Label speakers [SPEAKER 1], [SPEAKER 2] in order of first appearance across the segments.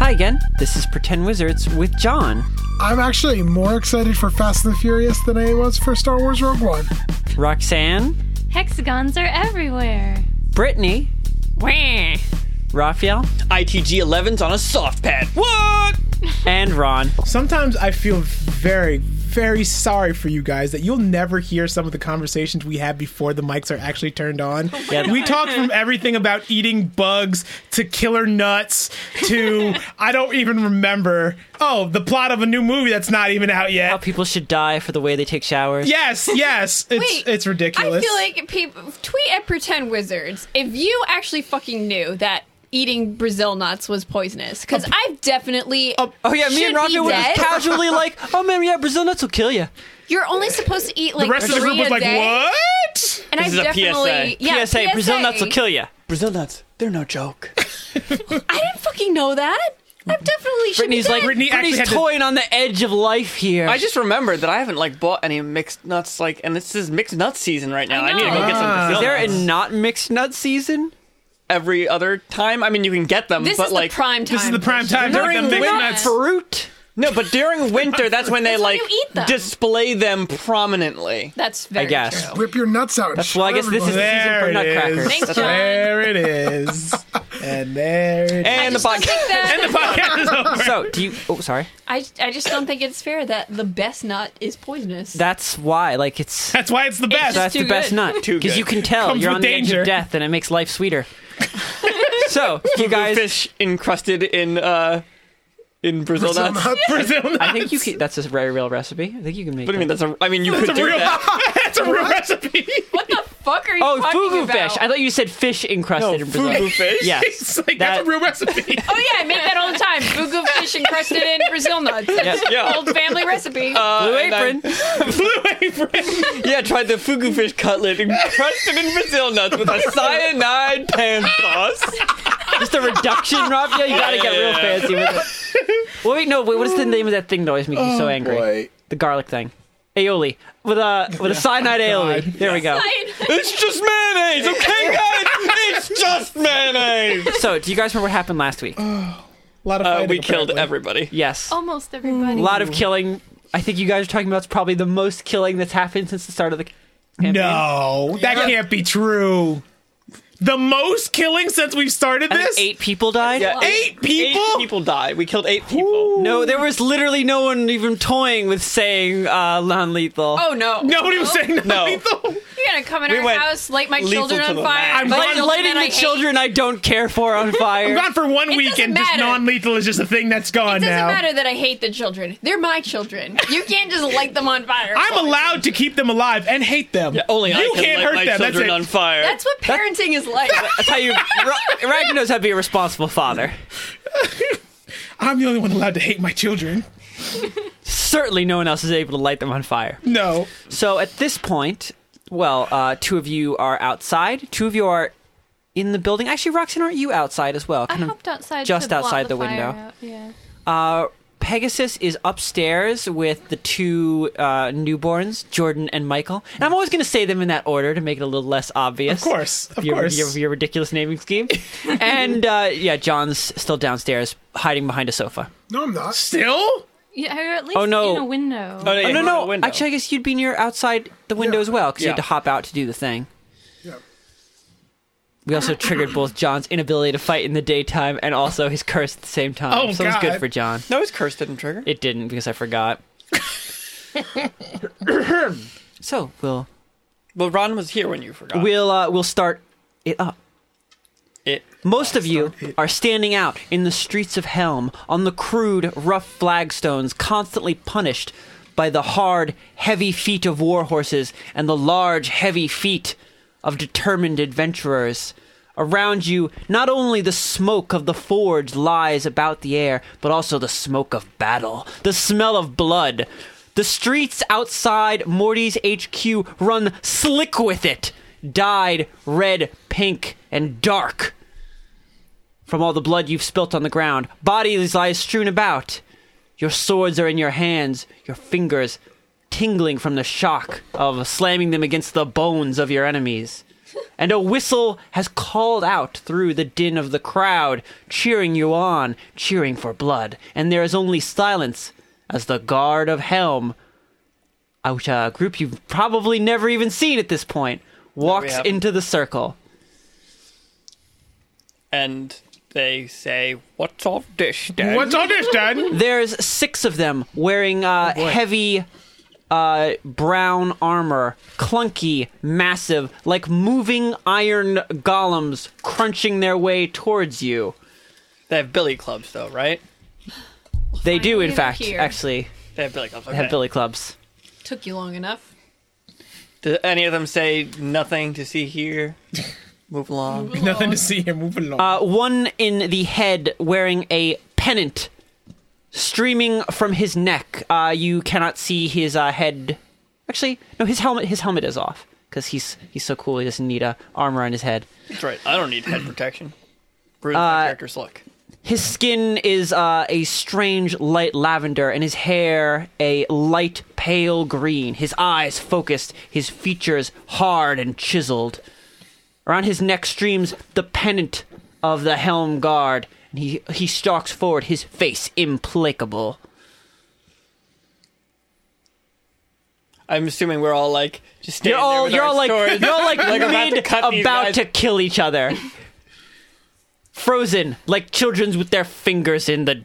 [SPEAKER 1] again. This is Pretend Wizards with John.
[SPEAKER 2] I'm actually more excited for Fast and the Furious than I was for Star Wars Rogue One.
[SPEAKER 1] Roxanne,
[SPEAKER 3] Hexagons are everywhere.
[SPEAKER 1] Brittany,
[SPEAKER 4] Wah.
[SPEAKER 1] Raphael,
[SPEAKER 5] ITG 11's on a soft pad. What?
[SPEAKER 1] and Ron.
[SPEAKER 6] Sometimes I feel very, very sorry for you guys that you'll never hear some of the conversations we had before the mics are actually turned on.
[SPEAKER 1] Oh God.
[SPEAKER 6] we talked from everything about eating bugs to killer nuts to I don't even remember. Oh, the plot of a new movie that's not even out
[SPEAKER 1] How
[SPEAKER 6] yet.
[SPEAKER 1] people should die for the way they take showers.
[SPEAKER 6] Yes, yes, it's
[SPEAKER 4] Wait,
[SPEAKER 6] it's ridiculous.
[SPEAKER 4] I feel like people tweet at pretend wizards if you actually fucking knew that eating Brazil nuts was poisonous because
[SPEAKER 6] Oh.
[SPEAKER 4] I've definitely
[SPEAKER 1] Oh yeah, me
[SPEAKER 4] should
[SPEAKER 1] and
[SPEAKER 4] be
[SPEAKER 1] Raphael were just
[SPEAKER 4] dead.
[SPEAKER 1] casually like, "Oh man, yeah, Brazil nuts will kill you."
[SPEAKER 4] You're only supposed to eat like
[SPEAKER 6] the rest of the
[SPEAKER 4] three
[SPEAKER 6] group was
[SPEAKER 4] a
[SPEAKER 6] like,
[SPEAKER 4] day.
[SPEAKER 6] "What?"
[SPEAKER 4] And I've
[SPEAKER 5] This is a
[SPEAKER 4] definitely
[SPEAKER 5] PSA.
[SPEAKER 4] Yeah,
[SPEAKER 1] PSA, Brazil nuts will kill you.
[SPEAKER 5] Brazil nuts, they're no joke.
[SPEAKER 4] I didn't fucking know that. I've definitely should be
[SPEAKER 1] Brittany's like,
[SPEAKER 4] dead.
[SPEAKER 6] Brittany actually
[SPEAKER 1] Brittany's
[SPEAKER 6] had to-
[SPEAKER 1] toying on the edge of life here.
[SPEAKER 5] I just remembered that I haven't like bought any mixed nuts like, and this is mixed nuts season right now. I,
[SPEAKER 4] I
[SPEAKER 5] need to go get some
[SPEAKER 6] know.
[SPEAKER 5] Brazil
[SPEAKER 1] is there a
[SPEAKER 5] nuts.
[SPEAKER 1] not mixed nut season?
[SPEAKER 5] every other time? I mean, you can get them,
[SPEAKER 4] This
[SPEAKER 5] but
[SPEAKER 4] is
[SPEAKER 5] like
[SPEAKER 4] the prime time.
[SPEAKER 6] This is the prime time to
[SPEAKER 4] During
[SPEAKER 6] make them big
[SPEAKER 4] winter-
[SPEAKER 6] nuts.
[SPEAKER 1] Fruit.
[SPEAKER 5] no, but during winter, that's when they like
[SPEAKER 4] you eat them.
[SPEAKER 5] display them prominently.
[SPEAKER 4] That's very
[SPEAKER 1] guess.
[SPEAKER 4] true.
[SPEAKER 2] Rip your nuts out.
[SPEAKER 1] That's why I guess this is the season
[SPEAKER 6] There
[SPEAKER 1] for
[SPEAKER 6] it
[SPEAKER 1] nutcrackers.
[SPEAKER 6] is.
[SPEAKER 4] Thanks, John.
[SPEAKER 6] There it is. And there it is.
[SPEAKER 5] And the
[SPEAKER 4] I
[SPEAKER 5] podcast.
[SPEAKER 4] think that-
[SPEAKER 6] And the podcast is over.
[SPEAKER 1] So do you? Oh, sorry.
[SPEAKER 4] I, I just don't think it's fair that the best nut is poisonous.
[SPEAKER 1] That's why. Like it's.
[SPEAKER 6] That's why it's the best.
[SPEAKER 1] that's the
[SPEAKER 4] too
[SPEAKER 1] best
[SPEAKER 4] good.
[SPEAKER 1] nut
[SPEAKER 5] Too
[SPEAKER 1] because
[SPEAKER 5] good.
[SPEAKER 1] you can tell
[SPEAKER 6] Comes
[SPEAKER 1] you're
[SPEAKER 6] with
[SPEAKER 1] on the edge
[SPEAKER 6] danger.
[SPEAKER 1] of death, and it makes life sweeter. so you guys,
[SPEAKER 5] fish encrusted in uh in Brazil,
[SPEAKER 2] Brazil
[SPEAKER 5] nuts.
[SPEAKER 2] nuts.
[SPEAKER 6] Brazil nuts.
[SPEAKER 1] I think you can. That's a very real recipe. I think you can make.
[SPEAKER 5] What do you mean?
[SPEAKER 1] that.
[SPEAKER 5] That's a. I mean, you could
[SPEAKER 6] That's a
[SPEAKER 5] do
[SPEAKER 6] real.
[SPEAKER 5] that.
[SPEAKER 6] That's a real recipe.
[SPEAKER 4] what the fuck are you
[SPEAKER 1] Oh,
[SPEAKER 4] talking
[SPEAKER 1] fugu
[SPEAKER 4] about?
[SPEAKER 1] fish. I thought you said fish encrusted in Brazil.
[SPEAKER 5] fugu fish?
[SPEAKER 1] Yes.
[SPEAKER 6] It's like that's
[SPEAKER 1] That-
[SPEAKER 6] a real recipe.
[SPEAKER 4] Oh yeah, I make that all the time. Fugu fish encrusted in Brazil nuts. It's an
[SPEAKER 5] Yeah.
[SPEAKER 4] Old family recipe.
[SPEAKER 5] Uh,
[SPEAKER 1] Blue
[SPEAKER 5] and I-
[SPEAKER 1] apron.
[SPEAKER 6] Blue apron.
[SPEAKER 5] yeah, tried the fugu fish cutlet encrusted in Brazil nuts with a cyanide pan sauce.
[SPEAKER 1] Just a reduction, Rob. Yeah, you gotta get real
[SPEAKER 5] Yeah.
[SPEAKER 1] fancy with it. Well, wait, no. Wait, what is the name of that thing that always makes you so angry?
[SPEAKER 2] boy.
[SPEAKER 1] The garlic thing. Aioli with a with a cyanide aioli. There we go.
[SPEAKER 5] It's just mayonnaise, okay, guys? It's just mayonnaise.
[SPEAKER 1] So, do you guys remember what happened last week?
[SPEAKER 6] A lot of
[SPEAKER 5] Uh,
[SPEAKER 6] fighting,
[SPEAKER 5] we killed
[SPEAKER 6] apparently.
[SPEAKER 5] everybody.
[SPEAKER 1] Yes.
[SPEAKER 4] oh,
[SPEAKER 3] Almost everybody.
[SPEAKER 1] a lot of killing. I think you guys are talking about probably the most killing that's happened since the start of the campaign.
[SPEAKER 6] No, that can't be true. The most killing since we've started
[SPEAKER 1] I think
[SPEAKER 6] this.
[SPEAKER 1] eight people died.
[SPEAKER 5] Yeah,
[SPEAKER 6] Eight people?
[SPEAKER 5] Eight people died. We killed eight people.
[SPEAKER 1] No, there was literally no one even toying with saying uh, non-lethal.
[SPEAKER 4] oh no.
[SPEAKER 6] Nobody was saying no.
[SPEAKER 5] No.
[SPEAKER 6] lethal.
[SPEAKER 4] You're gonna come in
[SPEAKER 5] We
[SPEAKER 4] our
[SPEAKER 5] went
[SPEAKER 4] house, light my
[SPEAKER 5] lethal
[SPEAKER 4] children
[SPEAKER 5] to
[SPEAKER 4] on
[SPEAKER 5] the
[SPEAKER 4] fire.
[SPEAKER 5] max.
[SPEAKER 6] I'm
[SPEAKER 1] Light-
[SPEAKER 6] gone-
[SPEAKER 4] children
[SPEAKER 1] lighting
[SPEAKER 4] that I
[SPEAKER 1] the
[SPEAKER 4] hate.
[SPEAKER 1] children I don't care for on
[SPEAKER 6] I'm
[SPEAKER 1] fire.
[SPEAKER 6] gone for one week
[SPEAKER 4] doesn't
[SPEAKER 6] and just
[SPEAKER 4] matter.
[SPEAKER 6] non-lethal is just a thing that's
[SPEAKER 4] It
[SPEAKER 6] gone
[SPEAKER 4] doesn't
[SPEAKER 6] now.
[SPEAKER 4] matter that I hate the children. They're my children. You can't just light them on fire.
[SPEAKER 6] I'm allowed to keep them alive and hate them.
[SPEAKER 5] Yeah, only
[SPEAKER 6] you
[SPEAKER 5] I can
[SPEAKER 6] not
[SPEAKER 5] light
[SPEAKER 6] hurt
[SPEAKER 5] my
[SPEAKER 6] them. That's
[SPEAKER 5] children
[SPEAKER 6] it.
[SPEAKER 5] on fire.
[SPEAKER 4] That's what parenting is like.
[SPEAKER 1] That's how you. Ra- Ragnar knows how to be a responsible father.
[SPEAKER 6] I'm the only one allowed to hate my children.
[SPEAKER 1] Certainly, no one else is able to light them on fire.
[SPEAKER 6] No.
[SPEAKER 1] So at this point, well, uh, two of you are outside. Two of you are in the building. Actually, Roxanne, aren't you outside as well?
[SPEAKER 3] I
[SPEAKER 1] Kind of-
[SPEAKER 3] hopped outside.
[SPEAKER 1] just
[SPEAKER 3] to block
[SPEAKER 1] outside the
[SPEAKER 3] fire
[SPEAKER 1] window.
[SPEAKER 3] out, Yeah.
[SPEAKER 1] Uh, Pegasus is upstairs with the two uh, newborns, Jordan and Michael. And I'm always going to say them in that order to make it a little less obvious.
[SPEAKER 6] Of course, of
[SPEAKER 1] your,
[SPEAKER 6] course.
[SPEAKER 1] Your, your ridiculous naming scheme. and uh, yeah, John's still downstairs, hiding behind a sofa.
[SPEAKER 2] No, I'm not.
[SPEAKER 6] Still?
[SPEAKER 3] Yeah, or at least
[SPEAKER 1] Oh, no.
[SPEAKER 3] in a window.
[SPEAKER 5] Oh, yeah,
[SPEAKER 1] Oh, no,
[SPEAKER 5] from the
[SPEAKER 1] no.
[SPEAKER 5] window.
[SPEAKER 1] Actually, I guess you'd be near outside the window as well because you had
[SPEAKER 5] Yeah.
[SPEAKER 1] to hop out to do the thing.
[SPEAKER 2] Yeah.
[SPEAKER 1] We also triggered both John's inability to fight in the daytime and also his curse at the same time.
[SPEAKER 6] Oh,
[SPEAKER 1] so it was good
[SPEAKER 6] God.
[SPEAKER 1] for John.
[SPEAKER 5] no, his curse didn't trigger.
[SPEAKER 1] It didn't because I forgot. so we'll
[SPEAKER 5] Well, Ron was here when you forgot.
[SPEAKER 1] we'll uh, we'll start it up.
[SPEAKER 5] it.
[SPEAKER 1] Most of you are standing out in the streets of Helm on the crude, rough flagstones, constantly punished by the hard, heavy feet of war horses and the large, heavy feet of determined adventurers. Around you, not only the smoke of the forge lies about the air, but also the smoke of battle, the smell of blood. The streets outside Morty's HQ run slick with it, dyed red, pink, and dark from all the blood you've spilt on the ground. Bodies lie strewn about. Your swords are in your hands, your fingers tingling from the shock of slamming them against the bones of your enemies. and a whistle has called out through the din of the crowd, cheering you on, cheering for blood, and there is only silence as the guard of Helm, out a group you've probably never even seen at this point, walks
[SPEAKER 5] haven't.
[SPEAKER 1] into the circle.
[SPEAKER 5] And they say, What's of this, Dad?
[SPEAKER 6] What's all this, Dad?
[SPEAKER 1] There's six of them wearing uh, heavy uh, brown armor, clunky, massive, like moving iron golems crunching their way towards you.
[SPEAKER 5] They have billy clubs, though, right?
[SPEAKER 1] They do, in
[SPEAKER 4] Finally,
[SPEAKER 1] fact,
[SPEAKER 4] they're here.
[SPEAKER 1] actually
[SPEAKER 5] They have billy clubs. Okay.
[SPEAKER 1] have billy clubs.
[SPEAKER 4] Took you long enough.
[SPEAKER 5] Do any of them say nothing to see here? Move along.
[SPEAKER 6] Nothing to see here. Move along.
[SPEAKER 1] Uh, one in the head wearing a pennant streaming from his neck. Uh, you cannot see his uh, head. Actually, no, his helmet. His helmet is off because he's he's so cool. He doesn't need uh, armor on his head.
[SPEAKER 5] That's right. I don't need head protection.
[SPEAKER 1] Uh,
[SPEAKER 5] Ruins my character's look.
[SPEAKER 1] His skin is uh, a strange light lavender, and his hair a light pale green. His eyes focused, his features hard and chiseled. Around his neck streams the pennant of the helm guard, and he, he stalks forward, his face implacable.
[SPEAKER 5] I'm assuming we're all like just standing
[SPEAKER 1] You're all,
[SPEAKER 5] there
[SPEAKER 1] you're all like
[SPEAKER 5] with our swords.
[SPEAKER 1] you're all like,
[SPEAKER 5] Like, about to
[SPEAKER 1] mid
[SPEAKER 5] cut
[SPEAKER 1] about,
[SPEAKER 5] these guys.
[SPEAKER 1] to kill each other, frozen like childrens with their fingers in the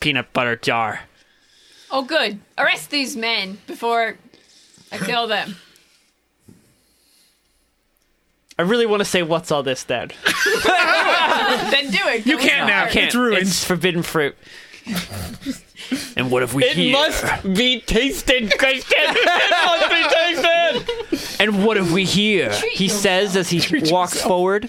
[SPEAKER 1] peanut butter jar.
[SPEAKER 4] Oh, good. Arrest these men before I kill them.
[SPEAKER 1] I really want to say what's all this then.
[SPEAKER 4] then do it.
[SPEAKER 6] you can't now.
[SPEAKER 1] I can't.
[SPEAKER 6] It's ruined.
[SPEAKER 1] It's forbidden fruit. and what if we
[SPEAKER 5] It
[SPEAKER 1] hear?
[SPEAKER 5] must be tasted, Christian. It must be tasted.
[SPEAKER 1] And what if we hear? he says as he walks forward.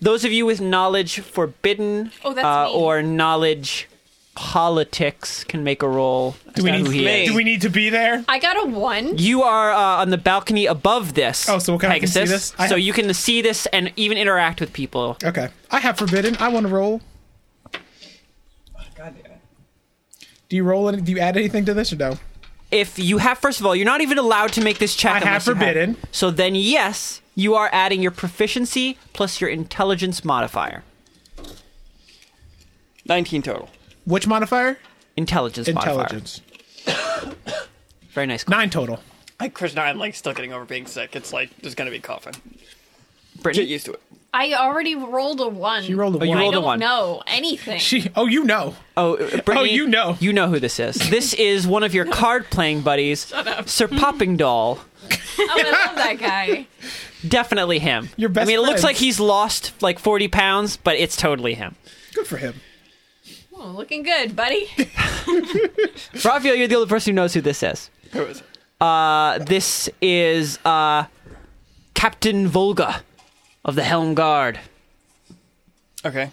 [SPEAKER 1] Those of you with knowledge forbidden
[SPEAKER 4] Oh, that's
[SPEAKER 1] uh,
[SPEAKER 4] me.
[SPEAKER 1] or knowledge politics can make a roll.
[SPEAKER 6] do, we
[SPEAKER 1] as to
[SPEAKER 6] need,
[SPEAKER 1] who he is.
[SPEAKER 6] do we need to be there?
[SPEAKER 4] I got a one.
[SPEAKER 1] You are uh, on the balcony above this.
[SPEAKER 6] Oh, so can I can
[SPEAKER 1] Pegasus.
[SPEAKER 6] see this? I
[SPEAKER 1] so
[SPEAKER 6] have-
[SPEAKER 1] you can see this and even interact with people.
[SPEAKER 6] Okay. I have forbidden. I want to roll. Do you roll any? Do you add anything to this or no?
[SPEAKER 1] If you have, first of all, you're not even allowed to make this check.
[SPEAKER 6] I have
[SPEAKER 1] unless you
[SPEAKER 6] forbidden.
[SPEAKER 1] So then, yes, you are adding your proficiency plus your intelligence modifier.
[SPEAKER 5] Nineteen total.
[SPEAKER 6] Which modifier?
[SPEAKER 1] Intelligence, modifier.
[SPEAKER 6] Intelligence.
[SPEAKER 1] Very nice.
[SPEAKER 6] Nine total.
[SPEAKER 5] I, Krishna, I'm like still getting over being sick. It's like there's gonna be coughing. Get
[SPEAKER 1] Brittany,
[SPEAKER 5] used to it.
[SPEAKER 4] I already rolled a one.
[SPEAKER 6] You rolled a
[SPEAKER 1] you
[SPEAKER 6] one.
[SPEAKER 1] rolled
[SPEAKER 4] I
[SPEAKER 1] a
[SPEAKER 4] don't
[SPEAKER 1] one.
[SPEAKER 4] know anything.
[SPEAKER 6] She. Oh, you know.
[SPEAKER 1] oh, uh, Brittany,
[SPEAKER 6] you know.
[SPEAKER 1] you know who this is. This is one of your card-playing buddies, Sir Popping Doll.
[SPEAKER 4] oh, I love that guy.
[SPEAKER 1] Definitely him.
[SPEAKER 6] Your
[SPEAKER 1] I
[SPEAKER 6] best
[SPEAKER 1] mean, it looks
[SPEAKER 6] friend.
[SPEAKER 1] like he's lost like 40 pounds, but it's totally him.
[SPEAKER 6] Good for him.
[SPEAKER 4] Oh, looking good, buddy.
[SPEAKER 1] Raphael, you're the only person who knows who this is. Uh,
[SPEAKER 5] Who is it?
[SPEAKER 1] This is uh, Captain Volga of the Helm Guard.
[SPEAKER 5] Okay.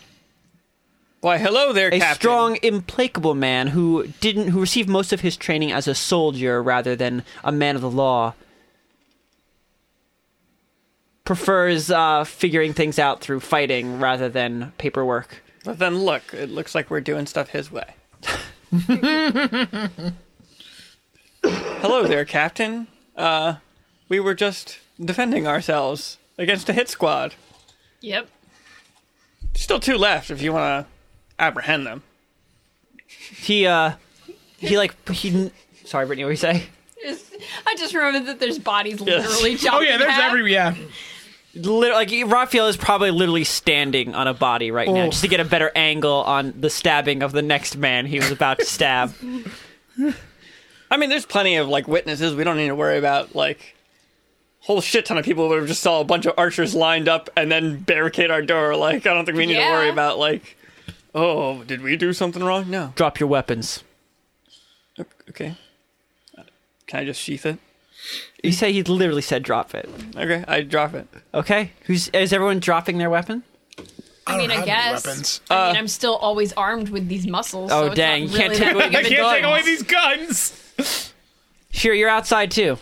[SPEAKER 5] Why, hello there,
[SPEAKER 1] A
[SPEAKER 5] Captain.
[SPEAKER 1] strong, implacable man who didn't who received most of his training as a soldier rather than a man of the law. Prefers uh, figuring things out through fighting rather than paperwork.
[SPEAKER 5] But then look, it looks like we're doing stuff his way. Hello there, Captain. Uh, we were just defending ourselves against a hit squad.
[SPEAKER 4] yep.
[SPEAKER 5] Still two left if you want to apprehend them.
[SPEAKER 1] He uh, he like he. Sorry, Brittany, what were you say?
[SPEAKER 4] Just- I just remembered that there's bodies
[SPEAKER 5] Yes.
[SPEAKER 4] literally
[SPEAKER 6] Oh
[SPEAKER 4] jumping.
[SPEAKER 6] yeah, there's
[SPEAKER 4] out.
[SPEAKER 6] every yeah.
[SPEAKER 1] Lit like Raphael is probably literally standing on a body right now
[SPEAKER 6] Oh.
[SPEAKER 1] just to get a better angle on the stabbing of the next man he was about to stab.
[SPEAKER 5] I mean, there's plenty of like witnesses. We don't need to worry about like whole shit ton of people would have just saw a bunch of archers lined up and then barricade our door. Like, I don't think we need to worry
[SPEAKER 4] Yeah.
[SPEAKER 5] about like, oh, did we do something wrong? No.
[SPEAKER 1] Drop your weapons.
[SPEAKER 5] O- Okay. Uh, Can I just sheath it?
[SPEAKER 1] You say he literally said drop it.
[SPEAKER 5] Okay, I drop it.
[SPEAKER 1] Okay, who's is everyone dropping their weapon?
[SPEAKER 4] I mean,
[SPEAKER 2] don't have
[SPEAKER 4] I
[SPEAKER 2] any
[SPEAKER 4] guess.
[SPEAKER 2] weapons.
[SPEAKER 4] I mean, I'm still always armed with these muscles.
[SPEAKER 1] Oh,
[SPEAKER 4] so it's
[SPEAKER 1] dang,
[SPEAKER 4] not
[SPEAKER 1] you can't
[SPEAKER 4] really
[SPEAKER 1] take
[SPEAKER 4] that
[SPEAKER 1] away
[SPEAKER 4] big of
[SPEAKER 6] I
[SPEAKER 4] a
[SPEAKER 6] can't take
[SPEAKER 4] deal.
[SPEAKER 6] away these guns.
[SPEAKER 1] Sure, you're outside too.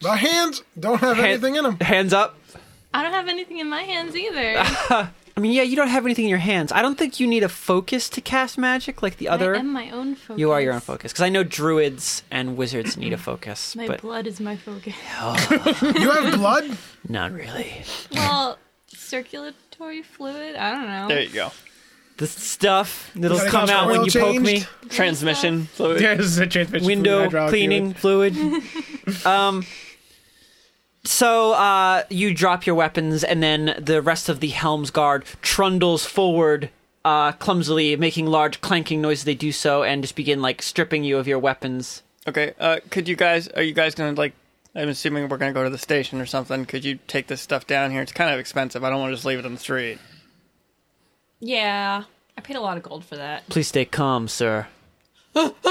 [SPEAKER 2] My hands don't have
[SPEAKER 1] Hand-
[SPEAKER 2] anything in them.
[SPEAKER 1] Hands up.
[SPEAKER 3] I don't have anything in my hands either.
[SPEAKER 1] I mean, yeah, you don't have anything in your hands. I don't think you need a focus to cast magic like the other.
[SPEAKER 3] I am my own focus.
[SPEAKER 1] You are your own focus because I know druids and wizards need a focus,
[SPEAKER 3] My
[SPEAKER 1] but
[SPEAKER 3] blood is my focus.
[SPEAKER 2] You have blood?
[SPEAKER 1] not really.
[SPEAKER 3] well, circulatory fluid. I don't know.
[SPEAKER 5] There you go.
[SPEAKER 1] The stuff that'll
[SPEAKER 2] Gotta
[SPEAKER 1] come
[SPEAKER 2] get
[SPEAKER 1] out
[SPEAKER 2] your
[SPEAKER 1] when
[SPEAKER 2] oil
[SPEAKER 1] you poke
[SPEAKER 2] changed.
[SPEAKER 1] me.
[SPEAKER 5] Transmission fluid.
[SPEAKER 6] There's a transmission
[SPEAKER 1] window
[SPEAKER 6] hydraulic
[SPEAKER 1] cleaning
[SPEAKER 6] unit.
[SPEAKER 1] fluid. um, so uh, you drop your weapons, and then the rest of the helm's guard trundles forward uh, clumsily, making large clanking noises. They do so and just begin like stripping you of your weapons.
[SPEAKER 5] Okay. Uh, could you guys? Are you guys gonna like? I'm assuming we're gonna go to the station or something. Could you take this stuff down here? It's kind of expensive. I don't want to just leave it on the street.
[SPEAKER 4] Yeah. I paid a lot of gold for that.
[SPEAKER 1] Please stay calm, sir.
[SPEAKER 5] I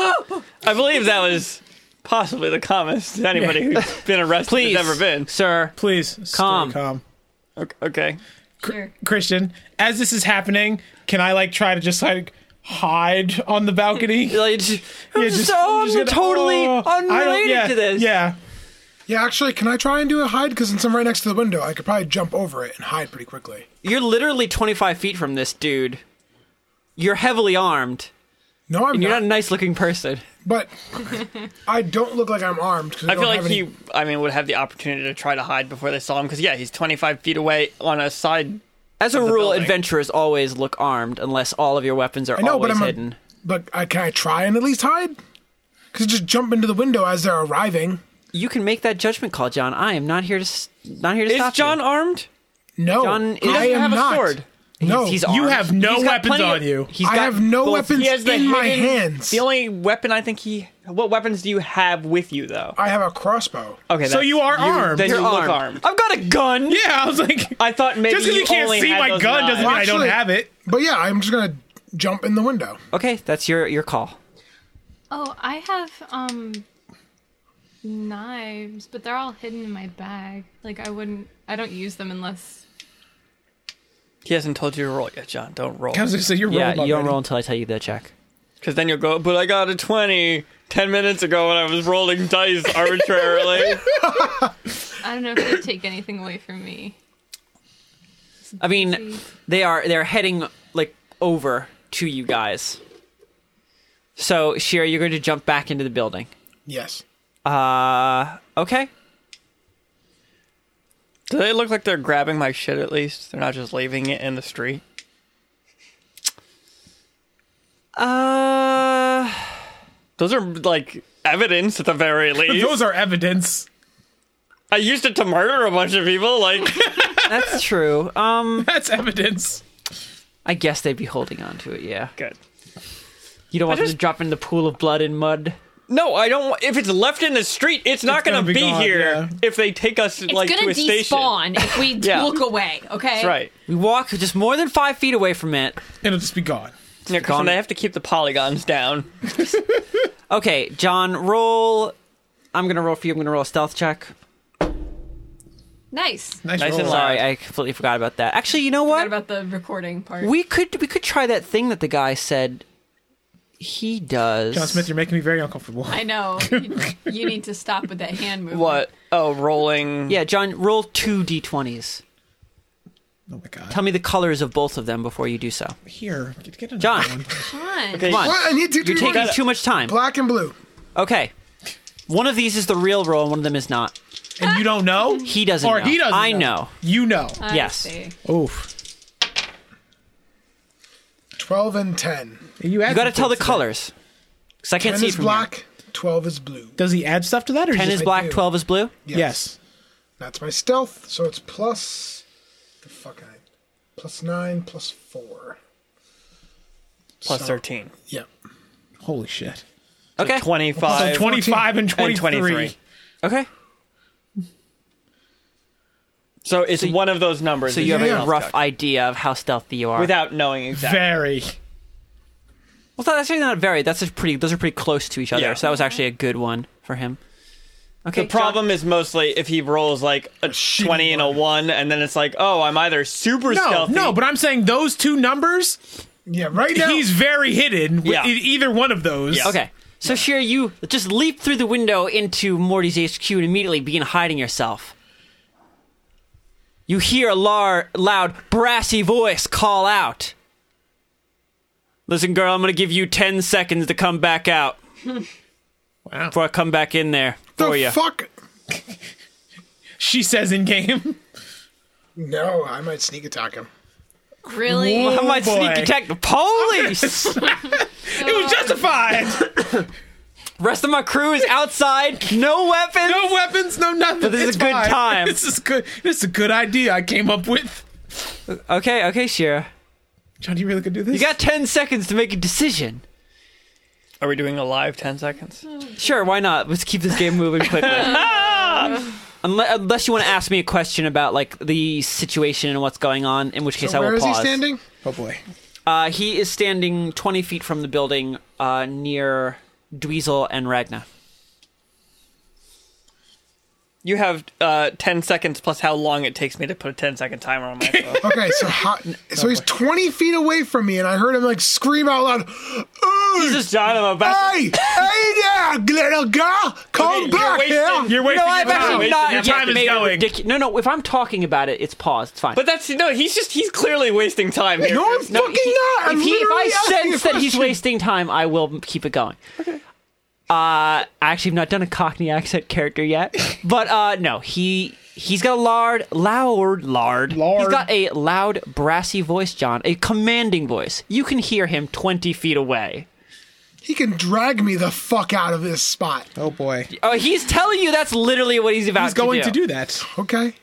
[SPEAKER 5] believe that was possibly the calmest anybody who's been arrested
[SPEAKER 1] Please,
[SPEAKER 5] has ever been.
[SPEAKER 1] sir.
[SPEAKER 6] Please, stay
[SPEAKER 1] Calm.
[SPEAKER 6] calm.
[SPEAKER 5] Okay. okay.
[SPEAKER 4] Sure.
[SPEAKER 6] Christian, as this is happening, can I like try to just like hide on the balcony? yeah,
[SPEAKER 1] Like, just, I'm just, oh,
[SPEAKER 6] I'm
[SPEAKER 1] I'm
[SPEAKER 6] gonna-
[SPEAKER 1] totally
[SPEAKER 6] oh, I don't-
[SPEAKER 1] unrelated
[SPEAKER 6] yeah,
[SPEAKER 1] to this.
[SPEAKER 6] Yeah.
[SPEAKER 2] Yeah, actually, can I try and do a hide? Because since I'm right next to the window, I could probably jump over it and hide pretty quickly.
[SPEAKER 1] You're literally 25 feet from this dude. You're heavily armed.
[SPEAKER 2] No, I'm
[SPEAKER 1] You're
[SPEAKER 2] not.
[SPEAKER 1] not a nice looking person.
[SPEAKER 2] But I don't look like I'm armed. 'cause
[SPEAKER 5] I
[SPEAKER 2] don't
[SPEAKER 5] feel like
[SPEAKER 2] have any-
[SPEAKER 5] he, I mean, would have the opportunity to try to hide before they saw him because yeah, he's 25 feet away on a side.
[SPEAKER 1] As a
[SPEAKER 5] the
[SPEAKER 1] rule,
[SPEAKER 5] building.
[SPEAKER 1] adventurers always look armed unless all of your weapons are
[SPEAKER 2] I know, but
[SPEAKER 1] always
[SPEAKER 2] I'm.
[SPEAKER 1] hidden.
[SPEAKER 2] A, but I, can I try and at least hide? Because just jump into the window as they're arriving.
[SPEAKER 1] You can make that judgment call, John. I am not here to s- not here to
[SPEAKER 5] Is
[SPEAKER 1] stop
[SPEAKER 5] John
[SPEAKER 1] you.
[SPEAKER 5] armed?
[SPEAKER 2] No,
[SPEAKER 1] John is-
[SPEAKER 2] I
[SPEAKER 1] He doesn't
[SPEAKER 2] am
[SPEAKER 5] have a
[SPEAKER 2] not.
[SPEAKER 5] sword.
[SPEAKER 2] No,
[SPEAKER 1] he's
[SPEAKER 6] You
[SPEAKER 1] armed.
[SPEAKER 6] have no
[SPEAKER 1] He's got
[SPEAKER 6] weapons
[SPEAKER 1] plenty of-
[SPEAKER 6] on you.
[SPEAKER 1] He's
[SPEAKER 2] I
[SPEAKER 1] got
[SPEAKER 2] have no
[SPEAKER 1] both-
[SPEAKER 2] weapons
[SPEAKER 5] He has the
[SPEAKER 2] in my
[SPEAKER 5] hidden-
[SPEAKER 2] hands.
[SPEAKER 5] The only weapon I think he. What weapons do you have with you though?
[SPEAKER 2] I have a crossbow.
[SPEAKER 5] Okay,
[SPEAKER 6] So
[SPEAKER 5] that's-
[SPEAKER 6] you are armed.
[SPEAKER 5] Then
[SPEAKER 1] You're
[SPEAKER 5] you look
[SPEAKER 1] armed.
[SPEAKER 5] armed.
[SPEAKER 1] I've got a gun.
[SPEAKER 6] yeah, I was like,
[SPEAKER 5] I thought maybe
[SPEAKER 6] just because you can't
[SPEAKER 5] only
[SPEAKER 6] see
[SPEAKER 5] had
[SPEAKER 6] my
[SPEAKER 5] those
[SPEAKER 6] gun
[SPEAKER 5] nine.
[SPEAKER 6] doesn't mean I don't
[SPEAKER 2] Actually-
[SPEAKER 6] have it.
[SPEAKER 2] But yeah, I'm just gonna jump in the window.
[SPEAKER 1] Okay, that's your your call.
[SPEAKER 3] Oh, I have um knives, but they're all hidden in my bag. Like I wouldn't I don't use them unless
[SPEAKER 5] He hasn't told you to roll yet, John. Don't roll.
[SPEAKER 6] I was gonna say you're
[SPEAKER 1] Yeah,
[SPEAKER 6] rolled
[SPEAKER 1] you don't
[SPEAKER 6] already.
[SPEAKER 1] roll until I tell you the check.
[SPEAKER 5] Because then you'll go, but I got a 20 10 minutes ago when I was rolling dice arbitrarily.
[SPEAKER 3] I don't know if they take anything away from me.
[SPEAKER 1] I mean, they are they're heading like over to you guys. So, Shira, Oh, you're going to jump back into the building.
[SPEAKER 2] Yes.
[SPEAKER 1] Okay.
[SPEAKER 5] Do they look like they're grabbing my shit at least? They're not just leaving it in the street?
[SPEAKER 1] Uh,
[SPEAKER 5] Those are like evidence at the very least.
[SPEAKER 6] Those are evidence.
[SPEAKER 5] I used it to murder a bunch of people. Like,
[SPEAKER 1] that's true. Um,
[SPEAKER 6] That's evidence.
[SPEAKER 1] I guess they'd be holding on to it. Yeah.
[SPEAKER 5] good.
[SPEAKER 1] You don't want them
[SPEAKER 5] just-
[SPEAKER 1] to drop in the pool of blood and mud.
[SPEAKER 5] No, I don't. wa- If it's left in the street, it's not
[SPEAKER 6] It's
[SPEAKER 5] going
[SPEAKER 6] gonna be
[SPEAKER 5] to be,
[SPEAKER 6] gone,
[SPEAKER 5] here
[SPEAKER 6] yeah.
[SPEAKER 5] if they take us
[SPEAKER 4] It's
[SPEAKER 5] like to
[SPEAKER 4] gonna
[SPEAKER 5] a station.
[SPEAKER 4] despawn if we
[SPEAKER 5] Yeah.
[SPEAKER 4] look away, okay?
[SPEAKER 5] That's right.
[SPEAKER 1] We walk just more than five feet away from it.
[SPEAKER 6] It'll just be gone.
[SPEAKER 5] Yeah, 'cause
[SPEAKER 1] Gone.
[SPEAKER 5] they have to keep the polygons down.
[SPEAKER 1] Okay, John, roll. I'm gonna roll for you. I'm gonna roll a stealth check.
[SPEAKER 4] Nice.
[SPEAKER 6] Nice,
[SPEAKER 5] Nice
[SPEAKER 6] roll.
[SPEAKER 5] and loud.
[SPEAKER 1] Sorry, I completely forgot about that. Actually, you know
[SPEAKER 4] What
[SPEAKER 1] what?
[SPEAKER 4] about the recording part?
[SPEAKER 1] We could we could try that thing that the guy said he does.
[SPEAKER 6] John Smith, you're making me very uncomfortable.
[SPEAKER 4] I know. You, you need to stop with that hand movement.
[SPEAKER 5] What? Oh, rolling.
[SPEAKER 1] yeah, John, roll two d20s.
[SPEAKER 6] Oh my god.
[SPEAKER 1] Tell me the colors of both of them before you do so.
[SPEAKER 6] Here, get, get another
[SPEAKER 1] John.
[SPEAKER 6] one.
[SPEAKER 4] Come on.
[SPEAKER 5] Okay.
[SPEAKER 1] Come on.
[SPEAKER 2] What? I need to do
[SPEAKER 1] You're taking
[SPEAKER 5] gotta-
[SPEAKER 1] too much time.
[SPEAKER 2] black and blue.
[SPEAKER 1] Okay. One of these is the real roll, and one of them is not.
[SPEAKER 6] And you don't know?
[SPEAKER 1] He doesn't
[SPEAKER 6] or
[SPEAKER 1] know.
[SPEAKER 6] he doesn't.
[SPEAKER 1] I
[SPEAKER 6] know.
[SPEAKER 1] know. Uh,
[SPEAKER 6] You know.
[SPEAKER 4] I
[SPEAKER 1] yes.
[SPEAKER 4] see.
[SPEAKER 6] Oof.
[SPEAKER 2] Twelve and ten.
[SPEAKER 6] You,
[SPEAKER 1] You gotta tell the colors. Because I can't
[SPEAKER 2] Ten
[SPEAKER 1] see
[SPEAKER 2] is
[SPEAKER 1] from
[SPEAKER 2] black. Twelve is blue.
[SPEAKER 6] Does he add stuff to that, or
[SPEAKER 1] here. 10
[SPEAKER 6] just
[SPEAKER 1] is
[SPEAKER 6] like-
[SPEAKER 1] black,
[SPEAKER 2] do.
[SPEAKER 1] 12 is blue.
[SPEAKER 6] Yes.
[SPEAKER 2] That's my stealth, so it's plus the fuck I plus nine plus four.
[SPEAKER 5] Plus
[SPEAKER 2] So-
[SPEAKER 5] 13.
[SPEAKER 2] Yep.
[SPEAKER 6] Holy shit.
[SPEAKER 1] Okay.
[SPEAKER 5] 25.
[SPEAKER 6] So 25 and 23.
[SPEAKER 5] and 23.
[SPEAKER 1] Okay.
[SPEAKER 5] So it's
[SPEAKER 1] So you-
[SPEAKER 5] one of those numbers.
[SPEAKER 1] So you have
[SPEAKER 2] Yeah.
[SPEAKER 1] a rough idea of how stealthy you are.
[SPEAKER 5] without knowing exactly.
[SPEAKER 6] Very.
[SPEAKER 1] well, that's actually not very. That's a pretty. Those are pretty close to each other.
[SPEAKER 5] Yeah.
[SPEAKER 1] So that was actually a good one for him. Okay.
[SPEAKER 5] the problem is mostly if he rolls like a
[SPEAKER 2] shitty
[SPEAKER 5] twenty and a one, and then it's like, oh, I'm either super
[SPEAKER 6] No,
[SPEAKER 5] stealthy.
[SPEAKER 6] no, but I'm saying those two numbers,
[SPEAKER 2] Yeah, right now
[SPEAKER 6] he's very hidden with
[SPEAKER 5] Yeah.
[SPEAKER 6] e- either one of those.
[SPEAKER 5] Yeah.
[SPEAKER 1] okay. So Shira, you just leap through the window into Morty's HQ and immediately begin hiding yourself. you hear a lar- loud, brassy voice call out. Listen, girl, I'm going to give you 10 seconds to come back out.
[SPEAKER 6] Wow.
[SPEAKER 1] Before I come back in there
[SPEAKER 2] The
[SPEAKER 1] for you.
[SPEAKER 2] fuck?
[SPEAKER 6] She says in game.
[SPEAKER 2] No, I might sneak attack him.
[SPEAKER 3] Really?
[SPEAKER 1] I
[SPEAKER 6] Whoa.
[SPEAKER 1] might
[SPEAKER 6] Oh,
[SPEAKER 1] sneak
[SPEAKER 6] boy.
[SPEAKER 1] attack the police.
[SPEAKER 6] It was justified.
[SPEAKER 1] Rest of my crew is outside, no weapons.
[SPEAKER 6] No weapons, no nothing.
[SPEAKER 1] this is
[SPEAKER 6] It's
[SPEAKER 1] a good
[SPEAKER 6] fine.
[SPEAKER 1] time.
[SPEAKER 6] This is good. This is a good idea I came up with.
[SPEAKER 1] Okay, okay, Shira.
[SPEAKER 6] John, you really could do this.
[SPEAKER 1] You got 10 seconds to make a decision.
[SPEAKER 5] Are we doing a live 10 seconds?
[SPEAKER 1] Sure, why not? Let's keep this game moving quickly. Unless, unless you want to ask me a question about like the situation and what's going on, in which case I will
[SPEAKER 2] Where is
[SPEAKER 1] pause.
[SPEAKER 2] he standing?
[SPEAKER 6] Oh boy.
[SPEAKER 1] Uh, he is standing 20 feet from the building uh, near Dweezil and Ragna.
[SPEAKER 5] You have uh, 10 seconds plus how long it takes me to put a 10 second timer on my phone.
[SPEAKER 2] Okay, so how, so he's 20 feet away from me, and I heard him like scream out loud, "Hey,
[SPEAKER 5] Just John, I'm about
[SPEAKER 2] hey, hey there, little girl, come
[SPEAKER 5] you're
[SPEAKER 2] back
[SPEAKER 5] wasting-
[SPEAKER 2] here."
[SPEAKER 6] You're
[SPEAKER 1] No,
[SPEAKER 6] wasting your
[SPEAKER 1] I've
[SPEAKER 6] time.
[SPEAKER 1] actually
[SPEAKER 5] wasting
[SPEAKER 1] not
[SPEAKER 5] your
[SPEAKER 1] yet
[SPEAKER 6] time is
[SPEAKER 1] made a
[SPEAKER 6] going.
[SPEAKER 1] ridicu- No, no. If I'm talking about it, it's paused. It's fine.
[SPEAKER 5] But that's, no, he's just, he's clearly wasting time here.
[SPEAKER 2] no, I'm fucking
[SPEAKER 1] he-
[SPEAKER 2] not. I'm
[SPEAKER 1] if, he, if
[SPEAKER 2] literally
[SPEAKER 1] I
[SPEAKER 2] asking
[SPEAKER 1] sense
[SPEAKER 2] a
[SPEAKER 1] that he's
[SPEAKER 2] question.
[SPEAKER 1] wasting time, I will keep it going. Okay. Uh, I actually have not done a Cockney accent character yet, but uh, no, he he's got a lard, loud, lard. He's
[SPEAKER 6] Lard.
[SPEAKER 1] got a loud, brassy voice, John, a commanding voice. You can hear him twenty feet away.
[SPEAKER 2] he can drag me the fuck out of this spot.
[SPEAKER 6] Oh boy.
[SPEAKER 1] Oh, he's telling you that's literally what he's about
[SPEAKER 6] He's going to do that.
[SPEAKER 2] Okay,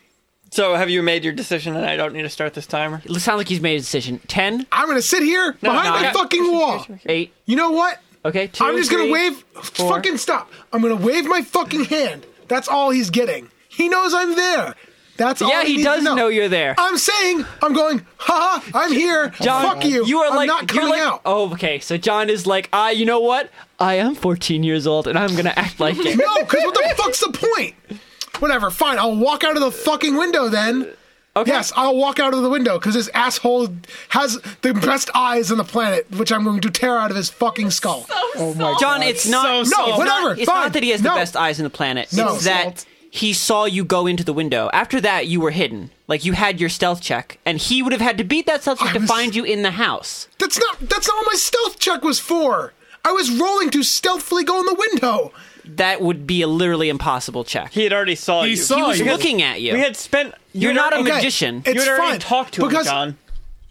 [SPEAKER 5] So have you made your decision and I don't need to start this timer?
[SPEAKER 1] It sounds like he's made a decision. Ten,
[SPEAKER 2] I'm gonna sit here behind
[SPEAKER 1] no,
[SPEAKER 2] my
[SPEAKER 1] I-
[SPEAKER 2] fucking wall.
[SPEAKER 1] eight.
[SPEAKER 2] You know what?
[SPEAKER 1] Okay, two.
[SPEAKER 2] I'm just going
[SPEAKER 1] three.
[SPEAKER 2] to wave. Fucking stop. I'm going to wave my fucking hand. That's all he's getting. He knows I'm there. That's all
[SPEAKER 1] Yeah,
[SPEAKER 2] he
[SPEAKER 1] he
[SPEAKER 2] needs
[SPEAKER 1] does
[SPEAKER 2] to know.
[SPEAKER 1] know you're there.
[SPEAKER 2] I'm saying, I'm going, haha, I'm here.
[SPEAKER 1] John,
[SPEAKER 2] Fuck you.
[SPEAKER 1] You are
[SPEAKER 2] I'm
[SPEAKER 1] like
[SPEAKER 2] not coming
[SPEAKER 1] you're like,
[SPEAKER 2] out.
[SPEAKER 1] Oh, okay. So John is like, ah, you know what? I am 14 years old, and I'm gonna act like it.
[SPEAKER 2] No, because what the fuck's the point? Whatever, fine. I'll walk out of the fucking window then.
[SPEAKER 1] Okay.
[SPEAKER 2] Yes, I'll walk out of the window because this asshole has the best eyes on the planet, which I'm going to tear out of his fucking skull.
[SPEAKER 6] Oh my
[SPEAKER 1] John,
[SPEAKER 6] God.
[SPEAKER 1] it's not.
[SPEAKER 6] So
[SPEAKER 2] No,
[SPEAKER 1] it's
[SPEAKER 6] salt.
[SPEAKER 2] whatever.
[SPEAKER 1] Not, it's
[SPEAKER 2] fine,
[SPEAKER 1] not that he has the
[SPEAKER 2] no.
[SPEAKER 1] best eyes on the planet.
[SPEAKER 2] No.
[SPEAKER 1] It's that
[SPEAKER 6] Salt.
[SPEAKER 1] he saw you go into the window. After that, you were hidden. Like you had your stealth check, and he would have had to beat that stealth check
[SPEAKER 2] I
[SPEAKER 1] to
[SPEAKER 2] was-
[SPEAKER 1] find you in the house.
[SPEAKER 2] That's not that's not what my stealth check was for. I was rolling to stealthily go in the window.
[SPEAKER 1] That would be a literally impossible check.
[SPEAKER 5] He had already saw
[SPEAKER 6] He
[SPEAKER 5] you.
[SPEAKER 6] saw
[SPEAKER 5] he
[SPEAKER 1] was
[SPEAKER 6] you.
[SPEAKER 1] looking at you.
[SPEAKER 5] We had spent.
[SPEAKER 1] You're
[SPEAKER 5] you'd
[SPEAKER 1] not a
[SPEAKER 5] already-
[SPEAKER 1] magician.
[SPEAKER 2] It's
[SPEAKER 5] You'd already
[SPEAKER 2] fine.
[SPEAKER 5] talked to
[SPEAKER 2] because,
[SPEAKER 5] him, John.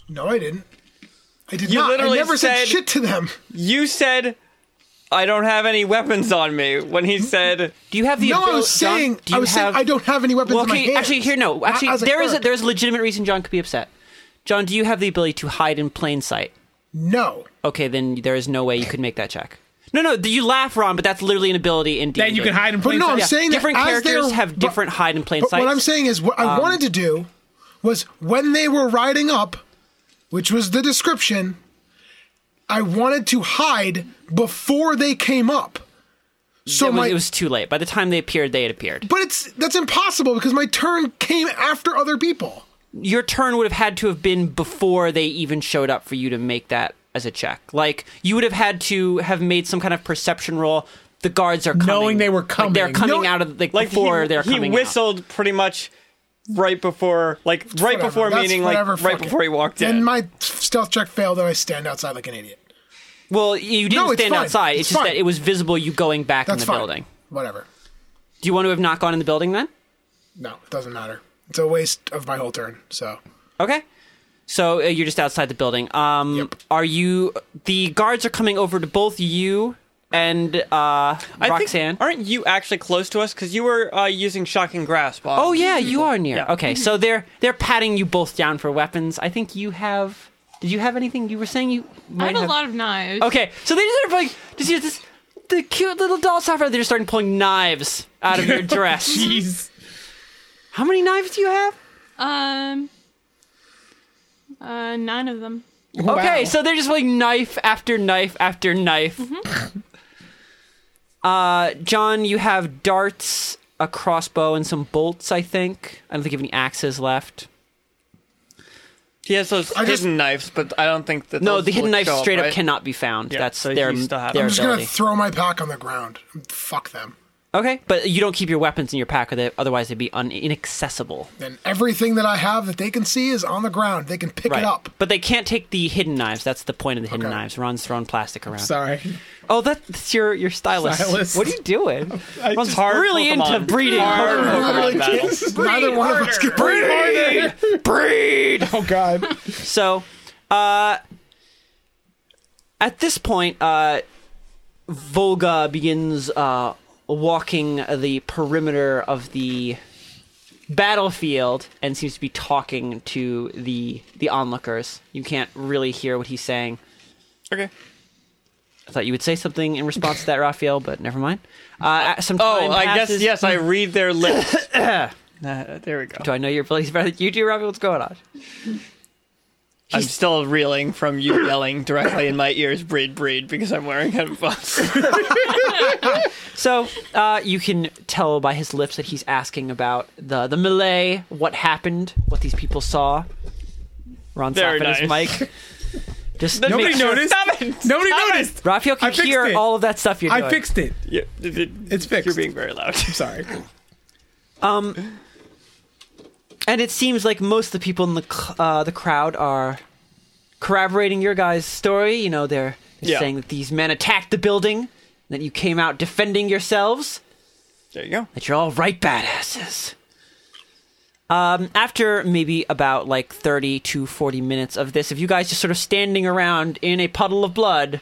[SPEAKER 2] No, I didn't. I did
[SPEAKER 5] You
[SPEAKER 2] not.
[SPEAKER 5] literally
[SPEAKER 2] I never
[SPEAKER 5] said-
[SPEAKER 2] said shit to them.
[SPEAKER 5] You said, I don't have any weapons on me. When
[SPEAKER 2] Mm-hmm.
[SPEAKER 5] he said,
[SPEAKER 1] Do you have the
[SPEAKER 2] No, I
[SPEAKER 1] abil-
[SPEAKER 2] was
[SPEAKER 1] John,
[SPEAKER 2] saying
[SPEAKER 1] do you
[SPEAKER 2] I was
[SPEAKER 1] have,
[SPEAKER 2] saying I don't have any weapons
[SPEAKER 1] Well,
[SPEAKER 2] in my
[SPEAKER 1] okay,
[SPEAKER 2] hands.
[SPEAKER 1] actually, here, no.
[SPEAKER 2] Not
[SPEAKER 1] Actually,
[SPEAKER 2] as a
[SPEAKER 1] there is a,
[SPEAKER 2] clerk.
[SPEAKER 1] there is a legitimate reason John could be upset. John, do you have the ability to hide in plain sight?
[SPEAKER 2] no.
[SPEAKER 1] Okay, then there is no way you could make that check. No, no, you laugh, Ron, but that's literally an ability in D.
[SPEAKER 6] Then you can hide in
[SPEAKER 2] But
[SPEAKER 6] plain
[SPEAKER 2] no, I'm
[SPEAKER 6] sight.
[SPEAKER 2] saying
[SPEAKER 1] Different
[SPEAKER 2] that as
[SPEAKER 1] characters
[SPEAKER 2] they're-
[SPEAKER 1] have
[SPEAKER 2] but-
[SPEAKER 1] different hide in plain
[SPEAKER 2] But
[SPEAKER 1] sight.
[SPEAKER 2] what I'm saying is, what I
[SPEAKER 5] um,
[SPEAKER 2] wanted to do was when they were riding up, which was the description, I wanted to hide before they came up. So
[SPEAKER 1] it was,
[SPEAKER 2] my
[SPEAKER 1] it was too late. By the time they appeared, they had appeared.
[SPEAKER 2] But it's that's impossible because my turn came after other people.
[SPEAKER 1] Your turn would have had to have been before they even showed up for you to make that as a check. Like you would have had to have made some kind of perception roll. The guards are coming.
[SPEAKER 6] Knowing they were
[SPEAKER 1] Like, they're
[SPEAKER 6] coming.
[SPEAKER 1] coming
[SPEAKER 2] No-
[SPEAKER 1] out of like,
[SPEAKER 5] like
[SPEAKER 1] before
[SPEAKER 5] he,
[SPEAKER 1] they're
[SPEAKER 5] he
[SPEAKER 1] coming. out.
[SPEAKER 5] whistled pretty much right before, like right
[SPEAKER 2] Whatever,
[SPEAKER 5] before
[SPEAKER 2] that's
[SPEAKER 5] meaning, like
[SPEAKER 2] whatever, fuck
[SPEAKER 5] right
[SPEAKER 2] it.
[SPEAKER 5] before he walked
[SPEAKER 2] And
[SPEAKER 5] in.
[SPEAKER 2] my stealth check failed, and I stand outside like an idiot.
[SPEAKER 1] Well, you didn't
[SPEAKER 2] No, it's
[SPEAKER 1] stand
[SPEAKER 2] fine.
[SPEAKER 1] outside. It's,
[SPEAKER 2] It's
[SPEAKER 1] just
[SPEAKER 2] fine.
[SPEAKER 1] that it was visible you going back
[SPEAKER 2] That's
[SPEAKER 1] in the
[SPEAKER 2] fine.
[SPEAKER 1] building.
[SPEAKER 2] Whatever.
[SPEAKER 1] Do you want to have not gone in the building then?
[SPEAKER 2] No, it doesn't matter. It's a waste of my whole turn. So
[SPEAKER 1] Okay. So uh, you're just outside the building. Um,
[SPEAKER 2] Yep.
[SPEAKER 1] Are you? The guards are coming over to both you and uh,
[SPEAKER 5] I think-
[SPEAKER 1] Roxanne.
[SPEAKER 5] aren't you actually close to us? Because you were uh, using shocking grasp. On
[SPEAKER 1] oh yeah, you are near.
[SPEAKER 5] Yeah.
[SPEAKER 1] Okay, so they're they're patting you both down for weapons. I think you have. Did you have anything? You were saying you. Might
[SPEAKER 3] I have a lot of knives.
[SPEAKER 1] Okay, so they just are like just use this. The cute little doll software. They're just starting pulling knives out of your dress.
[SPEAKER 6] Jeez.
[SPEAKER 1] How many knives do you have?
[SPEAKER 3] Um. Uh, nine of them.
[SPEAKER 1] Okay,
[SPEAKER 6] Wow.
[SPEAKER 1] so they're just like knife after knife after knife.
[SPEAKER 5] Mm-hmm.
[SPEAKER 1] uh, John, you have darts, a crossbow, and some bolts. I think I don't think you have any axes left.
[SPEAKER 5] He has those
[SPEAKER 2] I
[SPEAKER 5] hidden
[SPEAKER 2] just-
[SPEAKER 5] knives, but I don't think that.
[SPEAKER 1] No,
[SPEAKER 5] those
[SPEAKER 1] the hidden
[SPEAKER 5] would
[SPEAKER 1] knife
[SPEAKER 5] show
[SPEAKER 1] straight up
[SPEAKER 5] right?
[SPEAKER 1] cannot be found.
[SPEAKER 5] Yeah,
[SPEAKER 1] That's
[SPEAKER 5] so
[SPEAKER 1] their
[SPEAKER 5] you still have
[SPEAKER 1] their
[SPEAKER 5] it.
[SPEAKER 2] I'm just gonna
[SPEAKER 1] ability.
[SPEAKER 2] throw my pack on the ground. Fuck them.
[SPEAKER 1] Okay, but you don't keep your weapons in your pack, or they, otherwise they'd be un- inaccessible.
[SPEAKER 2] And everything that I have that they can see is on the ground. They can pick it up.
[SPEAKER 1] But they can't take the hidden knives. That's the point of the hidden
[SPEAKER 2] Okay.
[SPEAKER 1] knives. Ron's throwing plastic around.
[SPEAKER 6] Sorry.
[SPEAKER 1] Oh, that's your your stylist.
[SPEAKER 6] Stylist.
[SPEAKER 1] What are you doing?
[SPEAKER 6] I
[SPEAKER 1] Ron's
[SPEAKER 6] just-
[SPEAKER 5] Hard
[SPEAKER 1] really
[SPEAKER 5] Pokemon.
[SPEAKER 1] into breeding.
[SPEAKER 5] Hard
[SPEAKER 1] Pokemon.
[SPEAKER 5] Pokemon battle.
[SPEAKER 2] Neither one of us can
[SPEAKER 1] Breed! Breed!
[SPEAKER 6] Oh God.
[SPEAKER 1] So, uh, at this point, uh, Volga begins uh, walking the perimeter of the battlefield and seems to be talking to the the onlookers. You can't really hear what he's saying.
[SPEAKER 5] Okay.
[SPEAKER 1] I thought you would say something in response to that, Raphael, but never mind. Uh, some
[SPEAKER 5] Oh,
[SPEAKER 1] time
[SPEAKER 5] I guess
[SPEAKER 1] passes.
[SPEAKER 5] yes. I read their lips. Uh, there we go.
[SPEAKER 1] Do I know your abilities better than you do, Raphael? What's going on?
[SPEAKER 5] I'm still reeling from you yelling directly in my ears, breed, breed, because I'm wearing headphones.
[SPEAKER 1] So uh, you can tell by his lips that he's asking about the the melee, what happened, what these people saw. Ron's
[SPEAKER 5] Very
[SPEAKER 1] off at
[SPEAKER 5] nice.
[SPEAKER 1] his mic. Just
[SPEAKER 5] Nobody
[SPEAKER 1] make
[SPEAKER 6] Nobody
[SPEAKER 1] sure-
[SPEAKER 6] noticed.
[SPEAKER 5] Stop it!
[SPEAKER 6] Nobody
[SPEAKER 5] Stop
[SPEAKER 6] noticed.
[SPEAKER 1] Raphael
[SPEAKER 6] I
[SPEAKER 1] can
[SPEAKER 6] fixed
[SPEAKER 1] hear
[SPEAKER 6] it.
[SPEAKER 1] all of that stuff you're doing.
[SPEAKER 6] I fixed it.
[SPEAKER 5] Yeah, it- it-
[SPEAKER 6] It's fixed.
[SPEAKER 5] You're being very loud.
[SPEAKER 6] Sorry.
[SPEAKER 1] and it seems like most of the people in the cl- uh, the crowd are corroborating your guys' story. You know, they're they're
[SPEAKER 5] Yeah.
[SPEAKER 1] saying that these men attacked the building, that you came out defending yourselves.
[SPEAKER 5] There you go.
[SPEAKER 1] that you're all right badasses. Um, after maybe about like 30 to 40 minutes of this, if you guys just sort of standing around in a puddle of blood,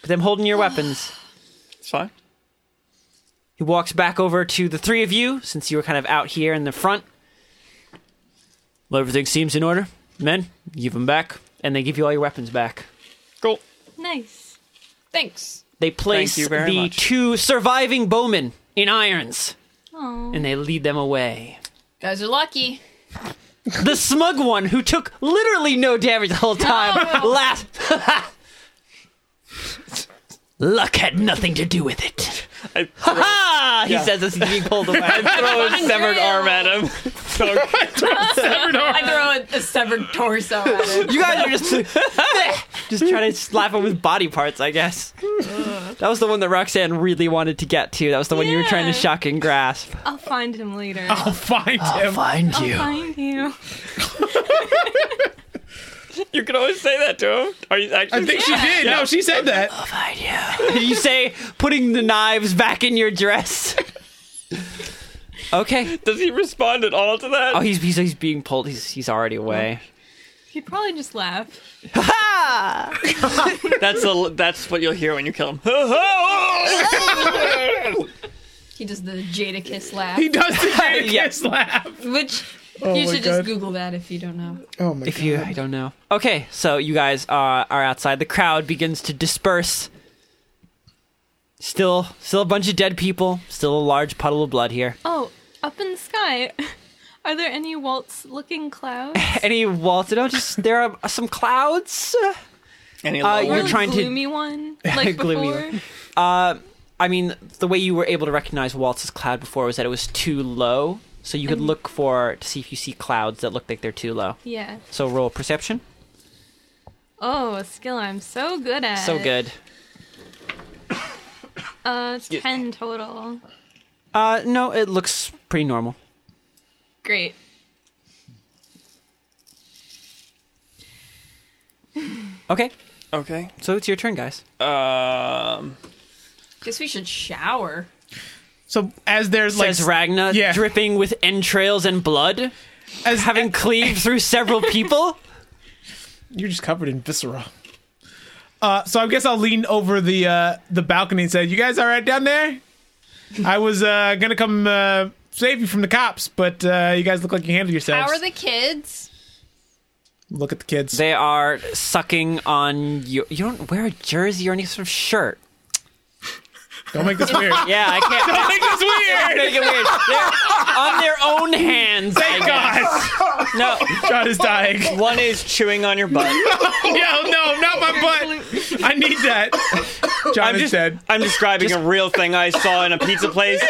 [SPEAKER 1] with them holding your weapons,
[SPEAKER 5] It's fine.
[SPEAKER 1] he walks back over to the three of you since you were kind of out here in the front. Well, everything seems in order. Men, give them back, and they give you all your weapons back.
[SPEAKER 5] Cool.
[SPEAKER 3] Nice.
[SPEAKER 4] Thanks.
[SPEAKER 1] They place
[SPEAKER 5] you very
[SPEAKER 1] the
[SPEAKER 5] much.
[SPEAKER 1] two surviving bowmen in irons,
[SPEAKER 3] Oh,
[SPEAKER 1] and they lead them away.
[SPEAKER 4] guys are lucky.
[SPEAKER 1] the smug one who took literally no damage the whole time.
[SPEAKER 4] No.
[SPEAKER 1] Last. Luck had nothing to do with it.
[SPEAKER 5] I throw,
[SPEAKER 1] Ah! He
[SPEAKER 5] Yeah.
[SPEAKER 1] says as he's being pulled away.
[SPEAKER 5] throw a severed
[SPEAKER 4] Unreal.
[SPEAKER 5] arm at him. So-
[SPEAKER 4] I throw a, a severed torso at it.
[SPEAKER 1] you guys are just just trying to slap him with body parts, I guess. That was the one that Roxanne really wanted to get to. That was the one you were trying to
[SPEAKER 3] Yeah.
[SPEAKER 1] shock and grasp.
[SPEAKER 3] I'll find him later.
[SPEAKER 6] I'll find him.
[SPEAKER 1] Find
[SPEAKER 3] I'll find you.
[SPEAKER 5] you can always say that to him. Are you actually?
[SPEAKER 6] I think she did. No, she said that.
[SPEAKER 1] Find you. you say putting the knives back in your dress. Okay.
[SPEAKER 5] Does he respond at all to that?
[SPEAKER 1] Oh, he's he's, he's being pulled. He's he's already away.
[SPEAKER 3] He'd probably just laugh.
[SPEAKER 5] That's a, that's what you'll hear when you kill him. I
[SPEAKER 4] He does the Jadakiss laugh,
[SPEAKER 6] He does the
[SPEAKER 1] Yeah.
[SPEAKER 6] Jadakiss laugh.
[SPEAKER 4] which
[SPEAKER 6] my
[SPEAKER 4] you should just
[SPEAKER 6] God.
[SPEAKER 4] Google that if you don't know.
[SPEAKER 6] Oh my
[SPEAKER 1] If you, I don't know. Okay, so you guys are are outside. The crowd begins to disperse. Still, still a bunch of dead people. Still a large puddle of blood here.
[SPEAKER 3] Oh, up in the sky. Are there any waltz-looking clouds?
[SPEAKER 1] Any waltz? No, "Oh, just there are some clouds. Uh,
[SPEAKER 5] love
[SPEAKER 1] You're
[SPEAKER 3] Or a
[SPEAKER 1] trying to-
[SPEAKER 3] gloomy one, like
[SPEAKER 1] Gloomy
[SPEAKER 3] before.
[SPEAKER 1] I mean, the way you were able to recognize waltz's cloud before was that it was too low, so you
[SPEAKER 6] Mm-hmm.
[SPEAKER 1] could look for to see if you see clouds that look like they're too low.
[SPEAKER 3] Yeah.
[SPEAKER 1] So roll perception.
[SPEAKER 3] Oh, a skill I'm so good at.
[SPEAKER 1] So good.
[SPEAKER 3] Uh, it's ten total.
[SPEAKER 1] Uh, no, it looks pretty normal.
[SPEAKER 3] Great.
[SPEAKER 1] Okay,
[SPEAKER 5] Okay.
[SPEAKER 1] so it's your turn, guys.
[SPEAKER 5] Um.
[SPEAKER 4] Guess we should shower.
[SPEAKER 6] So as there's like
[SPEAKER 1] Says Ragna,
[SPEAKER 6] yeah.
[SPEAKER 1] dripping with entrails and blood.
[SPEAKER 6] as
[SPEAKER 1] having cleaved through several people.
[SPEAKER 6] You're just covered in viscera. Uh, so I guess I'll lean over the uh, the balcony and say, "You guys all right down there? I was uh, gonna come uh, save you from the cops, but uh, you guys look like you handled
[SPEAKER 4] How
[SPEAKER 6] yourselves.
[SPEAKER 4] are the kids?
[SPEAKER 6] look at the kids.
[SPEAKER 1] They are sucking on you. You don't wear a jersey or any sort of shirt.
[SPEAKER 6] Don't make this weird.
[SPEAKER 1] Yeah, I can't
[SPEAKER 6] Don't make
[SPEAKER 1] make
[SPEAKER 6] this weird.
[SPEAKER 1] it weird. They're on their own hands. I
[SPEAKER 6] Thank
[SPEAKER 1] guess.
[SPEAKER 6] God,
[SPEAKER 1] No,
[SPEAKER 6] John is dying.
[SPEAKER 5] One is chewing on your butt.
[SPEAKER 6] Yo, no, not my butt. I need that. John
[SPEAKER 5] I'm
[SPEAKER 6] is
[SPEAKER 5] just,
[SPEAKER 6] dead.
[SPEAKER 5] I'm describing a real thing I saw in a pizza place.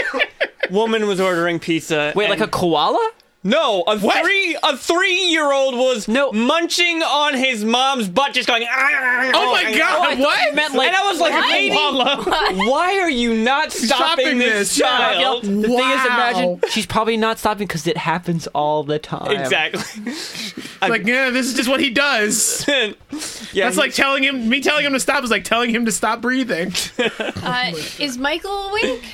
[SPEAKER 5] Woman was ordering pizza.
[SPEAKER 1] wait,
[SPEAKER 5] and-
[SPEAKER 1] like a koala?
[SPEAKER 5] No, a
[SPEAKER 6] What?
[SPEAKER 5] three a three year old was
[SPEAKER 1] No.
[SPEAKER 5] munching on his mom's butt, just going. Oh,
[SPEAKER 6] Oh my God,
[SPEAKER 1] I thought you
[SPEAKER 6] what?
[SPEAKER 1] meant, like-
[SPEAKER 5] ah." and I was like,
[SPEAKER 1] What?
[SPEAKER 5] lady, why are you not stopping,
[SPEAKER 6] Stopping
[SPEAKER 5] this,
[SPEAKER 6] this, yeah.
[SPEAKER 5] child?
[SPEAKER 1] The thing is, imagine
[SPEAKER 6] Wow.
[SPEAKER 1] she's probably not stopping because it happens all the time.
[SPEAKER 5] Exactly.
[SPEAKER 6] like, yeah, this is just what he does.
[SPEAKER 5] yeah,
[SPEAKER 6] That's
[SPEAKER 5] he-
[SPEAKER 6] like telling him, me telling him to stop is like telling him to stop breathing.
[SPEAKER 4] Uh, is Michael awake?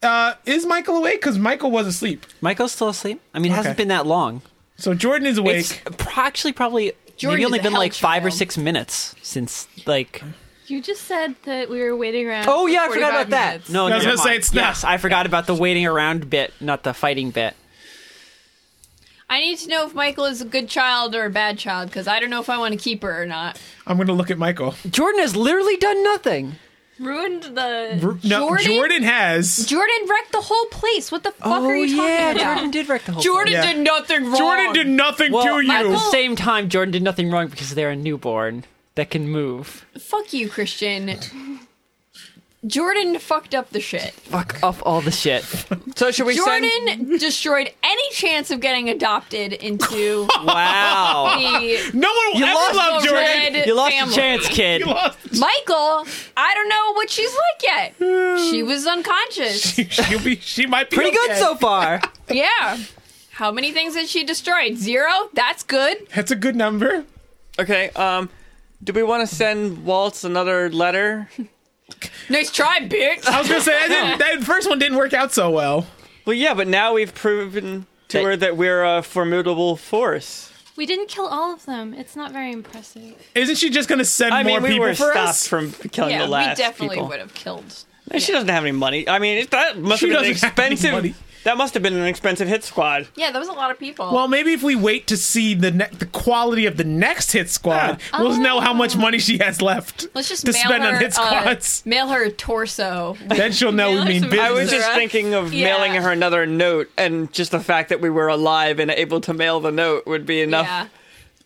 [SPEAKER 6] Uh, is Michael awake? Because Michael was asleep.
[SPEAKER 1] Michael's still asleep. I mean, it hasn't
[SPEAKER 6] Okay.
[SPEAKER 1] been that long.
[SPEAKER 6] So Jordan is awake.
[SPEAKER 1] It's pro- actually probably
[SPEAKER 4] Jordan
[SPEAKER 1] maybe
[SPEAKER 4] is
[SPEAKER 1] only
[SPEAKER 4] a
[SPEAKER 1] been
[SPEAKER 4] hell
[SPEAKER 1] like five or
[SPEAKER 4] child.
[SPEAKER 1] six minutes since like.
[SPEAKER 3] You just said that we were waiting around.
[SPEAKER 1] Oh
[SPEAKER 3] for
[SPEAKER 1] yeah, I forgot
[SPEAKER 3] 45
[SPEAKER 1] about that.
[SPEAKER 3] minutes.
[SPEAKER 1] No,
[SPEAKER 6] I
[SPEAKER 1] never
[SPEAKER 6] was gonna say
[SPEAKER 1] mind.
[SPEAKER 6] it's not-
[SPEAKER 1] yes. I forgot about the waiting around bit, not the fighting bit.
[SPEAKER 4] I need to know if Michael is a good child or a bad child because I don't know if I want to keep her or not.
[SPEAKER 6] I'm going to look at Michael.
[SPEAKER 1] Jordan has literally done nothing.
[SPEAKER 3] ruined the.
[SPEAKER 6] No,
[SPEAKER 4] Jordan?
[SPEAKER 6] Jordan has.
[SPEAKER 4] Jordan wrecked the whole place. What the fuck are you
[SPEAKER 1] Oh, yeah,
[SPEAKER 4] talking about?
[SPEAKER 1] Jordan did wreck the whole.
[SPEAKER 4] Oh, Jordan
[SPEAKER 6] Yeah.
[SPEAKER 4] did nothing wrong.
[SPEAKER 6] Jordan did nothing
[SPEAKER 1] Well,
[SPEAKER 6] to you.
[SPEAKER 1] at the same time, Jordan did nothing wrong because they're a newborn that can move.
[SPEAKER 4] Fuck you, Christian. Jordan fucked up the shit.
[SPEAKER 1] Fuck off all the shit.
[SPEAKER 5] so should we send?
[SPEAKER 4] Jordan destroyed any chance of getting adopted into
[SPEAKER 1] Wow.
[SPEAKER 4] the
[SPEAKER 6] no one will
[SPEAKER 1] You
[SPEAKER 6] ever
[SPEAKER 1] lost
[SPEAKER 6] love
[SPEAKER 4] the
[SPEAKER 6] Jordan.
[SPEAKER 4] red
[SPEAKER 1] you lost
[SPEAKER 4] family.
[SPEAKER 1] a chance, kid.
[SPEAKER 6] You lost.
[SPEAKER 4] Michael, I don't know what she's like yet. She was unconscious.
[SPEAKER 6] She'll be. She might be
[SPEAKER 1] Pretty good
[SPEAKER 6] okay.
[SPEAKER 1] so far.
[SPEAKER 4] Yeah. How many things has she destroyed? Zero? That's good.
[SPEAKER 6] That's a good number.
[SPEAKER 5] Okay. Um, do we want to send Waltz another letter?
[SPEAKER 4] Nice try, bitch.
[SPEAKER 6] I was gonna say that, didn't, that first one didn't work out so well.
[SPEAKER 5] Well, yeah, but now we've proven to
[SPEAKER 1] That-
[SPEAKER 5] her that we're a formidable force.
[SPEAKER 3] We didn't kill all of them. It's not very impressive.
[SPEAKER 6] Isn't she just gonna send
[SPEAKER 5] I
[SPEAKER 6] more
[SPEAKER 5] mean, we
[SPEAKER 6] people
[SPEAKER 5] were
[SPEAKER 6] for
[SPEAKER 5] stopped
[SPEAKER 6] us?
[SPEAKER 5] from killing
[SPEAKER 4] Yeah,
[SPEAKER 5] the
[SPEAKER 4] we
[SPEAKER 5] last
[SPEAKER 4] definitely
[SPEAKER 5] people.
[SPEAKER 4] would have killed.
[SPEAKER 5] And She doesn't have any money. I mean, it, that must
[SPEAKER 6] She
[SPEAKER 5] have been an
[SPEAKER 6] doesn't have any money.
[SPEAKER 5] expensive. That must have been an expensive hit squad.
[SPEAKER 4] Yeah, there was a lot of people.
[SPEAKER 6] well, maybe if we wait to see the ne- the quality of the next hit squad, we'll know how much money she has left
[SPEAKER 4] Let's just
[SPEAKER 6] to
[SPEAKER 4] mail
[SPEAKER 6] spend
[SPEAKER 4] her,
[SPEAKER 6] on hit squads.
[SPEAKER 4] Uh, mail her a torso.
[SPEAKER 6] then she'll know we
[SPEAKER 4] mail her
[SPEAKER 6] mean
[SPEAKER 4] some-
[SPEAKER 6] business.
[SPEAKER 5] I was just
[SPEAKER 4] Sarah?
[SPEAKER 5] thinking of
[SPEAKER 4] Yeah.
[SPEAKER 5] mailing her another note, and just the fact that we were alive and able to mail the note would be enough
[SPEAKER 4] Yeah.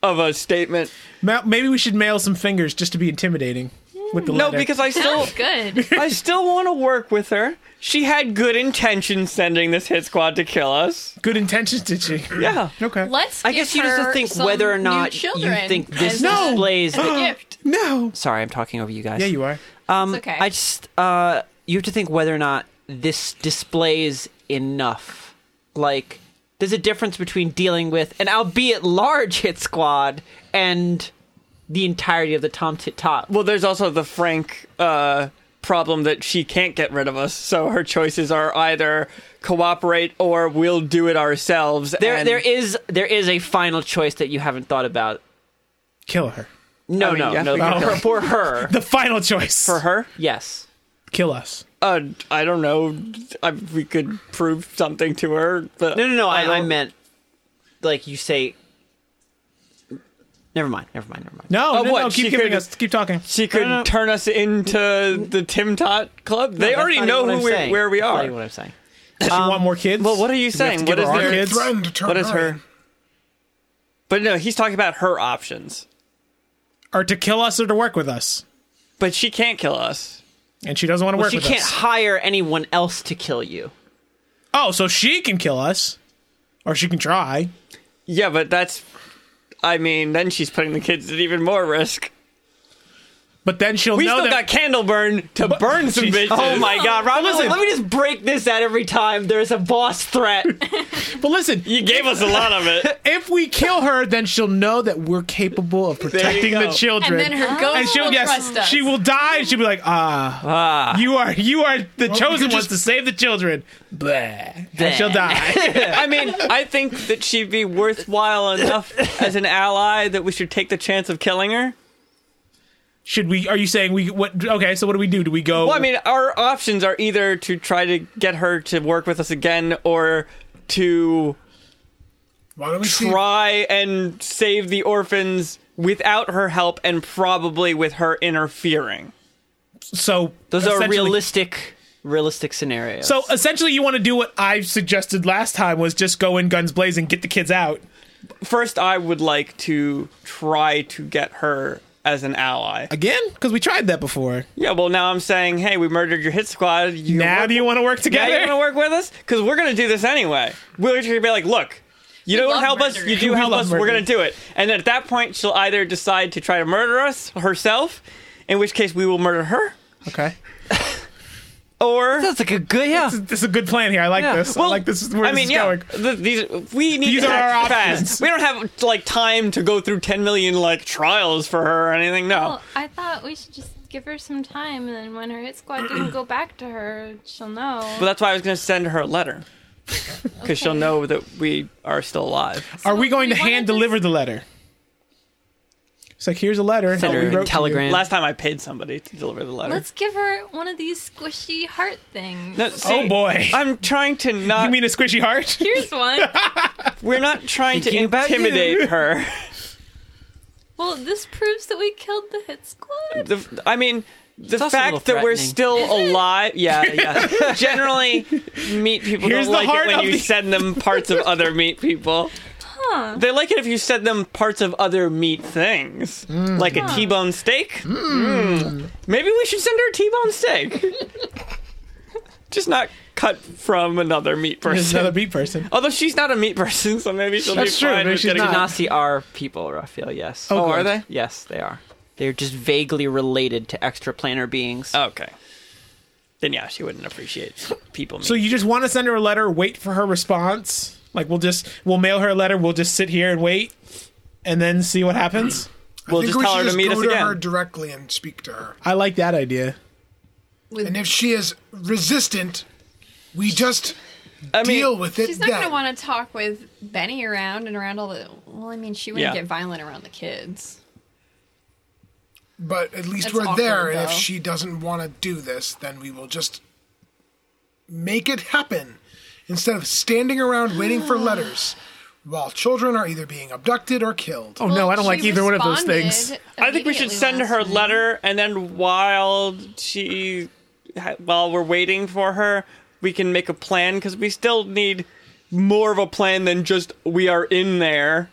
[SPEAKER 5] of a statement.
[SPEAKER 6] Ma- maybe we should mail some fingers just to be intimidating with the
[SPEAKER 5] No,
[SPEAKER 6] letter.
[SPEAKER 5] because I still,
[SPEAKER 3] Sounds good.
[SPEAKER 5] I still want to work with her. She had good intentions sending this hit squad to kill us.
[SPEAKER 6] good intentions, did she?
[SPEAKER 5] Yeah.
[SPEAKER 6] Okay.
[SPEAKER 4] Let's.
[SPEAKER 1] I
[SPEAKER 4] give
[SPEAKER 1] guess you just
[SPEAKER 4] her
[SPEAKER 1] have to think
[SPEAKER 4] some
[SPEAKER 1] whether or
[SPEAKER 4] new
[SPEAKER 1] not you
[SPEAKER 4] children
[SPEAKER 1] think this
[SPEAKER 4] as a-
[SPEAKER 1] displays.
[SPEAKER 4] as a gift.
[SPEAKER 6] No.
[SPEAKER 1] Sorry, I'm talking over you guys.
[SPEAKER 6] Yeah, you are.
[SPEAKER 1] Um,
[SPEAKER 4] It's okay.
[SPEAKER 1] I just uh, you have to think whether or not this displays enough. Like, there's a difference between dealing with an albeit large hit squad and the entirety of the Tom Tit Tot.
[SPEAKER 5] Well, there's also the Frank uh, problem that she can't get rid of us, so her choices are either cooperate or we'll do it ourselves.
[SPEAKER 1] There,
[SPEAKER 5] and-
[SPEAKER 1] there is there is a final choice that you haven't thought about.
[SPEAKER 6] Kill her.
[SPEAKER 1] No,
[SPEAKER 4] Oh,
[SPEAKER 5] I mean,
[SPEAKER 1] no,
[SPEAKER 5] yeah,
[SPEAKER 1] no,
[SPEAKER 5] we can
[SPEAKER 1] for, for her.
[SPEAKER 6] The final choice.
[SPEAKER 5] for her.
[SPEAKER 1] yes.
[SPEAKER 6] Kill us.
[SPEAKER 5] Uh, I don't know. I, we could prove something to her, but
[SPEAKER 1] No, no, no. I, I
[SPEAKER 5] don't-
[SPEAKER 1] meant like you say. Never mind. Never mind. Never mind.
[SPEAKER 6] No,
[SPEAKER 5] Oh,
[SPEAKER 6] no,
[SPEAKER 5] what?
[SPEAKER 6] no.
[SPEAKER 5] She
[SPEAKER 6] Keep giving
[SPEAKER 5] could-
[SPEAKER 6] us. Keep talking.
[SPEAKER 5] she could
[SPEAKER 1] no, no.
[SPEAKER 5] turn us into the Tim Tot Club. they
[SPEAKER 1] That's
[SPEAKER 5] already
[SPEAKER 1] not
[SPEAKER 5] know
[SPEAKER 1] even what
[SPEAKER 5] who
[SPEAKER 1] I'm
[SPEAKER 5] we're,
[SPEAKER 1] saying.
[SPEAKER 5] where we
[SPEAKER 1] That's not
[SPEAKER 5] are.
[SPEAKER 1] even what I'm saying.
[SPEAKER 6] Does she want more kids?
[SPEAKER 5] Um, well, what are you
[SPEAKER 6] Do we have
[SPEAKER 5] saying?
[SPEAKER 6] to give
[SPEAKER 5] What
[SPEAKER 6] her
[SPEAKER 5] is
[SPEAKER 6] our
[SPEAKER 5] there-
[SPEAKER 6] kids?
[SPEAKER 2] Threatened to turn
[SPEAKER 5] What is
[SPEAKER 2] her
[SPEAKER 5] her?
[SPEAKER 2] in.
[SPEAKER 5] But no, he's talking about her options.
[SPEAKER 6] Or to kill us or to work with us.
[SPEAKER 5] But she can't kill us.
[SPEAKER 6] And she doesn't want to
[SPEAKER 1] Well,
[SPEAKER 6] work
[SPEAKER 1] she
[SPEAKER 6] with
[SPEAKER 1] can't
[SPEAKER 6] us.
[SPEAKER 1] hire anyone else to kill you.
[SPEAKER 6] Oh, so she can kill us. Or she can try.
[SPEAKER 5] Yeah, but that's. I mean, then she's putting the kids at even more risk.
[SPEAKER 6] But then she'll
[SPEAKER 5] We
[SPEAKER 6] know
[SPEAKER 5] still got
[SPEAKER 6] that
[SPEAKER 5] Candleburn to burn some
[SPEAKER 6] Jeez.
[SPEAKER 5] bitches.
[SPEAKER 1] Oh my god, Rob,
[SPEAKER 6] Listen.
[SPEAKER 1] let me just break this out every time there's a boss threat.
[SPEAKER 6] But listen,
[SPEAKER 5] You gave us a lot of it.
[SPEAKER 6] if we kill her, then she'll know that we're capable of protecting the
[SPEAKER 5] go.
[SPEAKER 6] children.
[SPEAKER 4] And then her ghost
[SPEAKER 6] And she'll
[SPEAKER 4] will
[SPEAKER 6] yes,
[SPEAKER 4] trust us.
[SPEAKER 6] she will die. and She'll be like, ah,
[SPEAKER 1] Ah.
[SPEAKER 6] you are you are the chosen
[SPEAKER 2] could
[SPEAKER 6] ones
[SPEAKER 2] just-
[SPEAKER 6] to save the children. Bleh. And she'll die.
[SPEAKER 5] I mean, I think that she'd be worthwhile enough as an ally that we should take the chance of killing her.
[SPEAKER 6] Should we? Are you saying we? What? Okay, so what do we do? Do we go?
[SPEAKER 5] Well, I mean, our options are either to try to get her to work with us again or to
[SPEAKER 2] Why don't we see?
[SPEAKER 5] try and save the orphans without her help and probably with her interfering.
[SPEAKER 6] so
[SPEAKER 1] Those are
[SPEAKER 6] essentially-
[SPEAKER 1] realistic realistic scenarios.
[SPEAKER 6] So essentially, you want to do what I suggested last time was just go in guns blazing, get the kids out.
[SPEAKER 5] First, I would like to try to get her as an ally.
[SPEAKER 6] Again? Because we tried that before.
[SPEAKER 5] Yeah, well, now I'm saying, hey, we murdered your hit squad. You
[SPEAKER 6] now
[SPEAKER 5] work-
[SPEAKER 6] do you want to work
[SPEAKER 5] now
[SPEAKER 6] together?
[SPEAKER 5] you want to work with us? Because we're going to do this anyway. We're just going to be like, look, You don't
[SPEAKER 4] love
[SPEAKER 5] help us,
[SPEAKER 4] murdering.
[SPEAKER 5] you do
[SPEAKER 6] We
[SPEAKER 5] help
[SPEAKER 6] love
[SPEAKER 5] us, we're going
[SPEAKER 6] murdering.
[SPEAKER 5] to do it. And then at that point, she'll either decide to try to murder us herself, in which case we will murder her,
[SPEAKER 6] Okay.
[SPEAKER 5] or.
[SPEAKER 1] That's like a good yeah.
[SPEAKER 6] This is a good plan here. I like
[SPEAKER 1] Yeah.
[SPEAKER 6] this. I like this. is Where
[SPEAKER 5] I
[SPEAKER 6] this
[SPEAKER 5] mean,
[SPEAKER 6] is
[SPEAKER 5] yeah.
[SPEAKER 6] going.
[SPEAKER 5] th- these we need
[SPEAKER 6] These
[SPEAKER 5] to
[SPEAKER 6] are
[SPEAKER 5] act
[SPEAKER 6] our
[SPEAKER 5] fast.
[SPEAKER 6] options.
[SPEAKER 5] We don't have like time to go through ten million like trials for her or anything.
[SPEAKER 1] Oh.
[SPEAKER 5] No,
[SPEAKER 3] Well, I thought we should just give her some time, and then when her hit squad didn't go back to her, she'll know.
[SPEAKER 5] But that's why I was going to send her a letter. Because she'll know that we are still alive.
[SPEAKER 6] Are we going to
[SPEAKER 3] we wanted
[SPEAKER 6] hand
[SPEAKER 3] this-
[SPEAKER 6] deliver the letter? It's like here's a letter.
[SPEAKER 1] Send
[SPEAKER 6] that
[SPEAKER 1] her
[SPEAKER 6] we
[SPEAKER 1] a
[SPEAKER 6] wrote to you.
[SPEAKER 1] telegram.
[SPEAKER 5] Last time I paid somebody to deliver the letter.
[SPEAKER 3] Let's give her one of these squishy heart things.
[SPEAKER 5] No, see,
[SPEAKER 6] Oh, boy.
[SPEAKER 5] I'm trying to not.
[SPEAKER 6] You mean a squishy heart?
[SPEAKER 3] Here's one.
[SPEAKER 5] we're not trying to
[SPEAKER 1] Thinking about you.
[SPEAKER 5] intimidate her.
[SPEAKER 3] well, this proves that we killed the hit squad.
[SPEAKER 5] The, I mean, the
[SPEAKER 1] also a little
[SPEAKER 5] fact that we're
[SPEAKER 1] threatening.
[SPEAKER 5] still alive. Yeah, yeah. Generally, meat people
[SPEAKER 6] Here's the
[SPEAKER 5] don't like
[SPEAKER 6] heart
[SPEAKER 5] it when
[SPEAKER 6] of
[SPEAKER 5] you
[SPEAKER 6] the-
[SPEAKER 5] send them parts of other meat people.
[SPEAKER 3] Huh.
[SPEAKER 5] They like it if you send them parts of other meat things,
[SPEAKER 6] Hmm.
[SPEAKER 5] like a T-bone steak. Mm. Maybe we should send her a T-bone steak, just not cut from another meat
[SPEAKER 6] There's
[SPEAKER 5] person.
[SPEAKER 6] another beat person. Oh.
[SPEAKER 5] Although she's not a meat person, so maybe she'll
[SPEAKER 6] That's
[SPEAKER 5] be
[SPEAKER 6] true,
[SPEAKER 5] fine
[SPEAKER 6] maybe
[SPEAKER 5] with
[SPEAKER 6] she's
[SPEAKER 5] getting
[SPEAKER 6] not.
[SPEAKER 1] Genasi are people, Raphael. Yes.
[SPEAKER 6] Oh, are
[SPEAKER 5] they?
[SPEAKER 1] Yes, they are. They're just vaguely related to extraplanar beings.
[SPEAKER 5] Okay. Then yeah, she wouldn't appreciate people. Meat.
[SPEAKER 6] So you just want to send her a letter, wait for her response. Like we'll just we'll mail her a letter, we'll just sit here and wait and then see what happens.
[SPEAKER 5] we'll
[SPEAKER 2] I think
[SPEAKER 5] just
[SPEAKER 2] we
[SPEAKER 5] tell her
[SPEAKER 2] should
[SPEAKER 5] to
[SPEAKER 2] just
[SPEAKER 5] meet
[SPEAKER 2] go
[SPEAKER 5] us
[SPEAKER 2] to
[SPEAKER 5] again.
[SPEAKER 2] her directly and speak to her.
[SPEAKER 6] I like that idea.
[SPEAKER 2] And if she is resistant, we just
[SPEAKER 5] I mean,
[SPEAKER 2] deal with it.
[SPEAKER 4] She's not
[SPEAKER 2] then.
[SPEAKER 4] going to want to talk with Benny around and around all the. Well, I mean, she wouldn't
[SPEAKER 5] Yeah.
[SPEAKER 4] get violent around the kids.
[SPEAKER 2] But at least
[SPEAKER 4] That's
[SPEAKER 2] we're there,
[SPEAKER 4] awkward,
[SPEAKER 2] and if
[SPEAKER 4] though.
[SPEAKER 2] she doesn't want to do this, then we will just make it happen instead of standing around waiting for letters while children are either being abducted or killed.
[SPEAKER 6] Oh no, I don't like either one of those things.
[SPEAKER 5] I think we should send her a letter, and then while she, while we're waiting for her, we can make a plan because we still need more of a plan than just we are in there,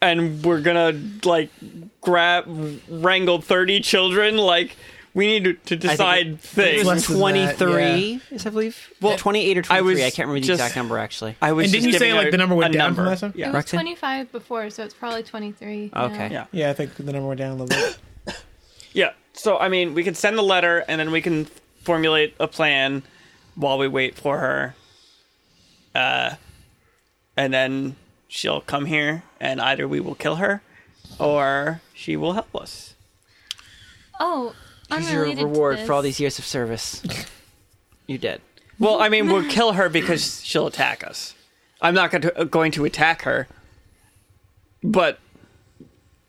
[SPEAKER 5] and we're gonna like grab wrangle thirty children. Like we need to, to decide
[SPEAKER 1] It
[SPEAKER 5] things.
[SPEAKER 1] was
[SPEAKER 6] Less than that,
[SPEAKER 1] 23, is I believe. Well, 28 or 23. I,
[SPEAKER 5] I was
[SPEAKER 1] can't remember the
[SPEAKER 5] just-
[SPEAKER 1] exact number, actually.
[SPEAKER 5] I was
[SPEAKER 6] And didn't
[SPEAKER 5] just
[SPEAKER 6] you say,
[SPEAKER 5] giving
[SPEAKER 6] like,
[SPEAKER 5] out
[SPEAKER 6] the number went
[SPEAKER 5] a
[SPEAKER 6] down from
[SPEAKER 5] number.
[SPEAKER 6] last time?
[SPEAKER 5] Yeah.
[SPEAKER 3] It was
[SPEAKER 1] Roxanne?
[SPEAKER 3] 25 before, so it's probably 23. now.
[SPEAKER 1] okay.
[SPEAKER 5] Yeah.
[SPEAKER 6] Yeah, I think the number went down a little bit.
[SPEAKER 5] Yeah. So I mean, we could send the letter, and then we can formulate a plan while we wait for her. Uh, and then she'll come here, and either we will kill her, or she will help us.
[SPEAKER 3] Oh,
[SPEAKER 1] Here's your
[SPEAKER 3] unrelated to
[SPEAKER 1] reward
[SPEAKER 3] this.
[SPEAKER 1] for all these years of service. you did.
[SPEAKER 5] Well, I mean, we'll kill her because she'll attack us. I'm not going to going to attack her, but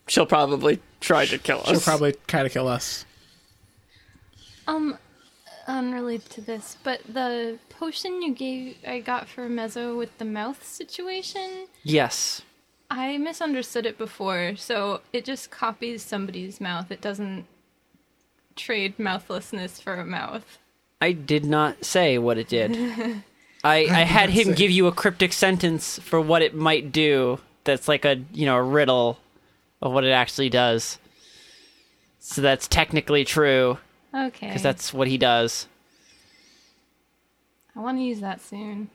[SPEAKER 5] she'll probably try to kill us.
[SPEAKER 6] She'll probably try to kill us.
[SPEAKER 3] Um, unrelated to this, but the potion you gave, I got for Mezzo with the mouth situation,
[SPEAKER 1] Yes.
[SPEAKER 3] I misunderstood it before, so it just copies somebody's mouth. It doesn't trade mouthlessness for a mouth.
[SPEAKER 1] I did not say what it did. I, I had him give you a cryptic sentence for what it might do. That's like a you know a riddle of what it actually does. So that's technically true
[SPEAKER 3] Okay.
[SPEAKER 1] because that's what he does.
[SPEAKER 3] I want to use that soon.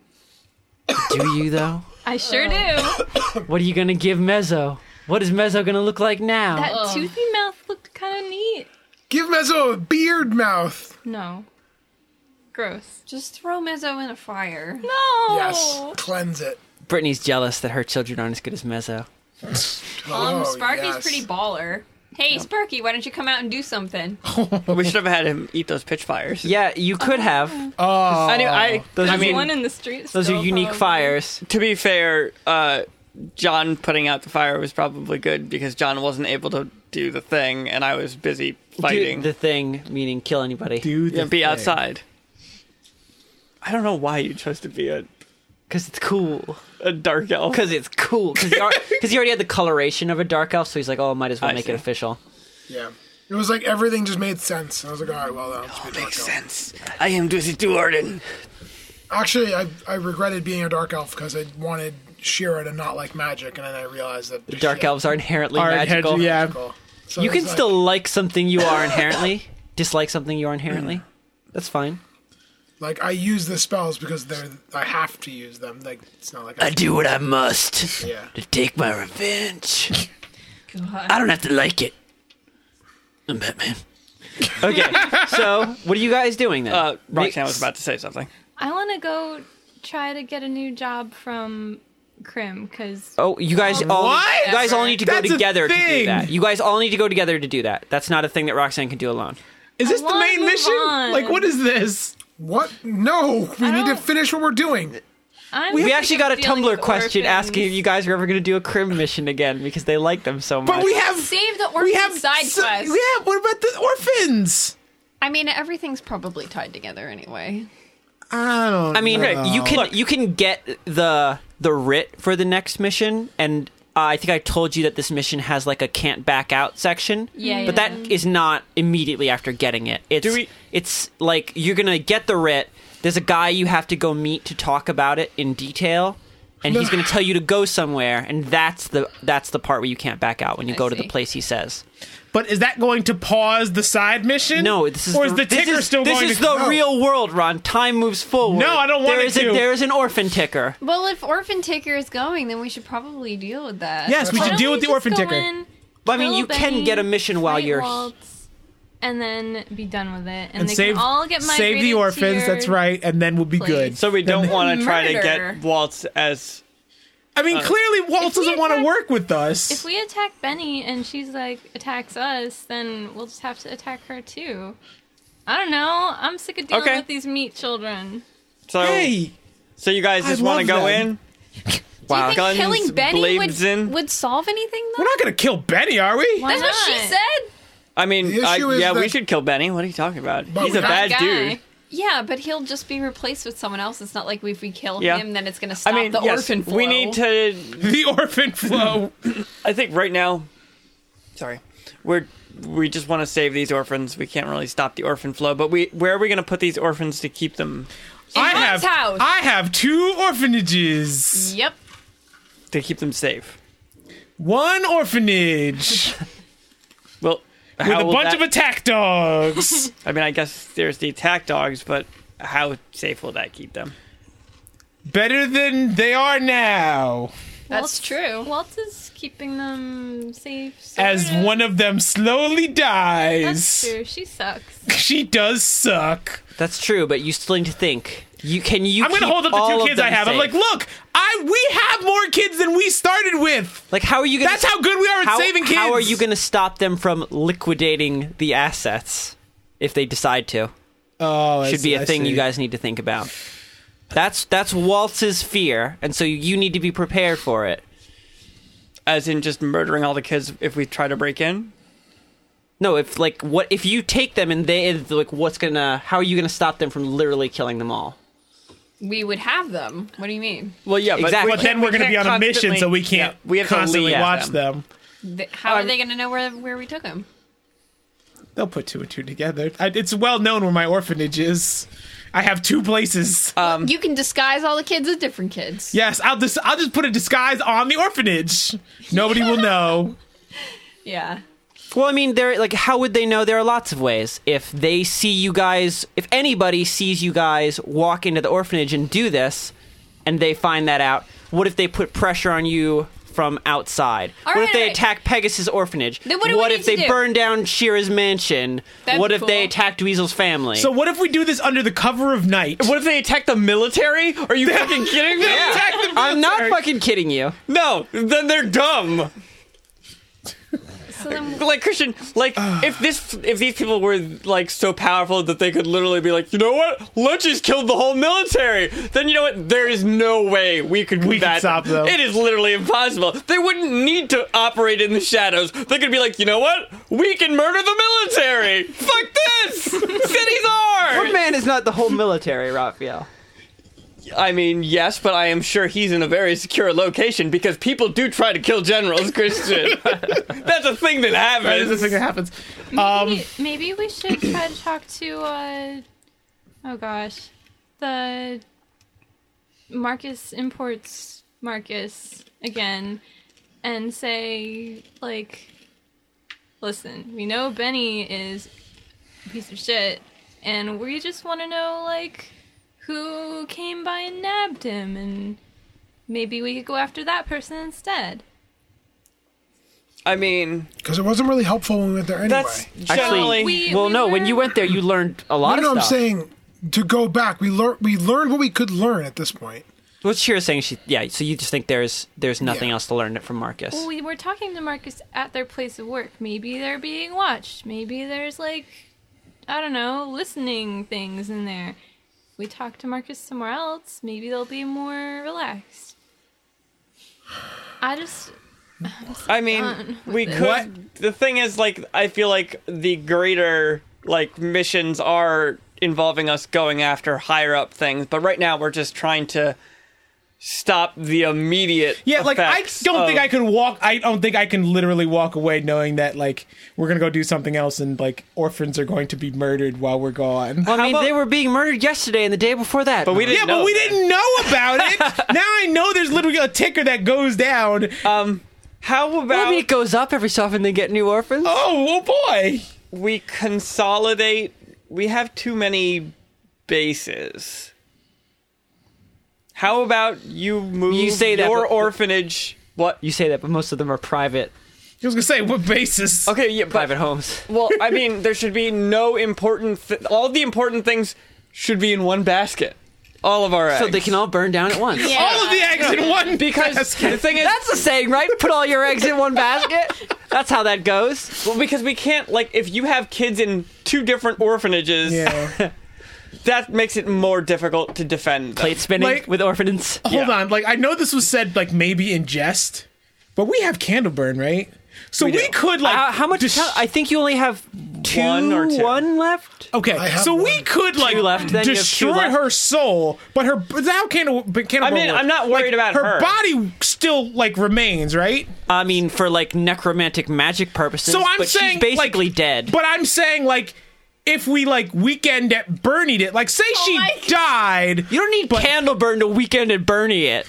[SPEAKER 1] Do you though?
[SPEAKER 3] I sure
[SPEAKER 4] Oh.
[SPEAKER 3] do.
[SPEAKER 1] What are you gonna give Mezzo? What is Mezzo gonna look like now?
[SPEAKER 3] That
[SPEAKER 4] Oh.
[SPEAKER 3] toothy mouth looked kind of neat.
[SPEAKER 2] Give Mezzo a beard mouth.
[SPEAKER 3] No. Gross.
[SPEAKER 4] Just throw Mezzo in a fire.
[SPEAKER 3] No.
[SPEAKER 2] Yes,
[SPEAKER 4] Oh.
[SPEAKER 2] cleanse it.
[SPEAKER 1] Brittany's jealous that her children aren't as good as Mezzo.
[SPEAKER 4] Um,
[SPEAKER 2] Oh,
[SPEAKER 4] Sparky's
[SPEAKER 2] yes.
[SPEAKER 4] pretty baller. Hey, Sparky, why don't you come out and do something?
[SPEAKER 5] we should have had him eat those pitch fires.
[SPEAKER 1] Yeah, you could have.
[SPEAKER 6] Oh,
[SPEAKER 5] I, knew- I,
[SPEAKER 1] Those
[SPEAKER 5] I
[SPEAKER 1] are
[SPEAKER 5] mean,
[SPEAKER 3] one in the street.
[SPEAKER 1] Those are
[SPEAKER 3] still,
[SPEAKER 1] unique
[SPEAKER 3] probably.
[SPEAKER 1] fires.
[SPEAKER 5] to be fair, uh, John putting out the fire was probably good because John wasn't able to do the thing, and I was busy fighting
[SPEAKER 1] Do the thing, meaning kill anybody.
[SPEAKER 6] do the
[SPEAKER 5] and be
[SPEAKER 6] thing.
[SPEAKER 5] outside. I don't know why you chose to be a,
[SPEAKER 1] Because it's cool.
[SPEAKER 5] a dark elf.
[SPEAKER 1] Because it's cool. Because he, al- 'cause he already had the coloration of a dark elf, so he's like, oh, might as well
[SPEAKER 5] I
[SPEAKER 1] make
[SPEAKER 5] see.
[SPEAKER 1] it official.
[SPEAKER 2] Yeah. It was like everything just made sense. I was like, all right, well, that oh,
[SPEAKER 5] makes sense. I am Dizzy Duarden.
[SPEAKER 2] Actually, I, I regretted being a dark elf because I wanted Shira to not like magic, and then I realized that
[SPEAKER 1] Dark elves are inherently
[SPEAKER 6] Our head-
[SPEAKER 1] magical.
[SPEAKER 6] yeah.
[SPEAKER 2] So
[SPEAKER 1] You
[SPEAKER 2] it's
[SPEAKER 1] can
[SPEAKER 2] like-
[SPEAKER 1] still like something you are inherently, dislike something you are inherently. That's fine.
[SPEAKER 2] Like I use the spells because they're I have to use them. Like it's not like I,
[SPEAKER 1] I do what I must
[SPEAKER 2] Yeah.
[SPEAKER 1] to take my revenge. I don't have to like it. I'm Batman.
[SPEAKER 5] Okay, so
[SPEAKER 1] What are you guys doing then?
[SPEAKER 5] uh, Roxanne was about to say something.
[SPEAKER 3] I want to go try to get a new job from Krim because
[SPEAKER 1] Oh, you guys all
[SPEAKER 6] What?
[SPEAKER 1] you guys all need to go
[SPEAKER 6] That's a
[SPEAKER 1] together to do
[SPEAKER 6] thing.
[SPEAKER 1] that. You guys all need to go together to do that. That's not a thing that Roxanne can do alone.
[SPEAKER 6] Is this
[SPEAKER 3] I
[SPEAKER 6] the
[SPEAKER 3] wanna
[SPEAKER 6] main
[SPEAKER 3] move
[SPEAKER 6] mission?
[SPEAKER 3] on.
[SPEAKER 6] Like, what is this?
[SPEAKER 2] what? No, we need to
[SPEAKER 3] don't-
[SPEAKER 2] finish what we're doing.
[SPEAKER 3] I'm
[SPEAKER 1] We
[SPEAKER 3] sick
[SPEAKER 1] actually
[SPEAKER 3] of
[SPEAKER 1] got a
[SPEAKER 3] dealing
[SPEAKER 1] Tumblr
[SPEAKER 3] with
[SPEAKER 1] question
[SPEAKER 3] orphans.
[SPEAKER 1] asking if you guys were ever going to do a crim mission again because they like them so much.
[SPEAKER 6] But we have
[SPEAKER 4] Save the
[SPEAKER 6] we
[SPEAKER 4] orphan
[SPEAKER 6] have
[SPEAKER 4] side
[SPEAKER 6] so-
[SPEAKER 4] quest.
[SPEAKER 6] Yeah, what about the orphans?
[SPEAKER 4] I mean, everything's probably tied together anyway.
[SPEAKER 6] I don't.
[SPEAKER 1] I mean,
[SPEAKER 6] know.
[SPEAKER 1] you can you can get the the writ for the next mission, and uh, I think I told you that this mission has like a can't back out section.
[SPEAKER 4] Yeah,
[SPEAKER 1] but
[SPEAKER 4] yeah.
[SPEAKER 1] that is not immediately after getting it. It's
[SPEAKER 5] Do we-
[SPEAKER 1] it's like you're gonna get the writ. There's a guy you have to go meet to talk about it in detail, and he's gonna tell you to go somewhere, and that's the that's the part where you can't back out when you
[SPEAKER 4] I
[SPEAKER 1] go to the
[SPEAKER 4] see.
[SPEAKER 1] place he says.
[SPEAKER 6] But is that going to pause the side mission?
[SPEAKER 1] No, this is
[SPEAKER 6] or is the,
[SPEAKER 1] this
[SPEAKER 6] ticker
[SPEAKER 1] is-
[SPEAKER 6] still
[SPEAKER 1] this
[SPEAKER 6] going
[SPEAKER 1] is
[SPEAKER 6] to?
[SPEAKER 1] the real world, Ron. Time moves forward.
[SPEAKER 6] No, I don't want
[SPEAKER 1] There
[SPEAKER 6] it
[SPEAKER 1] is a-
[SPEAKER 6] to.
[SPEAKER 1] there is an orphan ticker.
[SPEAKER 4] Well, if orphan ticker is going, then we should probably deal with that.
[SPEAKER 6] Yes, we
[SPEAKER 3] Why
[SPEAKER 6] should
[SPEAKER 3] don't
[SPEAKER 6] deal
[SPEAKER 3] we
[SPEAKER 6] with the
[SPEAKER 3] just
[SPEAKER 6] orphan
[SPEAKER 3] go
[SPEAKER 6] ticker.
[SPEAKER 3] in,
[SPEAKER 1] But, I mean,
[SPEAKER 3] kill
[SPEAKER 1] you can
[SPEAKER 3] Benny,
[SPEAKER 1] get a mission while
[SPEAKER 3] fight
[SPEAKER 1] you're-
[SPEAKER 3] Waltz, and then be done with it, and,
[SPEAKER 6] and
[SPEAKER 3] they
[SPEAKER 6] save
[SPEAKER 3] can all get migrated
[SPEAKER 6] save the
[SPEAKER 3] to your-
[SPEAKER 6] orphans. That's right, and then we'll be
[SPEAKER 4] place.
[SPEAKER 6] good.
[SPEAKER 5] So we don't want to try to
[SPEAKER 4] Murder.
[SPEAKER 5] get Waltz as
[SPEAKER 6] I mean, clearly Waltz
[SPEAKER 3] uh, if we
[SPEAKER 6] doesn't want to
[SPEAKER 3] attack-
[SPEAKER 6] work with us.
[SPEAKER 3] If we attack Benny and she's like attacks us, then we'll just have to attack her too. I don't know. I'm sick of dealing
[SPEAKER 5] Okay.
[SPEAKER 3] with these meat children.
[SPEAKER 5] so.
[SPEAKER 6] hey,
[SPEAKER 5] So you guys
[SPEAKER 6] I
[SPEAKER 5] just want to
[SPEAKER 6] love
[SPEAKER 5] go
[SPEAKER 6] them.
[SPEAKER 5] in?
[SPEAKER 4] Do you
[SPEAKER 5] Wow.
[SPEAKER 4] think
[SPEAKER 5] Guns
[SPEAKER 4] killing Benny would,
[SPEAKER 5] blazing.
[SPEAKER 4] would solve anything
[SPEAKER 6] we're
[SPEAKER 4] though?
[SPEAKER 6] not going to kill Benny, are we?
[SPEAKER 3] Why
[SPEAKER 4] That's what she
[SPEAKER 3] not?
[SPEAKER 4] said.
[SPEAKER 5] I mean,
[SPEAKER 2] The
[SPEAKER 5] I,
[SPEAKER 2] issue is
[SPEAKER 5] yeah, we
[SPEAKER 2] that-
[SPEAKER 5] should kill Benny. What are you talking about?
[SPEAKER 2] But
[SPEAKER 5] He's
[SPEAKER 2] we're
[SPEAKER 5] a
[SPEAKER 2] not
[SPEAKER 5] bad
[SPEAKER 3] Guy.
[SPEAKER 5] dude.
[SPEAKER 4] Yeah, but he'll just be replaced with someone else. It's not like if we kill
[SPEAKER 5] Yeah.
[SPEAKER 4] him, then it's going to
[SPEAKER 5] I
[SPEAKER 4] stop
[SPEAKER 5] mean,
[SPEAKER 4] the
[SPEAKER 5] yes,
[SPEAKER 4] orphan flow.
[SPEAKER 5] we need to.
[SPEAKER 6] The orphan flow.
[SPEAKER 5] I think right now, sorry, we're we just want to save these orphans. We can't really stop the orphan flow, but we where are we going to put these orphans to keep them
[SPEAKER 6] I have
[SPEAKER 4] Hunt's house.
[SPEAKER 6] I have two orphanages.
[SPEAKER 4] Yep.
[SPEAKER 5] to keep them safe?
[SPEAKER 6] One orphanage
[SPEAKER 5] Well,
[SPEAKER 6] with a bunch of attack dogs.
[SPEAKER 5] I mean, I guess there's the attack dogs, but how safe will that keep them?
[SPEAKER 6] Better than they are now.
[SPEAKER 4] That's true.
[SPEAKER 3] Waltz is keeping them safe. sort
[SPEAKER 6] As
[SPEAKER 3] of.
[SPEAKER 6] one of them slowly
[SPEAKER 3] That's
[SPEAKER 6] dies.
[SPEAKER 3] true. She sucks.
[SPEAKER 6] She does suck.
[SPEAKER 1] That's true, but you still need to think. You can you.
[SPEAKER 6] I'm gonna
[SPEAKER 1] keep
[SPEAKER 6] hold up the
[SPEAKER 1] all
[SPEAKER 6] two
[SPEAKER 1] of
[SPEAKER 6] kids I
[SPEAKER 1] them
[SPEAKER 6] have. I'm
[SPEAKER 1] safe?
[SPEAKER 6] like, look, I we have more kids than we started with.
[SPEAKER 1] like how are you? Gonna,
[SPEAKER 6] That's how good we are at
[SPEAKER 1] how-
[SPEAKER 6] saving kids.
[SPEAKER 1] How are you going to stop them from liquidating the assets if they decide to?
[SPEAKER 6] Oh, I
[SPEAKER 1] Should
[SPEAKER 6] see,
[SPEAKER 1] be a
[SPEAKER 6] I
[SPEAKER 1] thing
[SPEAKER 6] see.
[SPEAKER 1] you guys need to think about. That's that's Waltz's fear, and so you need to be prepared for it.
[SPEAKER 5] As in just murdering all the kids if we try to break in?
[SPEAKER 1] No, if like what if you take them and they like what's gonna how are you gonna stop them from literally killing them all?
[SPEAKER 4] We would have them. What do you mean?
[SPEAKER 5] Well, yeah, but
[SPEAKER 1] Exactly.
[SPEAKER 5] we
[SPEAKER 6] But then
[SPEAKER 5] can't-
[SPEAKER 6] we're
[SPEAKER 5] we
[SPEAKER 6] going to be on
[SPEAKER 5] can't
[SPEAKER 6] a mission,
[SPEAKER 5] constantly-
[SPEAKER 6] so we can't
[SPEAKER 5] yeah, we have to
[SPEAKER 6] constantly
[SPEAKER 5] lead
[SPEAKER 6] watch
[SPEAKER 5] them.
[SPEAKER 6] them.
[SPEAKER 4] Th- How are
[SPEAKER 5] Um,
[SPEAKER 4] they going to know where where we took him?
[SPEAKER 6] They'll put two and two together. I, it's well known where my orphanage is. I have two places.
[SPEAKER 1] Uh,
[SPEAKER 4] you can disguise all the kids as different kids.
[SPEAKER 6] yes, I'll just I'll just put a disguise on the orphanage. Nobody will know.
[SPEAKER 4] Yeah.
[SPEAKER 1] Well, I mean, there like how would they know? There are lots of ways. If they see you guys, if anybody sees you guys walk into the orphanage and do this, and they find that out, what if they put pressure on you from outside?
[SPEAKER 4] All
[SPEAKER 1] what
[SPEAKER 4] right,
[SPEAKER 1] if they
[SPEAKER 4] all right.
[SPEAKER 1] attack Pegasus' orphanage?
[SPEAKER 4] Then what do we need
[SPEAKER 1] if
[SPEAKER 4] to
[SPEAKER 1] they
[SPEAKER 4] do?
[SPEAKER 1] burn down Shira's mansion?
[SPEAKER 4] That'd
[SPEAKER 1] what
[SPEAKER 4] be
[SPEAKER 1] if they
[SPEAKER 4] cool.
[SPEAKER 1] attacked Weasel's family?
[SPEAKER 6] So what if we do this under the cover of night?
[SPEAKER 5] What if they attack the military? Are you fucking kidding me?
[SPEAKER 6] Attack the
[SPEAKER 1] I'm not
[SPEAKER 6] military.
[SPEAKER 1] fucking kidding you.
[SPEAKER 5] No, then they're dumb.
[SPEAKER 3] So then,
[SPEAKER 5] Like Christian, like if this, if these people were like so powerful that they could literally be like, you know what, Lynch's killed the whole military. Then you know what, there is no way we could
[SPEAKER 6] We could
[SPEAKER 5] combat
[SPEAKER 6] stop them.
[SPEAKER 5] It is literally impossible. They wouldn't need to operate in the shadows. They could be like, you know what, we can murder the military. Fuck this, cities
[SPEAKER 1] One
[SPEAKER 5] are.
[SPEAKER 1] man is not the whole military, Raphael.
[SPEAKER 5] I mean, yes, but I am sure he's in a very secure location because people do try to kill generals, Christian. That's a thing that
[SPEAKER 6] That is the
[SPEAKER 5] happens.
[SPEAKER 6] thing that happens.
[SPEAKER 3] maybe, maybe we should try to talk to. uh Oh gosh, the Marcus imports Marcus again, and say like, listen, we know Benny is a piece of shit, and we just want to know like who came by and nabbed him, and maybe we could go after that person instead.
[SPEAKER 5] I mean,
[SPEAKER 2] Because it wasn't really helpful when we went there anyway.
[SPEAKER 5] that's generally.
[SPEAKER 3] We-
[SPEAKER 1] well,
[SPEAKER 3] we
[SPEAKER 1] no. When
[SPEAKER 3] were-
[SPEAKER 1] you went there, you learned a lot
[SPEAKER 2] I know
[SPEAKER 1] of
[SPEAKER 2] I'm
[SPEAKER 1] stuff.
[SPEAKER 2] saying to go back. We learned we learned what we could learn at this point.
[SPEAKER 1] What Shira's saying, she yeah. So you just think there's there's nothing
[SPEAKER 2] Yeah.
[SPEAKER 1] else to learn from Marcus.
[SPEAKER 3] Well, we were talking to Marcus at their place of work. Maybe they're being watched. Maybe there's like, I don't know, listening things in there. We talk to Marcus somewhere else. Maybe they'll be more relaxed. I just
[SPEAKER 5] I mean,
[SPEAKER 3] done with
[SPEAKER 5] we
[SPEAKER 3] this.
[SPEAKER 5] could.
[SPEAKER 6] What?
[SPEAKER 5] The thing is, like, I feel like the greater like missions are involving us going after higher up things, but right now we're just trying to stop the immediate.
[SPEAKER 6] Yeah, like I
[SPEAKER 5] effects
[SPEAKER 6] don't think
[SPEAKER 5] of-
[SPEAKER 6] I could walk. I don't think I can literally walk away knowing that like we're gonna go do something else and like orphans are going to be murdered while we're gone.
[SPEAKER 1] Well, I mean,
[SPEAKER 5] about-
[SPEAKER 1] they were being murdered yesterday and the day before that.
[SPEAKER 5] But we
[SPEAKER 6] yeah,
[SPEAKER 5] didn't.
[SPEAKER 6] but
[SPEAKER 5] know
[SPEAKER 6] we
[SPEAKER 5] that.
[SPEAKER 6] didn't know about it. now I know there's literally a ticker that goes down.
[SPEAKER 5] Uh, How
[SPEAKER 1] Well, I
[SPEAKER 5] about
[SPEAKER 1] mean, it goes up every so often. They get new orphans.
[SPEAKER 6] oh, oh boy.
[SPEAKER 5] we consolidate? We have too many bases. How about you move
[SPEAKER 1] You say that,
[SPEAKER 5] your
[SPEAKER 1] but-
[SPEAKER 5] orphanage? What?
[SPEAKER 1] You say that, but most of them are private
[SPEAKER 6] I was gonna say what basis?
[SPEAKER 5] Okay, yeah, but
[SPEAKER 1] private homes.
[SPEAKER 5] Well, I mean, there should be no important. Th- all the important things should be in one basket. All of our eggs.
[SPEAKER 1] So they can all burn down at once.
[SPEAKER 6] All of the eggs in one
[SPEAKER 5] because
[SPEAKER 6] basket.
[SPEAKER 5] the thing is,
[SPEAKER 1] That's the saying, right? Put all your eggs in one basket. That's how that goes.
[SPEAKER 5] well, because we can't like if you have kids in two different orphanages,
[SPEAKER 6] Yeah.
[SPEAKER 5] that makes it more difficult to defend. Them.
[SPEAKER 1] Plate spinning
[SPEAKER 6] Like- oh
[SPEAKER 1] with orphans.
[SPEAKER 6] Hold
[SPEAKER 5] Yeah.
[SPEAKER 6] on, like I know this was said like maybe in jest, but we have Candleburn, right? So we,
[SPEAKER 5] do.
[SPEAKER 6] could like
[SPEAKER 1] Uh, how much?
[SPEAKER 6] dis-
[SPEAKER 1] I think you only have two,
[SPEAKER 5] One or two.
[SPEAKER 1] one left.
[SPEAKER 6] okay,
[SPEAKER 2] have
[SPEAKER 6] so we
[SPEAKER 2] one.
[SPEAKER 6] could like
[SPEAKER 1] left, then you have two
[SPEAKER 6] destroy
[SPEAKER 1] left.
[SPEAKER 6] her soul, but her but how Candle but Candleburn?
[SPEAKER 5] I mean,
[SPEAKER 6] work?
[SPEAKER 5] I'm not worried
[SPEAKER 6] Like,
[SPEAKER 5] about her.
[SPEAKER 6] body still like remains, right?
[SPEAKER 1] I mean, for like necromantic magic purposes.
[SPEAKER 6] So I'm
[SPEAKER 1] but
[SPEAKER 6] saying
[SPEAKER 1] she's basically
[SPEAKER 6] like,
[SPEAKER 1] dead.
[SPEAKER 6] But I'm saying like if we like weekend at Bernie it, like say she
[SPEAKER 4] my-
[SPEAKER 6] died.
[SPEAKER 1] you don't need
[SPEAKER 6] but-
[SPEAKER 1] Candleburn to weekend and Bernie it.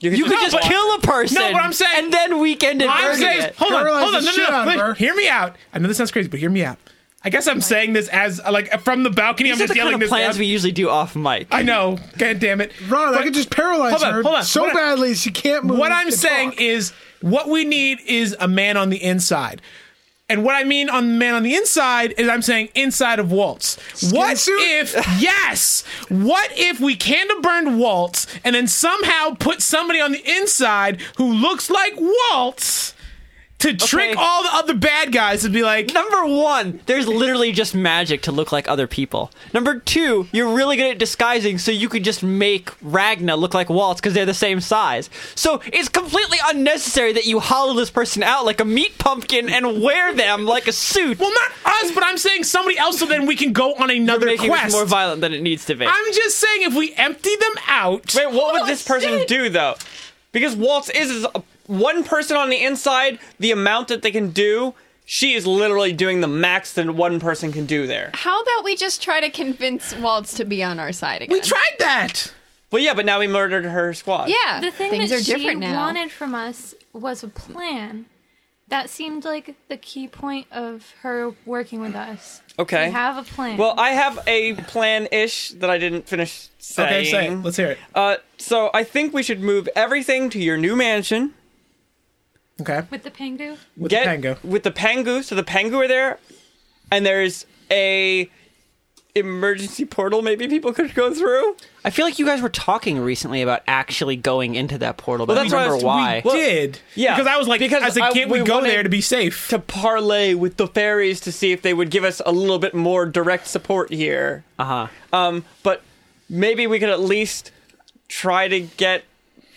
[SPEAKER 5] you
[SPEAKER 1] You could just
[SPEAKER 6] but-
[SPEAKER 1] kill a person.
[SPEAKER 6] No, but I'm saying-
[SPEAKER 1] and then weekend and
[SPEAKER 6] I'm
[SPEAKER 1] Bernie
[SPEAKER 6] saying,
[SPEAKER 1] it.
[SPEAKER 6] hold on,
[SPEAKER 2] Paralyze
[SPEAKER 6] hold on,
[SPEAKER 2] the
[SPEAKER 6] no,
[SPEAKER 2] shit
[SPEAKER 6] no,
[SPEAKER 2] out of
[SPEAKER 6] no,
[SPEAKER 2] her.
[SPEAKER 6] wait, hear me out. I know this sounds crazy, but hear me out. I guess I'm saying this as like from the balcony.
[SPEAKER 1] These
[SPEAKER 6] I'm
[SPEAKER 1] are
[SPEAKER 6] just
[SPEAKER 1] the
[SPEAKER 6] yelling
[SPEAKER 1] kind of
[SPEAKER 6] this
[SPEAKER 1] plans
[SPEAKER 6] out.
[SPEAKER 1] we usually do off mic.
[SPEAKER 6] I know. God damn it,
[SPEAKER 2] Ron, I
[SPEAKER 6] But
[SPEAKER 2] could just paralyze
[SPEAKER 6] Hold on,
[SPEAKER 2] her
[SPEAKER 6] hold on.
[SPEAKER 2] so
[SPEAKER 6] What I-
[SPEAKER 2] badly she can't move.
[SPEAKER 6] What I'm
[SPEAKER 2] and
[SPEAKER 6] saying
[SPEAKER 2] talk.
[SPEAKER 6] is, what we need is a man on the inside. And what I mean on man on the inside is I'm saying inside of Waltz. what
[SPEAKER 2] suit?
[SPEAKER 6] if yes? What if we candle burned Waltz and then somehow put somebody on the inside who looks like Waltz to trick all the other bad guys to be like,
[SPEAKER 1] Number one, there's literally just magic to look like other people. Number two, you're really good at disguising, so you could just make Ragna look like Waltz because they're the same size. So it's completely unnecessary that you hollow this person out like a meat pumpkin and wear them like a suit.
[SPEAKER 6] well, not us, but I'm saying somebody else, so then we can go on another
[SPEAKER 1] making
[SPEAKER 6] quest.
[SPEAKER 1] this more violent than it needs to be.
[SPEAKER 6] I'm just saying, if we empty them out,
[SPEAKER 5] Wait, what
[SPEAKER 1] Oh,
[SPEAKER 5] would this person do though? Because Waltz is, is a, one person on the inside. The amount that they can do, she is literally doing the max that one person can do there.
[SPEAKER 4] How about we just try to convince Waltz to be on our side again?
[SPEAKER 6] we tried that.
[SPEAKER 5] Well, yeah, but now we murdered her squad.
[SPEAKER 4] Yeah,
[SPEAKER 3] the thing
[SPEAKER 4] Uh, things
[SPEAKER 3] that
[SPEAKER 4] are
[SPEAKER 3] she
[SPEAKER 4] different now.
[SPEAKER 3] wanted from us was a plan. That seemed like the key point of her working with us.
[SPEAKER 5] Okay.
[SPEAKER 3] we have a plan.
[SPEAKER 5] Well, I have a plan ish that I didn't finish saying.
[SPEAKER 6] Okay, say it. Let's hear it.
[SPEAKER 5] Uh, so I think we should move everything to your new mansion.
[SPEAKER 6] Okay.
[SPEAKER 3] with the Pangu.
[SPEAKER 6] With
[SPEAKER 5] Get
[SPEAKER 6] the pango.
[SPEAKER 5] with the Pangu. So the Pangu are there, and there's a emergency portal. Maybe people could go through.
[SPEAKER 1] I feel like you guys were talking recently about actually going into that portal, but I
[SPEAKER 5] that's
[SPEAKER 1] don't
[SPEAKER 5] what I
[SPEAKER 1] remember
[SPEAKER 5] was-
[SPEAKER 1] why.
[SPEAKER 5] we- well,
[SPEAKER 6] did.
[SPEAKER 5] yeah,
[SPEAKER 6] Because I was like,
[SPEAKER 5] because
[SPEAKER 6] I said,
[SPEAKER 5] I-
[SPEAKER 6] can't we,
[SPEAKER 5] we
[SPEAKER 6] go
[SPEAKER 5] wanted
[SPEAKER 6] there to be safe?
[SPEAKER 5] To parlay with the fairies to see if they would give us a little bit more direct support here.
[SPEAKER 1] uh-huh.
[SPEAKER 5] Um, but maybe we could at least try to get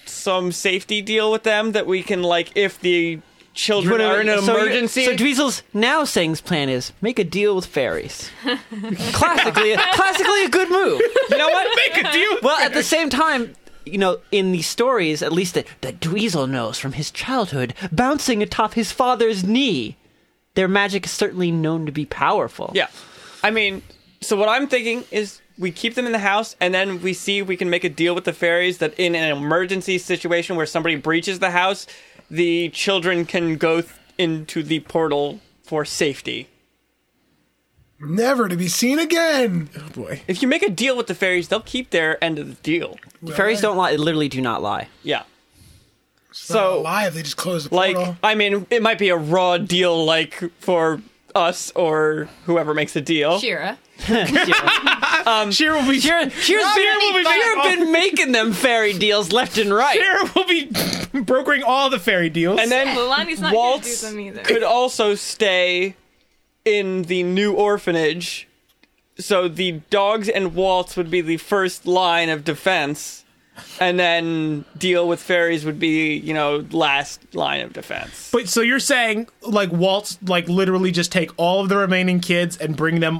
[SPEAKER 5] some safety deal with them that we can like if the children
[SPEAKER 1] Whatever,
[SPEAKER 5] are in an
[SPEAKER 1] so you-
[SPEAKER 5] emergency.
[SPEAKER 1] So Dweezil's now saying's plan is make a deal with fairies. classically, classically a good move.
[SPEAKER 5] you know what?
[SPEAKER 6] Make a deal.
[SPEAKER 1] Well, at the same time, you know, in the stories, at least that, that Dweezil knows from his childhood, bouncing atop his father's knee, their magic is certainly known to be powerful.
[SPEAKER 5] Yeah. I mean, so what I'm thinking is we keep them in the house and then we see if we can make a deal with the fairies that in an emergency situation where somebody breaches the house, the children can go th- into the portal for safety.
[SPEAKER 2] never to be seen again.
[SPEAKER 6] Boy.
[SPEAKER 5] If you make a deal with the fairies, they'll keep their end of the deal.
[SPEAKER 1] Fairies don't lie. They literally do not lie.
[SPEAKER 5] Yeah.
[SPEAKER 2] So
[SPEAKER 5] So,
[SPEAKER 2] alive, they just closed the
[SPEAKER 5] like,
[SPEAKER 2] portal.
[SPEAKER 5] I mean, it might be a raw deal, like for us or whoever makes the deal.
[SPEAKER 4] Shira.
[SPEAKER 6] Shira will be
[SPEAKER 1] Shira, Shira's been,
[SPEAKER 6] Shira will be
[SPEAKER 1] Shira
[SPEAKER 6] making-
[SPEAKER 1] been making them fairy deals left and right.
[SPEAKER 6] Shira will be brokering all the fairy deals.
[SPEAKER 5] And then
[SPEAKER 3] Lilani's not going to do
[SPEAKER 5] Waltz
[SPEAKER 3] them either.
[SPEAKER 5] could also stay in the new orphanage. So the dogs and Waltz would be the first line of defense, and then deal with fairies would be, you know, last line of defense.
[SPEAKER 6] but so you're saying like Waltz like literally just take all of the remaining kids and bring them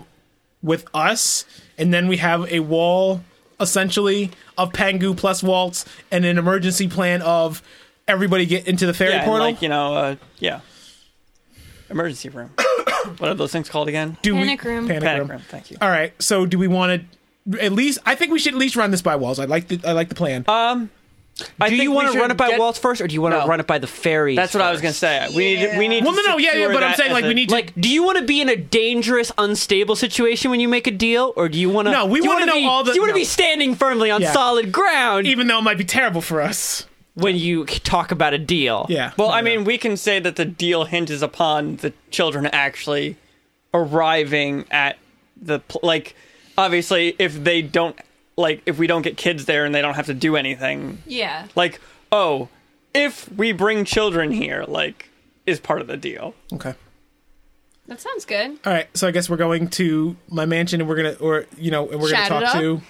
[SPEAKER 6] with us, and then we have a wall essentially of Pangu plus Waltz and an emergency plan of everybody get into the fairy
[SPEAKER 5] Yeah, and
[SPEAKER 6] portal.
[SPEAKER 5] like you know, uh, yeah, emergency room. what are those things called again?
[SPEAKER 6] Do
[SPEAKER 3] Panic room.
[SPEAKER 6] Panic,
[SPEAKER 5] Panic
[SPEAKER 6] room.
[SPEAKER 5] room. Thank you.
[SPEAKER 6] All right. So do we want to at least? I think we should at least run this by Walls. I like the I like the plan.
[SPEAKER 5] Uh, I
[SPEAKER 1] Do
[SPEAKER 5] think
[SPEAKER 1] you
[SPEAKER 5] we
[SPEAKER 1] want to
[SPEAKER 5] should
[SPEAKER 1] run it by
[SPEAKER 5] get-
[SPEAKER 1] Waltz first, or do you want to
[SPEAKER 5] No.
[SPEAKER 1] run it by the fairies?
[SPEAKER 5] That's what I was
[SPEAKER 1] first?
[SPEAKER 5] gonna say. We need. We need.
[SPEAKER 6] well,
[SPEAKER 5] to
[SPEAKER 6] no, no, yeah, yeah.
[SPEAKER 5] secure
[SPEAKER 6] But I'm
[SPEAKER 5] that
[SPEAKER 6] saying
[SPEAKER 5] as
[SPEAKER 6] like
[SPEAKER 5] a-
[SPEAKER 6] we need to.
[SPEAKER 1] Like, do you want to be in a dangerous, unstable situation when you make a deal, or do you want to?
[SPEAKER 6] No, we
[SPEAKER 1] want
[SPEAKER 6] wanna
[SPEAKER 1] to
[SPEAKER 6] know all the-
[SPEAKER 1] Do you want to
[SPEAKER 6] no.
[SPEAKER 1] be standing firmly on
[SPEAKER 6] Yeah.
[SPEAKER 1] solid ground
[SPEAKER 6] even though it might be terrible for us.
[SPEAKER 1] when you talk about a deal?
[SPEAKER 6] Yeah.
[SPEAKER 5] Well, I mean, we can say that the deal hinges upon the children actually arriving at the pl- like. Obviously, if they don't like, if we don't get kids there and they don't have to do anything,
[SPEAKER 4] Yeah.
[SPEAKER 5] like, oh, if we bring children here, like, is part of the deal.
[SPEAKER 6] Okay.
[SPEAKER 4] That sounds good.
[SPEAKER 6] All right. So I guess we're going to my mansion, and we're gonna, or you know, and we're gonna talk
[SPEAKER 4] Shout it up.
[SPEAKER 6] to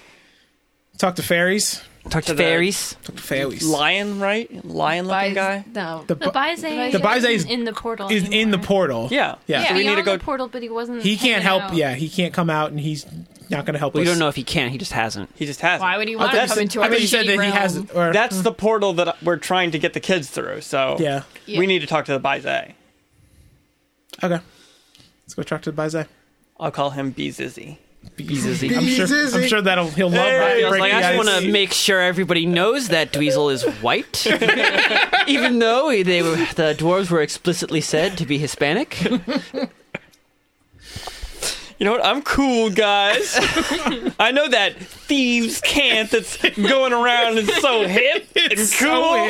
[SPEAKER 6] talk to fairies.
[SPEAKER 1] Talk to
[SPEAKER 5] To the-
[SPEAKER 1] fairies.
[SPEAKER 6] Talk to fairies.
[SPEAKER 5] Lion, right? Lion-looking guy.
[SPEAKER 4] No.
[SPEAKER 6] The
[SPEAKER 3] the
[SPEAKER 6] bu-
[SPEAKER 3] Baize
[SPEAKER 4] The
[SPEAKER 6] Baize
[SPEAKER 3] isn't
[SPEAKER 6] is-
[SPEAKER 3] in the portal.
[SPEAKER 6] is in the
[SPEAKER 3] anymore.
[SPEAKER 6] portal.
[SPEAKER 5] Yeah.
[SPEAKER 6] Yeah.
[SPEAKER 5] So we need to
[SPEAKER 3] beyond
[SPEAKER 5] go.
[SPEAKER 3] the portal, but he wasn't.
[SPEAKER 6] He
[SPEAKER 3] hanging
[SPEAKER 6] can't help.
[SPEAKER 3] out.
[SPEAKER 6] Yeah. He can't come out, and he's not gonna help
[SPEAKER 1] We
[SPEAKER 6] us.
[SPEAKER 1] don't know if he can. He just hasn't.
[SPEAKER 5] He just has.
[SPEAKER 4] Why would he want to
[SPEAKER 5] that's-
[SPEAKER 4] come into
[SPEAKER 6] I
[SPEAKER 4] our
[SPEAKER 6] mean, you said
[SPEAKER 4] shitty
[SPEAKER 6] that he
[SPEAKER 4] realm?
[SPEAKER 6] has. Or, Hmm.
[SPEAKER 5] That's the portal that we're trying to get the kids through. So
[SPEAKER 6] Yeah.
[SPEAKER 5] we need to talk to the Baize.
[SPEAKER 6] okay. Let's go talk to the Baize.
[SPEAKER 5] I'll call him B Zizzy.
[SPEAKER 1] Beezizzy.
[SPEAKER 6] I'm sure.
[SPEAKER 2] Beezizzy.
[SPEAKER 6] I'm sure that'll he'll love.
[SPEAKER 5] Hey,
[SPEAKER 6] breaking
[SPEAKER 5] I was
[SPEAKER 1] Like, I just
[SPEAKER 6] the ice.
[SPEAKER 1] want to make sure everybody knows that Dweezil is white, even though they were, the dwarves were explicitly said to be Hispanic.
[SPEAKER 5] You know what? I'm cool, guys. I know that thieves cant that's going around is so hip and cool.
[SPEAKER 6] Oh,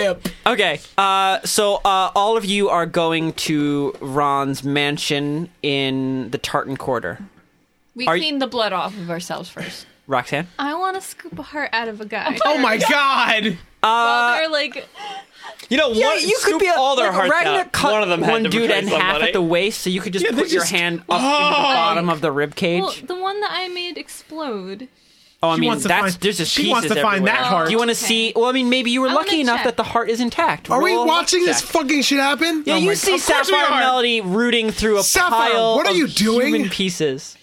[SPEAKER 6] yeah.
[SPEAKER 1] Okay, uh, so uh, all of you are going to Ron's mansion in the Tartan Quarter.
[SPEAKER 4] We
[SPEAKER 1] Are you-
[SPEAKER 4] clean the blood off of ourselves first.
[SPEAKER 1] Roxanne?
[SPEAKER 3] I want to scoop a heart out of a guy.
[SPEAKER 6] Oh my god.
[SPEAKER 3] While they're like,
[SPEAKER 5] You know,
[SPEAKER 1] Yeah,
[SPEAKER 5] one,
[SPEAKER 1] you could
[SPEAKER 5] scoop
[SPEAKER 1] be a,
[SPEAKER 5] all their
[SPEAKER 1] like,
[SPEAKER 5] hearts
[SPEAKER 1] Ragnar
[SPEAKER 5] out.
[SPEAKER 1] cut
[SPEAKER 5] one of them had
[SPEAKER 1] one
[SPEAKER 5] to
[SPEAKER 1] dude
[SPEAKER 5] betray
[SPEAKER 1] in half
[SPEAKER 5] somebody.
[SPEAKER 1] at the waist, so you could just
[SPEAKER 6] Yeah, they
[SPEAKER 1] put your
[SPEAKER 6] just-
[SPEAKER 1] hand up into the bottom of the rib cage.
[SPEAKER 3] well, the one that I made explode.
[SPEAKER 1] oh, I
[SPEAKER 6] she
[SPEAKER 1] mean,
[SPEAKER 6] wants to
[SPEAKER 1] that's
[SPEAKER 6] find-
[SPEAKER 1] there's just
[SPEAKER 6] she wants
[SPEAKER 1] pieces
[SPEAKER 6] to find
[SPEAKER 1] everywhere.
[SPEAKER 6] that heart.
[SPEAKER 1] Do you want to
[SPEAKER 3] Okay.
[SPEAKER 1] see? Well, I mean, maybe you were
[SPEAKER 3] I wanna
[SPEAKER 1] lucky enough
[SPEAKER 3] check.
[SPEAKER 1] that the heart is intact.
[SPEAKER 2] Are we
[SPEAKER 1] Roll a luck
[SPEAKER 2] watching this
[SPEAKER 1] check.
[SPEAKER 2] fucking shit happen?
[SPEAKER 1] Yeah,
[SPEAKER 6] Oh
[SPEAKER 1] you
[SPEAKER 6] my-
[SPEAKER 1] see
[SPEAKER 6] of course we
[SPEAKER 1] Sapphire
[SPEAKER 6] are.
[SPEAKER 1] Melody rooting through a
[SPEAKER 2] Sapphire,
[SPEAKER 1] pile
[SPEAKER 2] what are
[SPEAKER 1] of
[SPEAKER 2] you doing?
[SPEAKER 1] human pieces.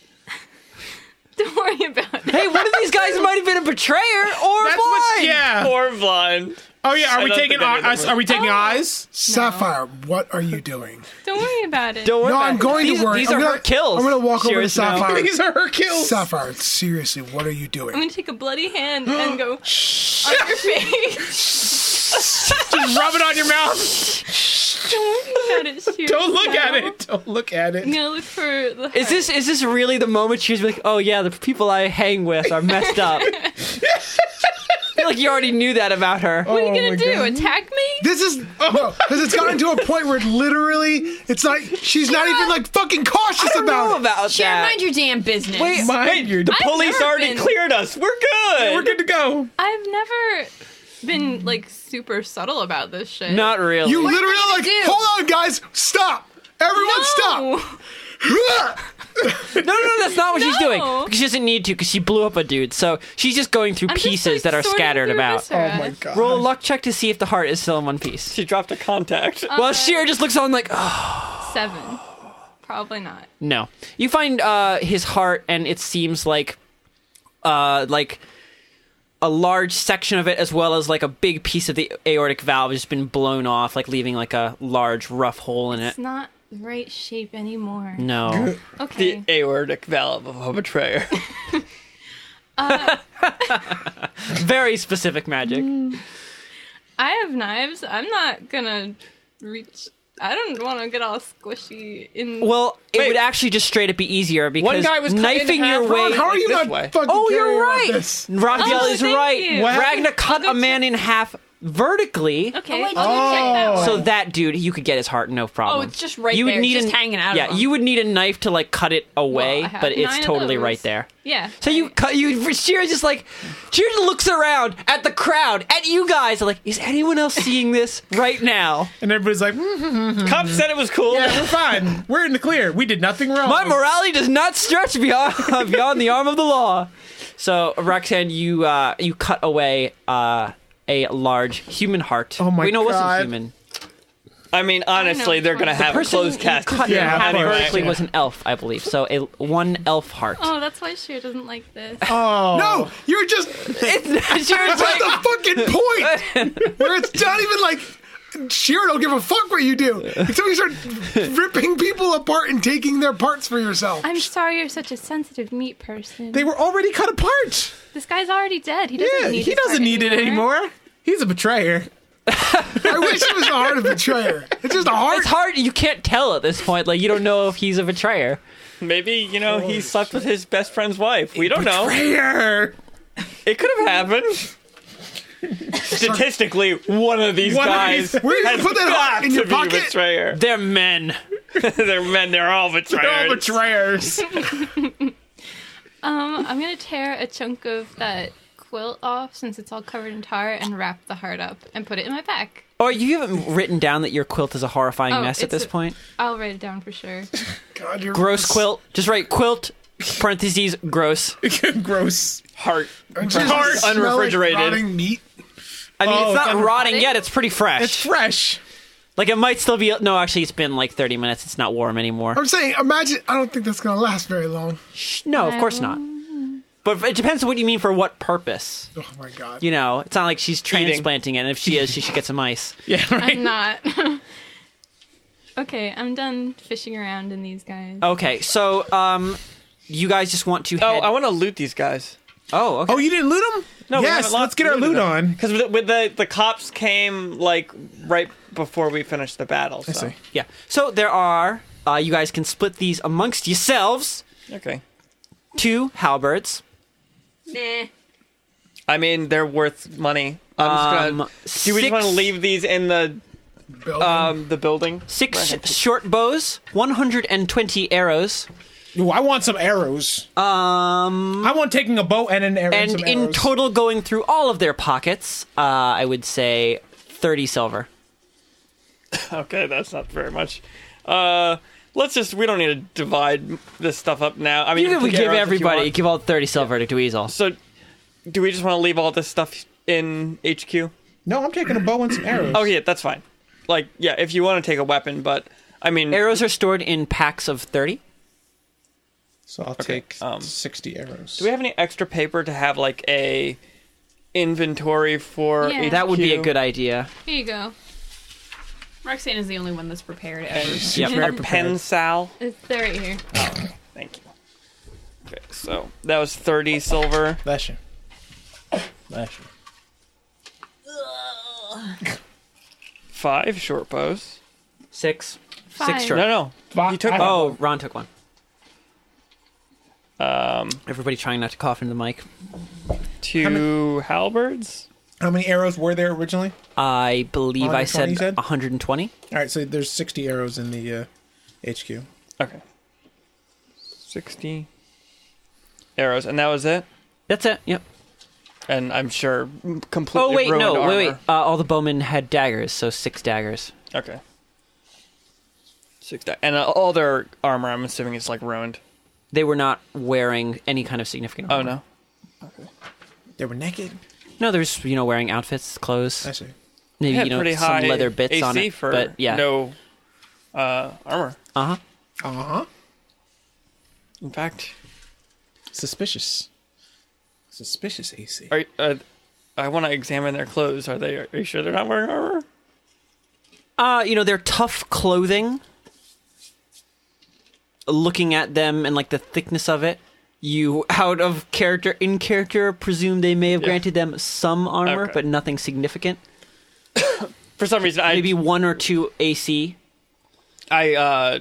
[SPEAKER 3] Don't worry about it.
[SPEAKER 1] Hey, one of these guys might have been a betrayer or
[SPEAKER 6] That's
[SPEAKER 1] blind.
[SPEAKER 6] what. Yeah.
[SPEAKER 5] Or blind.
[SPEAKER 6] Oh yeah. Are
[SPEAKER 5] I
[SPEAKER 6] we
[SPEAKER 5] don't
[SPEAKER 6] taking?
[SPEAKER 5] think I knew
[SPEAKER 6] eyes?
[SPEAKER 5] that
[SPEAKER 6] Are we taking
[SPEAKER 3] Oh.
[SPEAKER 6] eyes?
[SPEAKER 2] Sapphire, what are you doing?
[SPEAKER 3] Don't worry about it.
[SPEAKER 1] Don't worry
[SPEAKER 2] No,
[SPEAKER 1] about
[SPEAKER 2] I'm
[SPEAKER 1] it.
[SPEAKER 2] going
[SPEAKER 1] these,
[SPEAKER 2] to worry.
[SPEAKER 1] These
[SPEAKER 2] I'm
[SPEAKER 1] are
[SPEAKER 2] gonna,
[SPEAKER 1] her kills.
[SPEAKER 2] I'm gonna walk over to
[SPEAKER 1] Serious now.
[SPEAKER 2] Sapphire.
[SPEAKER 6] These are her kills.
[SPEAKER 2] Sapphire, seriously, what are you doing?
[SPEAKER 3] I'm gonna take a bloody hand and go on your face.
[SPEAKER 6] Just rub it on your mouth.
[SPEAKER 3] Don't worry about it. Shira.
[SPEAKER 6] Don't look
[SPEAKER 3] No.
[SPEAKER 6] at it. Don't look at
[SPEAKER 3] I'm
[SPEAKER 6] it.
[SPEAKER 3] gonna look for the. Heart.
[SPEAKER 1] Is this is this really the moment she's like, oh yeah, the people I hang with are messed up? I feel like you already knew that about her.
[SPEAKER 3] What are you
[SPEAKER 6] Oh my
[SPEAKER 3] gonna do?
[SPEAKER 6] God.
[SPEAKER 3] Attack me?
[SPEAKER 2] This is no, because it's gotten to a point where literally it's like she's not even like fucking cautious
[SPEAKER 1] I don't
[SPEAKER 2] about
[SPEAKER 1] know
[SPEAKER 2] it.
[SPEAKER 1] about
[SPEAKER 4] Shira,
[SPEAKER 1] that.
[SPEAKER 4] mind your damn business.
[SPEAKER 1] Wait,
[SPEAKER 6] Mind your.
[SPEAKER 5] The
[SPEAKER 3] I've
[SPEAKER 5] police
[SPEAKER 3] never
[SPEAKER 5] already
[SPEAKER 3] been-
[SPEAKER 5] cleared us. We're good.
[SPEAKER 6] We're good to go.
[SPEAKER 3] I've never been like super subtle about this shit.
[SPEAKER 1] Not really.
[SPEAKER 2] You literally
[SPEAKER 4] gonna
[SPEAKER 2] like,
[SPEAKER 4] do?
[SPEAKER 2] hold on, guys, stop. Everyone,
[SPEAKER 3] No.
[SPEAKER 2] stop. Oh
[SPEAKER 1] no, no, no, that's not what she's doing.
[SPEAKER 3] No.
[SPEAKER 1] Because she doesn't need to, because she blew up a dude. So she's just going through
[SPEAKER 3] I'm just,
[SPEAKER 1] pieces
[SPEAKER 3] like,
[SPEAKER 1] that are
[SPEAKER 3] sorting
[SPEAKER 1] scattered
[SPEAKER 3] through uh,
[SPEAKER 1] about.
[SPEAKER 2] Oh
[SPEAKER 3] viscera.
[SPEAKER 6] god.
[SPEAKER 1] Roll a luck check to see if the heart is still in one piece.
[SPEAKER 5] She dropped a contact.
[SPEAKER 1] Well, Sheer just looks on like, oh,
[SPEAKER 3] Seven. Probably not.
[SPEAKER 1] no. You find uh, his heart, and it seems like, uh, like a large section of it, as well as like a big piece of the aortic valve, has just been blown off, like leaving like a large rough hole in it.
[SPEAKER 3] It's not the right shape anymore.
[SPEAKER 1] No.
[SPEAKER 3] Okay.
[SPEAKER 5] the aortic valve of a betrayer.
[SPEAKER 1] Very specific magic.
[SPEAKER 3] I have knives. I'm not gonna reach I don't want to get all squishy in.
[SPEAKER 1] Well, it
[SPEAKER 5] Wait.
[SPEAKER 1] would actually just straight up be easier because
[SPEAKER 5] One guy was cut in
[SPEAKER 1] knifing your
[SPEAKER 5] half.
[SPEAKER 1] way.
[SPEAKER 5] Ron,
[SPEAKER 2] How are
[SPEAKER 5] Like
[SPEAKER 2] you
[SPEAKER 5] this
[SPEAKER 2] not
[SPEAKER 5] way.
[SPEAKER 2] fucking
[SPEAKER 1] Oh,
[SPEAKER 2] carrying
[SPEAKER 1] you're
[SPEAKER 2] on
[SPEAKER 1] right.
[SPEAKER 2] this?
[SPEAKER 1] Ragdoll
[SPEAKER 3] Oh,
[SPEAKER 1] is
[SPEAKER 3] thank
[SPEAKER 1] right.
[SPEAKER 3] you.
[SPEAKER 6] What happened?
[SPEAKER 1] Ragna cut a
[SPEAKER 3] Other
[SPEAKER 1] man in half vertically.
[SPEAKER 3] okay.
[SPEAKER 4] Oh, wait,
[SPEAKER 3] I'll
[SPEAKER 1] So
[SPEAKER 3] check that
[SPEAKER 1] that dude, you could get his heart no problem.
[SPEAKER 4] Oh, it's just right
[SPEAKER 1] you would
[SPEAKER 4] there,
[SPEAKER 1] Need
[SPEAKER 4] just
[SPEAKER 1] a-
[SPEAKER 4] hanging out of
[SPEAKER 1] Yeah,
[SPEAKER 4] him.
[SPEAKER 1] you would need a knife to like cut it away,
[SPEAKER 3] Well, I have
[SPEAKER 1] but it's
[SPEAKER 3] nine of
[SPEAKER 1] totally
[SPEAKER 3] those.
[SPEAKER 1] right there.
[SPEAKER 3] Yeah.
[SPEAKER 1] So you cut. You Shira just like Shira looks around at the crowd at you guys. Like, is anyone else seeing this right now?
[SPEAKER 6] And everybody's like, mm,
[SPEAKER 5] Cop said it was cool.
[SPEAKER 6] yeah, we're fine. We're in the clear. We did nothing wrong.
[SPEAKER 1] My morality does not stretch beyond beyond the arm of the law. So Roxanne, you uh, you cut away uh, a large human heart.
[SPEAKER 6] Oh my
[SPEAKER 1] Wait, no, it
[SPEAKER 6] God.
[SPEAKER 1] wasn't human.
[SPEAKER 5] I mean, honestly,
[SPEAKER 3] know,
[SPEAKER 5] they're
[SPEAKER 3] it's
[SPEAKER 5] gonna
[SPEAKER 3] fine.
[SPEAKER 5] have a closed cast.
[SPEAKER 1] you cut in
[SPEAKER 6] Yeah,
[SPEAKER 1] half
[SPEAKER 6] of course.
[SPEAKER 1] vertically
[SPEAKER 6] Yeah.
[SPEAKER 1] was an elf, I believe. So a one elf heart.
[SPEAKER 3] Oh, that's why Shira doesn't like this.
[SPEAKER 1] Uh,
[SPEAKER 6] Oh.
[SPEAKER 2] No, you're just
[SPEAKER 1] It's Shira's
[SPEAKER 2] that's
[SPEAKER 1] like,
[SPEAKER 2] the fucking point. Where it's not even like Sheer don't give a fuck what you do until you start ripping people apart and taking their parts for yourself.
[SPEAKER 3] I'm sorry you're such a sensitive meat person.
[SPEAKER 6] They were already cut apart.
[SPEAKER 3] this guy's already dead. He doesn't
[SPEAKER 6] Yeah,
[SPEAKER 3] need
[SPEAKER 6] he
[SPEAKER 3] his heart
[SPEAKER 6] doesn't need it anymore. He's a betrayer.
[SPEAKER 2] I wish it was the heart of betrayer. It's just a heart.
[SPEAKER 1] it's hard. You can't tell at this point. Like you don't know if he's a betrayer.
[SPEAKER 5] Maybe you know he slept with his best friend's wife. We don't know.
[SPEAKER 6] Betrayer.
[SPEAKER 5] It could have happened. Statistically, one of these
[SPEAKER 6] One of
[SPEAKER 5] guys
[SPEAKER 6] these-
[SPEAKER 2] Where you
[SPEAKER 5] has
[SPEAKER 2] put that
[SPEAKER 5] got
[SPEAKER 2] heart in
[SPEAKER 5] to
[SPEAKER 2] your
[SPEAKER 5] be a
[SPEAKER 2] pocket?
[SPEAKER 5] betrayer.
[SPEAKER 1] They're men.
[SPEAKER 5] they're men. They're all betrayers.
[SPEAKER 6] They're all betrayers.
[SPEAKER 3] Um, I'm gonna tear a chunk of that quilt off since it's all covered in tar and wrap the heart up and put it in my pack.
[SPEAKER 1] Or you haven't written down that your quilt is a horrifying
[SPEAKER 3] Oh,
[SPEAKER 1] mess at
[SPEAKER 3] it's
[SPEAKER 1] this
[SPEAKER 3] a-
[SPEAKER 1] point.
[SPEAKER 3] I'll write it down for sure.
[SPEAKER 2] God, you're
[SPEAKER 1] Gross quilt. Just write quilt. Parentheses gross.
[SPEAKER 6] Gross.
[SPEAKER 5] Heart.
[SPEAKER 2] Aren't you supposed to
[SPEAKER 5] Heart,
[SPEAKER 2] smell like
[SPEAKER 5] unrefrigerated.
[SPEAKER 2] rotting meat.
[SPEAKER 1] I mean,
[SPEAKER 6] Oh,
[SPEAKER 1] it's not
[SPEAKER 6] then-
[SPEAKER 1] rotting yet. It's pretty fresh.
[SPEAKER 6] It's fresh.
[SPEAKER 1] like it might still be. No, actually, it's been like thirty minutes. It's not warm anymore.
[SPEAKER 2] I'm saying, imagine. I don't think that's gonna last very long.
[SPEAKER 1] No, of course
[SPEAKER 3] Um,
[SPEAKER 1] not. But it depends on what you mean for what purpose.
[SPEAKER 2] Oh my god.
[SPEAKER 1] You know, it's not like she's transplanting it. And if she is, she should get some ice.
[SPEAKER 6] Yeah, right.
[SPEAKER 3] I'm not. okay, I'm done fishing around in these guys.
[SPEAKER 6] Oh.
[SPEAKER 1] Okay, so um, you guys just want to.
[SPEAKER 5] Oh,
[SPEAKER 1] head-
[SPEAKER 5] I want to loot these guys.
[SPEAKER 1] Oh, okay.
[SPEAKER 6] Oh, you didn't loot him?
[SPEAKER 5] we
[SPEAKER 6] yes,
[SPEAKER 5] haven't lo-
[SPEAKER 6] let's get our
[SPEAKER 5] looted
[SPEAKER 6] loot
[SPEAKER 5] them.
[SPEAKER 6] on.
[SPEAKER 5] Because with, the- with the the cops came like right before we finished the battle. So.
[SPEAKER 6] see.
[SPEAKER 1] Yeah. So there are. Uh, you guys can split these amongst yourselves.
[SPEAKER 5] Okay.
[SPEAKER 1] Two halberds.
[SPEAKER 4] Nah.
[SPEAKER 5] I mean, they're worth money. I'm
[SPEAKER 1] Um,
[SPEAKER 5] just gonna, do we just want to
[SPEAKER 1] six-
[SPEAKER 5] leave these in the
[SPEAKER 2] Building.
[SPEAKER 1] uh,
[SPEAKER 5] um the building?
[SPEAKER 1] Six
[SPEAKER 5] Right.
[SPEAKER 1] sh- short bows, 120 arrows,
[SPEAKER 6] Ooh, I want some arrows.
[SPEAKER 1] um,
[SPEAKER 6] I want taking a bow and an arrow.
[SPEAKER 1] and
[SPEAKER 6] some
[SPEAKER 1] in
[SPEAKER 6] arrows.
[SPEAKER 1] total going through all of their pockets, uh, I would say 30 silver.
[SPEAKER 5] Okay, that's not very much. Uh, let's just we don't need to divide this stuff up now. I mean,
[SPEAKER 1] You
[SPEAKER 5] you
[SPEAKER 1] can
[SPEAKER 5] can
[SPEAKER 1] give
[SPEAKER 5] arrows if you
[SPEAKER 1] everybody,
[SPEAKER 5] want.
[SPEAKER 1] give all 30 silver to Dweezil.
[SPEAKER 5] So, do we just want to leave all this stuff in HQ?
[SPEAKER 6] No, I'm taking a bow and some arrows.
[SPEAKER 5] Oh yeah, that's fine. Like yeah, if you want to take a weapon, but I mean,
[SPEAKER 1] Arrows are stored in packs of 30.
[SPEAKER 6] So I'll take
[SPEAKER 5] um,
[SPEAKER 6] 60 arrows.
[SPEAKER 5] do we have any extra paper to have like a inventory for?
[SPEAKER 3] Yeah.
[SPEAKER 5] HQ?
[SPEAKER 1] That would be a good idea.
[SPEAKER 3] Here you go.
[SPEAKER 4] Roxanne is the only one that's prepared ever.
[SPEAKER 1] Yeah.
[SPEAKER 5] Our pen sal.
[SPEAKER 3] It's, they're right here.
[SPEAKER 5] Thank you. Okay, so that was thirty silver.
[SPEAKER 6] Bless you. Bless you.
[SPEAKER 5] Five short bows.
[SPEAKER 1] Six.
[SPEAKER 3] Five.
[SPEAKER 1] Six
[SPEAKER 5] No,
[SPEAKER 1] short.
[SPEAKER 5] no.
[SPEAKER 6] Fi-
[SPEAKER 5] You took
[SPEAKER 6] I-
[SPEAKER 5] one.
[SPEAKER 1] Oh, Ron took one. Um, Everybody trying not to cough into the mic.
[SPEAKER 5] two halberds.
[SPEAKER 6] How many arrows were there originally?
[SPEAKER 1] I believe I
[SPEAKER 6] 120, you
[SPEAKER 1] said,
[SPEAKER 6] said?
[SPEAKER 1] 120.
[SPEAKER 6] All right, so there's 60 arrows in the uh, HQ.
[SPEAKER 5] Okay. 60 arrows, and that was it.
[SPEAKER 1] That's it. Yep.
[SPEAKER 5] And I'm sure m- completely
[SPEAKER 1] Oh wait,
[SPEAKER 5] ruined
[SPEAKER 1] no,
[SPEAKER 5] armor.
[SPEAKER 1] wait, wait. Uh, all the bowmen had daggers, so six daggers.
[SPEAKER 5] Okay. Six di- and uh, all their armor, I'm assuming, is like ruined.
[SPEAKER 1] They were not wearing any kind of significant.
[SPEAKER 5] Oh
[SPEAKER 1] armor.
[SPEAKER 5] no.
[SPEAKER 6] They were naked.
[SPEAKER 1] No, they're just you know wearing outfits, clothes,
[SPEAKER 6] I see.
[SPEAKER 5] They
[SPEAKER 1] maybe
[SPEAKER 5] had
[SPEAKER 1] you know
[SPEAKER 5] pretty
[SPEAKER 1] some
[SPEAKER 5] high
[SPEAKER 1] leather bits
[SPEAKER 5] AC
[SPEAKER 1] on it.
[SPEAKER 5] for
[SPEAKER 1] but yeah,
[SPEAKER 5] no uh, armor.
[SPEAKER 1] uh huh.
[SPEAKER 6] Uh huh.
[SPEAKER 5] In fact,
[SPEAKER 6] Suspicious. Suspicious AC.
[SPEAKER 5] are, uh, I want to examine their clothes. Are they? Are you sure they're not wearing armor?
[SPEAKER 1] Uh, you know, their tough clothing. Looking at them and like the thickness of it, you out of character, in character, presume they may have
[SPEAKER 5] Yeah.
[SPEAKER 1] granted them some armor,
[SPEAKER 5] Okay.
[SPEAKER 1] but nothing significant.
[SPEAKER 5] For some reason, I
[SPEAKER 1] Maybe one or two AC
[SPEAKER 5] I uh,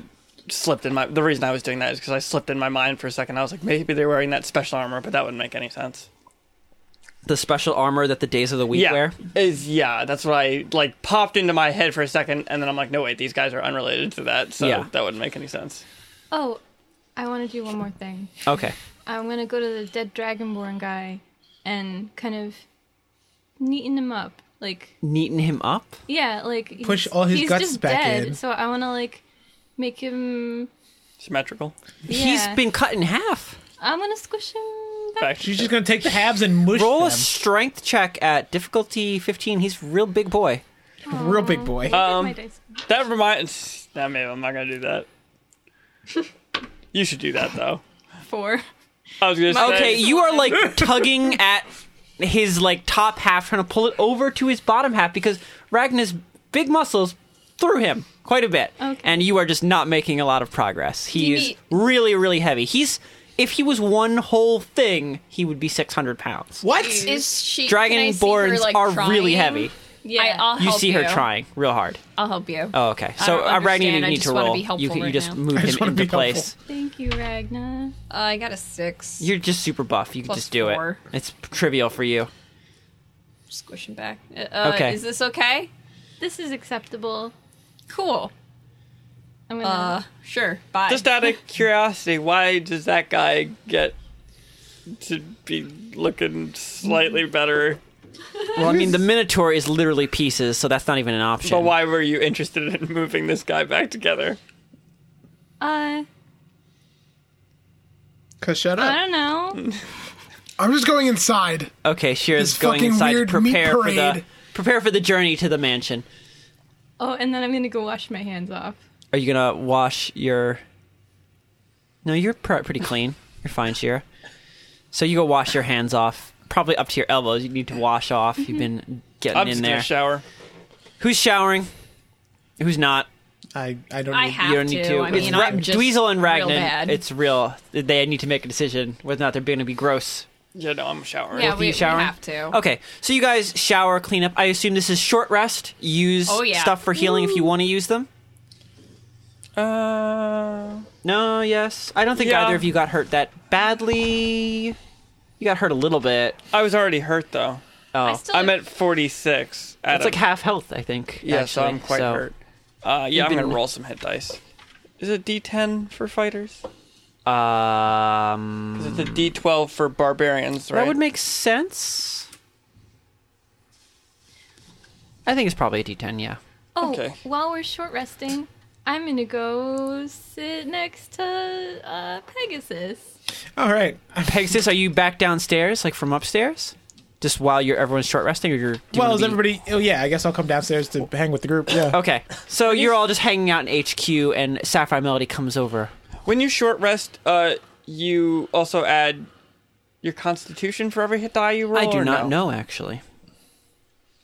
[SPEAKER 5] slipped in my. The reason I was doing that is because I slipped in my mind for a second. I was like, maybe they're wearing that special armor, but that wouldn't make any sense.
[SPEAKER 1] The special armor that the days of the week
[SPEAKER 5] Yeah,
[SPEAKER 1] wear.
[SPEAKER 5] is yeah. That's what I like popped into my head for a second, and then I'm like, no wait, these guys are unrelated to that, so
[SPEAKER 1] Yeah.
[SPEAKER 5] that wouldn't make any sense.
[SPEAKER 3] Oh, I want to do one more thing.
[SPEAKER 1] Okay.
[SPEAKER 3] I'm gonna go to the dead dragonborn guy and kind of neaten him up. Like,
[SPEAKER 1] Neaten him up.
[SPEAKER 3] yeah, like
[SPEAKER 6] Push
[SPEAKER 3] he's-
[SPEAKER 6] all his
[SPEAKER 3] he's
[SPEAKER 6] guts
[SPEAKER 3] just
[SPEAKER 6] back
[SPEAKER 3] dead,
[SPEAKER 6] in.
[SPEAKER 3] So I want to like make him.
[SPEAKER 5] Symmetrical.
[SPEAKER 1] He's
[SPEAKER 3] yeah.
[SPEAKER 1] been cut in half.
[SPEAKER 3] I'm gonna squish him back.
[SPEAKER 5] Back.
[SPEAKER 6] She's just gonna take the halves and mush
[SPEAKER 1] Roll a
[SPEAKER 6] them.
[SPEAKER 1] strength check at difficulty 15. He's real big boy.
[SPEAKER 6] Real big boy.
[SPEAKER 3] Look at
[SPEAKER 5] Um,
[SPEAKER 3] my dice.
[SPEAKER 5] That reminds. Nah, maybe I'm not gonna do that. you should do that though.
[SPEAKER 3] Four.
[SPEAKER 5] I was gonna say.
[SPEAKER 1] Okay, you are like tugging at his like top half, trying to pull it over to his bottom half because Ragnar's big muscles threw him quite a bit,
[SPEAKER 3] Okay.
[SPEAKER 1] and you are just not making a lot of progress. He
[SPEAKER 4] You
[SPEAKER 1] is
[SPEAKER 4] need-
[SPEAKER 1] really, really heavy. He's if he was one whole thing, he would be six hundred pounds.
[SPEAKER 6] What?
[SPEAKER 4] Is she? can I see her,
[SPEAKER 1] Dragonborns
[SPEAKER 4] like,
[SPEAKER 1] are
[SPEAKER 4] trying?
[SPEAKER 1] really heavy.
[SPEAKER 4] I,
[SPEAKER 3] Yeah.
[SPEAKER 4] I'll
[SPEAKER 1] You
[SPEAKER 4] help
[SPEAKER 1] see her trying real hard.
[SPEAKER 4] I'll help you.
[SPEAKER 1] Oh, okay. So
[SPEAKER 4] don't
[SPEAKER 1] uh, Ragnar, you
[SPEAKER 4] understand. I
[SPEAKER 1] need
[SPEAKER 4] just
[SPEAKER 1] to
[SPEAKER 4] wanna
[SPEAKER 1] roll.
[SPEAKER 4] be helpful
[SPEAKER 1] you, you
[SPEAKER 4] right
[SPEAKER 1] just
[SPEAKER 4] now.
[SPEAKER 1] moved
[SPEAKER 6] I just
[SPEAKER 1] him
[SPEAKER 6] wanna
[SPEAKER 1] into
[SPEAKER 6] be
[SPEAKER 1] place.
[SPEAKER 6] helpful.
[SPEAKER 3] Thank you, Ragna.
[SPEAKER 4] Uh, I got a six.
[SPEAKER 1] You're just super buff. You can
[SPEAKER 4] Plus
[SPEAKER 1] just do
[SPEAKER 4] four.
[SPEAKER 1] it. It's trivial for you.
[SPEAKER 4] Squishing back. Uh, Uh,
[SPEAKER 1] Okay.
[SPEAKER 4] Is this okay?
[SPEAKER 3] This is acceptable.
[SPEAKER 4] Cool.
[SPEAKER 3] I'm gonna.
[SPEAKER 4] Uh, sure. Bye.
[SPEAKER 5] Just out of curiosity, why does that guy get to be looking slightly better?
[SPEAKER 1] Well, I mean, the Minotaur is literally pieces, so that's not even an option.
[SPEAKER 5] But why were you interested in moving this guy back together?
[SPEAKER 3] uh
[SPEAKER 6] Cause shut
[SPEAKER 3] I
[SPEAKER 6] up.
[SPEAKER 3] don't know.
[SPEAKER 2] I'm just going inside.
[SPEAKER 1] Okay, Shira's
[SPEAKER 2] This
[SPEAKER 1] going
[SPEAKER 2] fucking
[SPEAKER 1] inside to
[SPEAKER 2] weird meat
[SPEAKER 1] prepare for the
[SPEAKER 2] parade.
[SPEAKER 1] prepare for the journey to the mansion.
[SPEAKER 3] Oh, and then I'm gonna go wash my hands off.
[SPEAKER 1] Are you gonna wash your? No, you're pr- pretty clean. You're fine, Shira. So you go wash your hands off, probably up to your elbows. You need to wash off. You've been getting
[SPEAKER 5] I'm
[SPEAKER 1] in
[SPEAKER 5] just
[SPEAKER 1] there.
[SPEAKER 5] gonna shower.
[SPEAKER 1] Who's showering? Who's not?
[SPEAKER 6] I I don't.
[SPEAKER 4] I
[SPEAKER 6] need-
[SPEAKER 4] have
[SPEAKER 1] you don't need to.
[SPEAKER 4] I
[SPEAKER 1] It's
[SPEAKER 4] mean,
[SPEAKER 1] Ra-
[SPEAKER 4] I'm just
[SPEAKER 1] Dweezil and
[SPEAKER 4] real
[SPEAKER 1] Ragnar.
[SPEAKER 4] bad.
[SPEAKER 1] It's real. They need to make a decision whether or not they're going to be gross
[SPEAKER 5] Yeah, no, I'm showering.
[SPEAKER 4] yeah,
[SPEAKER 1] Both of
[SPEAKER 4] we,
[SPEAKER 1] you
[SPEAKER 4] we
[SPEAKER 1] showering?
[SPEAKER 4] have to.
[SPEAKER 1] Okay, so you guys shower, clean up. I assume this is short rest. Use
[SPEAKER 4] Oh, yeah.
[SPEAKER 1] stuff for healing if you want to use them.
[SPEAKER 5] Uh,
[SPEAKER 1] No, yes. I don't think
[SPEAKER 5] Yeah.
[SPEAKER 1] either of you got hurt that badly. You got hurt a little bit.
[SPEAKER 5] I was already hurt though.
[SPEAKER 1] Oh,
[SPEAKER 4] I still
[SPEAKER 5] I'm at 46.
[SPEAKER 1] it's like half health, I think.
[SPEAKER 5] yeah, so
[SPEAKER 1] actually.
[SPEAKER 5] I'm quite
[SPEAKER 1] So,
[SPEAKER 5] hurt. Uh, yeah, I'm
[SPEAKER 1] been-
[SPEAKER 5] gonna roll some hit dice. Is it D10 for fighters?
[SPEAKER 1] Um,
[SPEAKER 5] Is it the D12 for barbarians? Right.
[SPEAKER 1] that would make sense. I think it's probably a D10. Yeah.
[SPEAKER 3] Oh,
[SPEAKER 5] Okay.
[SPEAKER 3] while we're short resting, I'm gonna go sit next to uh, Pegasus.
[SPEAKER 6] All right.
[SPEAKER 1] Pegasus, are you back downstairs, like from upstairs? Just while you're everyone's short resting, or you're do you
[SPEAKER 6] Well,
[SPEAKER 1] wanna
[SPEAKER 6] is
[SPEAKER 1] be-
[SPEAKER 6] everybody? Oh yeah. I guess I'll come downstairs to hang with the group. Yeah.
[SPEAKER 1] Okay, so you're all just hanging out in HQ, and Sapphire Melody comes over.
[SPEAKER 5] When you short rest, uh, you also add your constitution for every hit die you roll.
[SPEAKER 1] I do
[SPEAKER 5] or
[SPEAKER 1] not
[SPEAKER 5] no?
[SPEAKER 1] know, actually.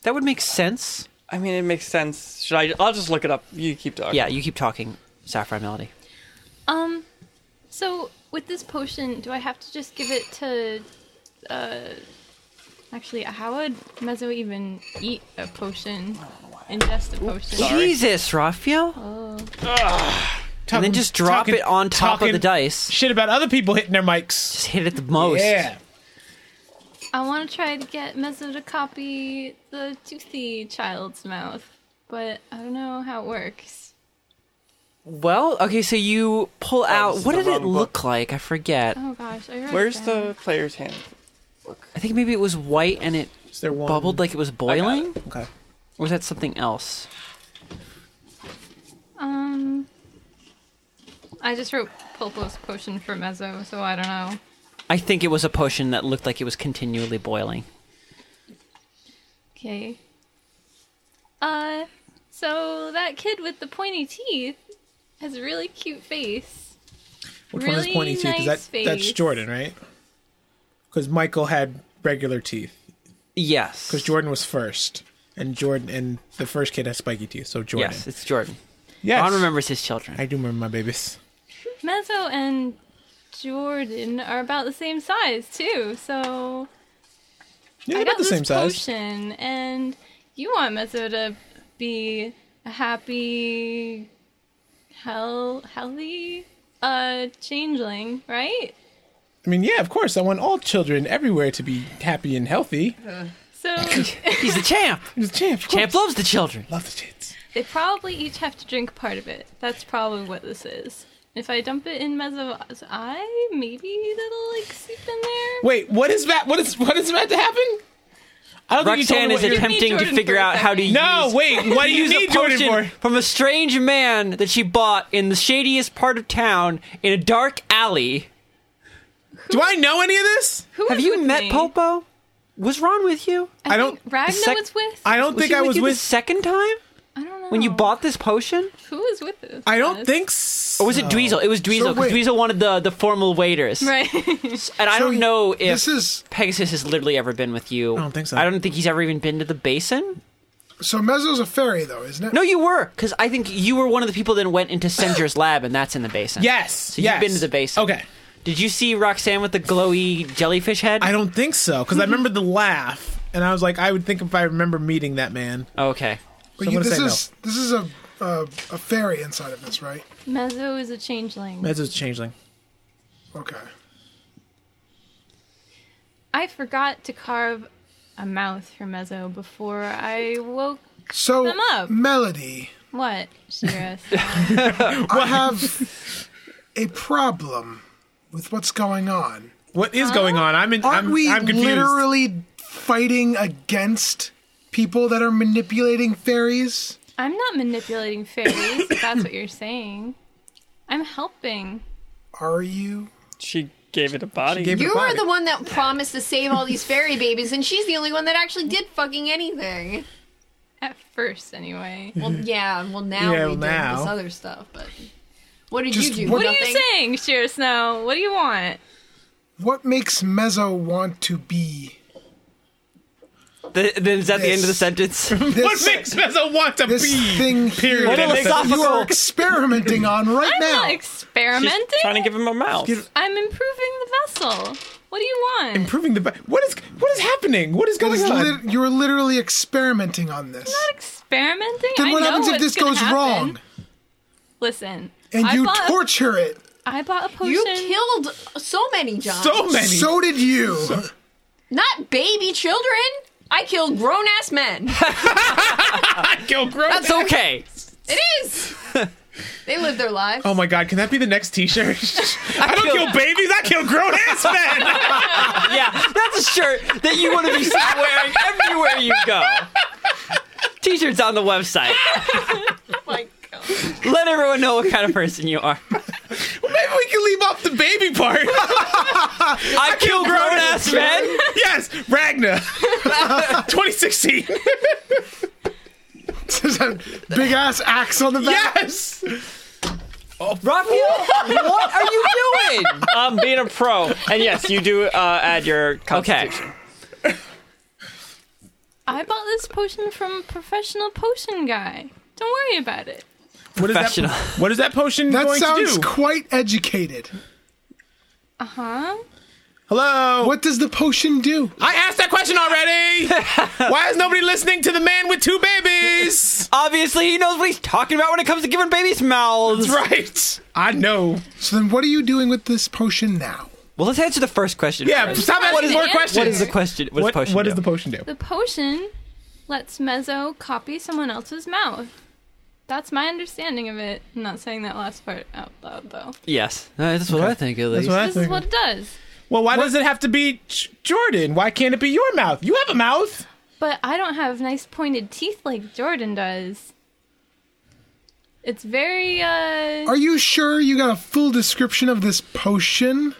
[SPEAKER 1] That would make sense.
[SPEAKER 5] I mean, it makes sense. Should I? I'll just look it up. You keep talking.
[SPEAKER 1] Yeah, you keep talking, Sapphire Melody.
[SPEAKER 3] Um, so with this potion, do I have to just give it to? Uh, actually, how would Mezzo even eat a potion? Ingest a potion?
[SPEAKER 1] Jesus, Raphael!
[SPEAKER 6] Talking-
[SPEAKER 1] and then just drop
[SPEAKER 6] talking-
[SPEAKER 1] it on top of
[SPEAKER 6] talking
[SPEAKER 1] the dice.
[SPEAKER 6] Shit about other people hitting their mics.
[SPEAKER 1] Just hit it the most.
[SPEAKER 6] Yeah.
[SPEAKER 3] I want to try to get Mezzo to copy the toothy child's mouth, but I don't know how it works.
[SPEAKER 1] Well, okay, so you pull out.
[SPEAKER 5] this is
[SPEAKER 1] What
[SPEAKER 5] the
[SPEAKER 1] did it
[SPEAKER 5] wrong
[SPEAKER 1] look
[SPEAKER 5] book.
[SPEAKER 1] like? I forget.
[SPEAKER 3] Oh gosh, I wrote it
[SPEAKER 5] Where's
[SPEAKER 3] down.
[SPEAKER 5] the player's hand?
[SPEAKER 1] I think maybe it was white and it
[SPEAKER 6] Is there one?
[SPEAKER 1] bubbled like it was boiling.
[SPEAKER 6] Okay.
[SPEAKER 1] Or was that something else?
[SPEAKER 3] Um, I just wrote Pulpo's potion for Mezzo, so I don't know.
[SPEAKER 1] I think it was a potion that looked like it was continually boiling.
[SPEAKER 3] Okay. Uh, so that kid with the pointy teeth has a really cute face.
[SPEAKER 6] Which
[SPEAKER 3] really
[SPEAKER 6] one is pointy teeth? 'Cause
[SPEAKER 3] nice
[SPEAKER 6] that, That's
[SPEAKER 3] face.
[SPEAKER 6] Jordan, right? Because Michael had regular teeth.
[SPEAKER 1] Yes.
[SPEAKER 6] Because Jordan was first, and Jordan and the first kid had spiky teeth. So Jordan.
[SPEAKER 1] Yes, it's Jordan.
[SPEAKER 6] Yes.
[SPEAKER 1] Ron remembers his children.
[SPEAKER 6] I do remember my babies.
[SPEAKER 3] Mezzo and Jordan are about the same size too, so
[SPEAKER 6] Yeah,
[SPEAKER 3] I
[SPEAKER 6] about
[SPEAKER 3] got
[SPEAKER 6] the
[SPEAKER 3] this
[SPEAKER 6] same size.
[SPEAKER 3] potion, and you want Mezzo to be a happy, Hel- healthy uh, changeling, right?
[SPEAKER 6] I mean, yeah, of course. I want all children everywhere to be happy and healthy.
[SPEAKER 3] So
[SPEAKER 1] He's the champ.
[SPEAKER 6] He's the champ. of
[SPEAKER 1] Champ
[SPEAKER 6] course.
[SPEAKER 1] loves the children.
[SPEAKER 6] Love the kids.
[SPEAKER 3] they probably each have to drink part of it. That's probably what this is. If I dump it in Mezav's eye, maybe that'll like seep in there.
[SPEAKER 6] Wait, what is that? What is what is about to happen? I don't
[SPEAKER 1] Roxanne is
[SPEAKER 6] think you told me what
[SPEAKER 3] attempt-
[SPEAKER 1] attempting to
[SPEAKER 3] Jordan
[SPEAKER 1] figure
[SPEAKER 3] for a
[SPEAKER 1] out how to
[SPEAKER 3] second.
[SPEAKER 6] No,
[SPEAKER 1] use
[SPEAKER 6] wait. What do you
[SPEAKER 1] use a
[SPEAKER 6] need Jordan
[SPEAKER 1] potion
[SPEAKER 6] for?
[SPEAKER 1] from a strange man that she bought in the shadiest part of town in a dark alley.
[SPEAKER 6] Do I know any of this?
[SPEAKER 3] Who
[SPEAKER 1] Have
[SPEAKER 3] was
[SPEAKER 1] you
[SPEAKER 3] with
[SPEAKER 1] met
[SPEAKER 3] me?
[SPEAKER 1] Polpo? Was Ron with you?
[SPEAKER 6] I, don't.
[SPEAKER 3] think Ragna
[SPEAKER 1] the sec-
[SPEAKER 3] was with.
[SPEAKER 6] I don't
[SPEAKER 1] was
[SPEAKER 6] think
[SPEAKER 1] he
[SPEAKER 6] I was
[SPEAKER 1] you
[SPEAKER 6] with.
[SPEAKER 1] the second time
[SPEAKER 3] I don't know
[SPEAKER 1] when you bought this potion,
[SPEAKER 3] Who was with us?
[SPEAKER 6] I don't think. So.
[SPEAKER 1] or was it Dweezil? It was Dweezil because
[SPEAKER 2] wait.
[SPEAKER 1] Dweezil wanted the the formal waiters,
[SPEAKER 3] Right.
[SPEAKER 1] and I
[SPEAKER 2] So
[SPEAKER 1] don't know if
[SPEAKER 2] this is
[SPEAKER 1] Pegasus has literally ever been with you. I
[SPEAKER 6] don't think so.
[SPEAKER 1] I don't think he's ever even been to the basin.
[SPEAKER 2] so Mezzo's a fairy though, isn't it?
[SPEAKER 1] No, you were because I think you were one of the people that went into Senger's lab, and that's in the basin.
[SPEAKER 6] Yes.
[SPEAKER 1] So you've
[SPEAKER 6] yes.
[SPEAKER 1] been to the basin.
[SPEAKER 6] Okay.
[SPEAKER 1] Did you see Roxanne with the glowy jellyfish head?
[SPEAKER 6] I don't think so because I remember the laugh, and I was like, I would think if I remember meeting that man.
[SPEAKER 1] Okay.
[SPEAKER 2] but
[SPEAKER 6] so I'm
[SPEAKER 2] you,
[SPEAKER 6] gonna
[SPEAKER 2] this
[SPEAKER 6] say
[SPEAKER 2] is this is a, a a fairy inside of this, right?
[SPEAKER 3] Mezzo is a changeling.
[SPEAKER 6] That's a changeling.
[SPEAKER 2] Okay.
[SPEAKER 3] I forgot to carve a mouth for Mezzo before I woke.
[SPEAKER 2] So
[SPEAKER 3] Them up.
[SPEAKER 2] Melody,
[SPEAKER 3] What, Shiras?
[SPEAKER 2] I have a problem with what's going on.
[SPEAKER 6] What is going on? I'm in.
[SPEAKER 2] Aren't
[SPEAKER 6] I'm,
[SPEAKER 2] we
[SPEAKER 6] I'm confused.
[SPEAKER 2] literally fighting against people that are manipulating fairies?
[SPEAKER 3] I'm not manipulating fairies. if that's what you're saying. I'm helping.
[SPEAKER 2] Are you?
[SPEAKER 5] She gave it a body.
[SPEAKER 6] gave it-
[SPEAKER 4] You
[SPEAKER 6] Goodbye.
[SPEAKER 4] are the one that promised to save all these fairy babies, and she's the only one that actually did fucking anything.
[SPEAKER 3] At first, anyway.
[SPEAKER 4] Well, yeah. Well, now
[SPEAKER 6] Yeah,
[SPEAKER 4] we did
[SPEAKER 6] now.
[SPEAKER 4] this other stuff, but what did
[SPEAKER 2] Just
[SPEAKER 4] you do?
[SPEAKER 2] what-
[SPEAKER 3] What are
[SPEAKER 4] Nothing?
[SPEAKER 3] you saying, Sheer Snow? What do you want?
[SPEAKER 2] What makes Mezzo want to be
[SPEAKER 1] Th- then is that the end of the
[SPEAKER 2] This-
[SPEAKER 1] sentence?
[SPEAKER 6] What
[SPEAKER 2] this,
[SPEAKER 6] makes Mezzo want to
[SPEAKER 2] this
[SPEAKER 6] be?
[SPEAKER 2] thing here
[SPEAKER 6] Period.
[SPEAKER 1] What
[SPEAKER 2] that you
[SPEAKER 1] philosophical-
[SPEAKER 2] are experimenting on right
[SPEAKER 3] I'm
[SPEAKER 2] now?
[SPEAKER 3] not experimenting.
[SPEAKER 5] She's trying to give him a mouth.
[SPEAKER 3] I'm improving the vessel. What do you want?
[SPEAKER 6] Improving the. ba- What is what is happening? What is
[SPEAKER 2] That
[SPEAKER 6] going
[SPEAKER 2] is
[SPEAKER 6] on?
[SPEAKER 2] lit- you're literally experimenting on this.
[SPEAKER 3] I'm Oh not experimenting.
[SPEAKER 2] Then
[SPEAKER 3] I
[SPEAKER 2] what
[SPEAKER 3] know
[SPEAKER 2] happens if
[SPEAKER 3] what's
[SPEAKER 2] this
[SPEAKER 3] gonna
[SPEAKER 2] goes
[SPEAKER 3] happen.
[SPEAKER 2] wrong
[SPEAKER 3] Listen,
[SPEAKER 2] and
[SPEAKER 3] I
[SPEAKER 2] you
[SPEAKER 3] bought,
[SPEAKER 2] torture it?
[SPEAKER 3] I bought a potion.
[SPEAKER 4] You killed so many, John.
[SPEAKER 6] so many.
[SPEAKER 2] So did you.
[SPEAKER 4] Not baby children. I killed grown ass men.
[SPEAKER 6] Yo, gross.
[SPEAKER 1] That's okay.
[SPEAKER 4] it is. They live their lives.
[SPEAKER 6] Oh my god, can that be the next t-shirt? I don't kill babies, I kill grown-ass men!
[SPEAKER 1] Yeah, that's a shirt that you want to be wearing everywhere you go. T-shirts on the website.
[SPEAKER 4] my god.
[SPEAKER 1] Let everyone know what kind of person you are.
[SPEAKER 6] Maybe we can leave off the baby part.
[SPEAKER 1] I kill grown ass men.
[SPEAKER 6] yes, Ragna. 2016.
[SPEAKER 2] There's a big ass axe on the back.
[SPEAKER 6] yes!
[SPEAKER 2] Oh,
[SPEAKER 1] Raphael, what are you doing?
[SPEAKER 5] um, being a pro, and yes, you do uh, add your
[SPEAKER 1] Okay.
[SPEAKER 5] constitution.
[SPEAKER 3] I bought this potion from a professional potion guy. Don't worry about it.
[SPEAKER 6] What is
[SPEAKER 1] Professional.
[SPEAKER 6] that, what is that potion
[SPEAKER 2] That
[SPEAKER 6] going
[SPEAKER 2] sounds
[SPEAKER 6] to do?
[SPEAKER 2] quite educated.
[SPEAKER 3] Uh huh.
[SPEAKER 6] Hello?
[SPEAKER 2] What does the potion do?
[SPEAKER 6] I asked that question already! Why is nobody listening to the man with two babies?
[SPEAKER 1] Obviously, he knows what he's talking about when it comes to giving babies mouths.
[SPEAKER 6] right. I know.
[SPEAKER 2] So then, what are you doing with this potion now?
[SPEAKER 1] Well, let's answer the first question.
[SPEAKER 6] Yeah,
[SPEAKER 1] first.
[SPEAKER 6] stop
[SPEAKER 3] What
[SPEAKER 6] asking
[SPEAKER 3] is
[SPEAKER 6] more
[SPEAKER 3] it?
[SPEAKER 6] questions.
[SPEAKER 1] What is the question? What, does
[SPEAKER 6] What-
[SPEAKER 1] potion
[SPEAKER 6] what
[SPEAKER 1] do?
[SPEAKER 6] does the potion do?
[SPEAKER 3] The potion lets Mezzo copy someone else's mouth. That's my understanding of it. I'm not saying that last part out loud though.
[SPEAKER 1] Yes, Uh, that's what I think at least.
[SPEAKER 6] what I
[SPEAKER 3] This is
[SPEAKER 6] think.
[SPEAKER 3] what it does.
[SPEAKER 6] Well, why does it have to be J- Jordan? Why can't it be your mouth? You have a mouth.
[SPEAKER 3] But I don't have nice pointed teeth like Jordan does. It's very uh
[SPEAKER 2] Are you sure you got a full description of this potion?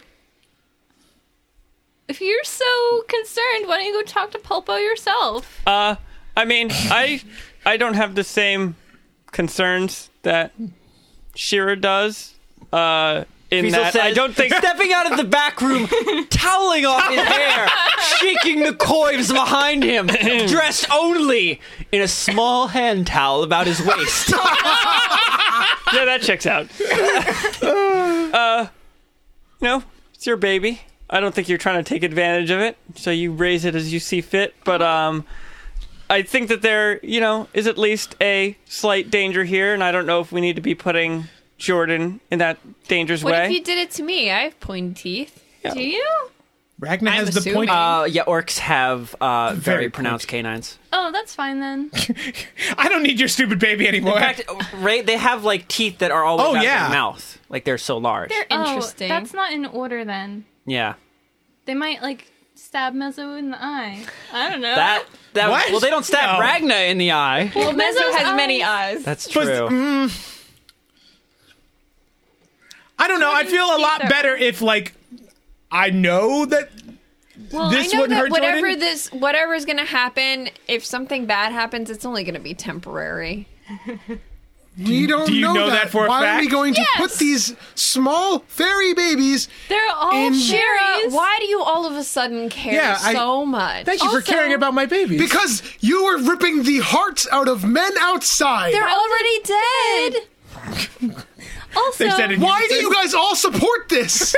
[SPEAKER 3] if you're so concerned, why don't you go talk to Pulpo yourself?
[SPEAKER 5] Uh, I mean, I I don't have the same concerns that Shira does. Uh, in
[SPEAKER 1] Fiesel
[SPEAKER 5] that I
[SPEAKER 1] says,
[SPEAKER 5] don't think
[SPEAKER 1] stepping out of the back room, toweling off his hair, shaking the coils behind him, dressed only in a small hand towel about his waist.
[SPEAKER 5] yeah that checks out. uh, no, it's your baby. I don't think you're trying to take advantage of it, so you raise it as you see fit. But um, I think that there, you know, is at least a slight danger here, and I don't know if we need to be putting Jordan in that dangerous
[SPEAKER 4] What
[SPEAKER 5] way.
[SPEAKER 4] if you did it to me? I have pointy teeth.
[SPEAKER 3] Do you?
[SPEAKER 6] Ragnar has the
[SPEAKER 4] assuming.
[SPEAKER 6] point.
[SPEAKER 1] Uh, yeah, orcs have uh, very,
[SPEAKER 6] Very
[SPEAKER 1] pronounced canines.
[SPEAKER 3] Oh, that's fine then.
[SPEAKER 6] I don't need your stupid baby anymore.
[SPEAKER 1] In fact, right? They have like teeth that are all
[SPEAKER 6] Oh,
[SPEAKER 1] over
[SPEAKER 6] yeah.
[SPEAKER 1] their mouth. Like they're so large.
[SPEAKER 4] Interesting.
[SPEAKER 3] Oh, that's not in order then.
[SPEAKER 1] yeah.
[SPEAKER 3] They might like stab Mezzo in the eye. I don't know.
[SPEAKER 1] That that
[SPEAKER 6] What?
[SPEAKER 1] well, they don't stab
[SPEAKER 6] No.
[SPEAKER 1] Ragna in the eye.
[SPEAKER 4] well, Mezzo
[SPEAKER 3] Mezzo's
[SPEAKER 4] has many eyes.
[SPEAKER 1] That's
[SPEAKER 6] But-
[SPEAKER 1] true.
[SPEAKER 6] I don't know. I'd feel a lot
[SPEAKER 3] Either.
[SPEAKER 6] better if like I know that
[SPEAKER 4] well,
[SPEAKER 6] this
[SPEAKER 4] I know
[SPEAKER 6] wouldn't
[SPEAKER 4] that
[SPEAKER 6] hurt
[SPEAKER 4] whatever
[SPEAKER 6] Jordan?
[SPEAKER 4] this whatever is going to happen, if something bad happens, it's only going to be temporary.
[SPEAKER 2] We don't
[SPEAKER 6] do you know that for a
[SPEAKER 2] Why are we
[SPEAKER 6] fact?
[SPEAKER 2] going to put
[SPEAKER 4] Yes.
[SPEAKER 2] these small fairy babies?
[SPEAKER 3] They're all
[SPEAKER 2] In-
[SPEAKER 4] Shara,
[SPEAKER 3] cherries.
[SPEAKER 4] why do you all of a sudden care
[SPEAKER 6] Yeah, I-
[SPEAKER 4] so much?
[SPEAKER 6] Thank you for
[SPEAKER 3] Also-
[SPEAKER 6] caring about my baby.
[SPEAKER 2] Because you were ripping the hearts out of men outside.
[SPEAKER 4] They're already dead.
[SPEAKER 3] Also,
[SPEAKER 6] They said it-
[SPEAKER 2] Why do you guys all support this?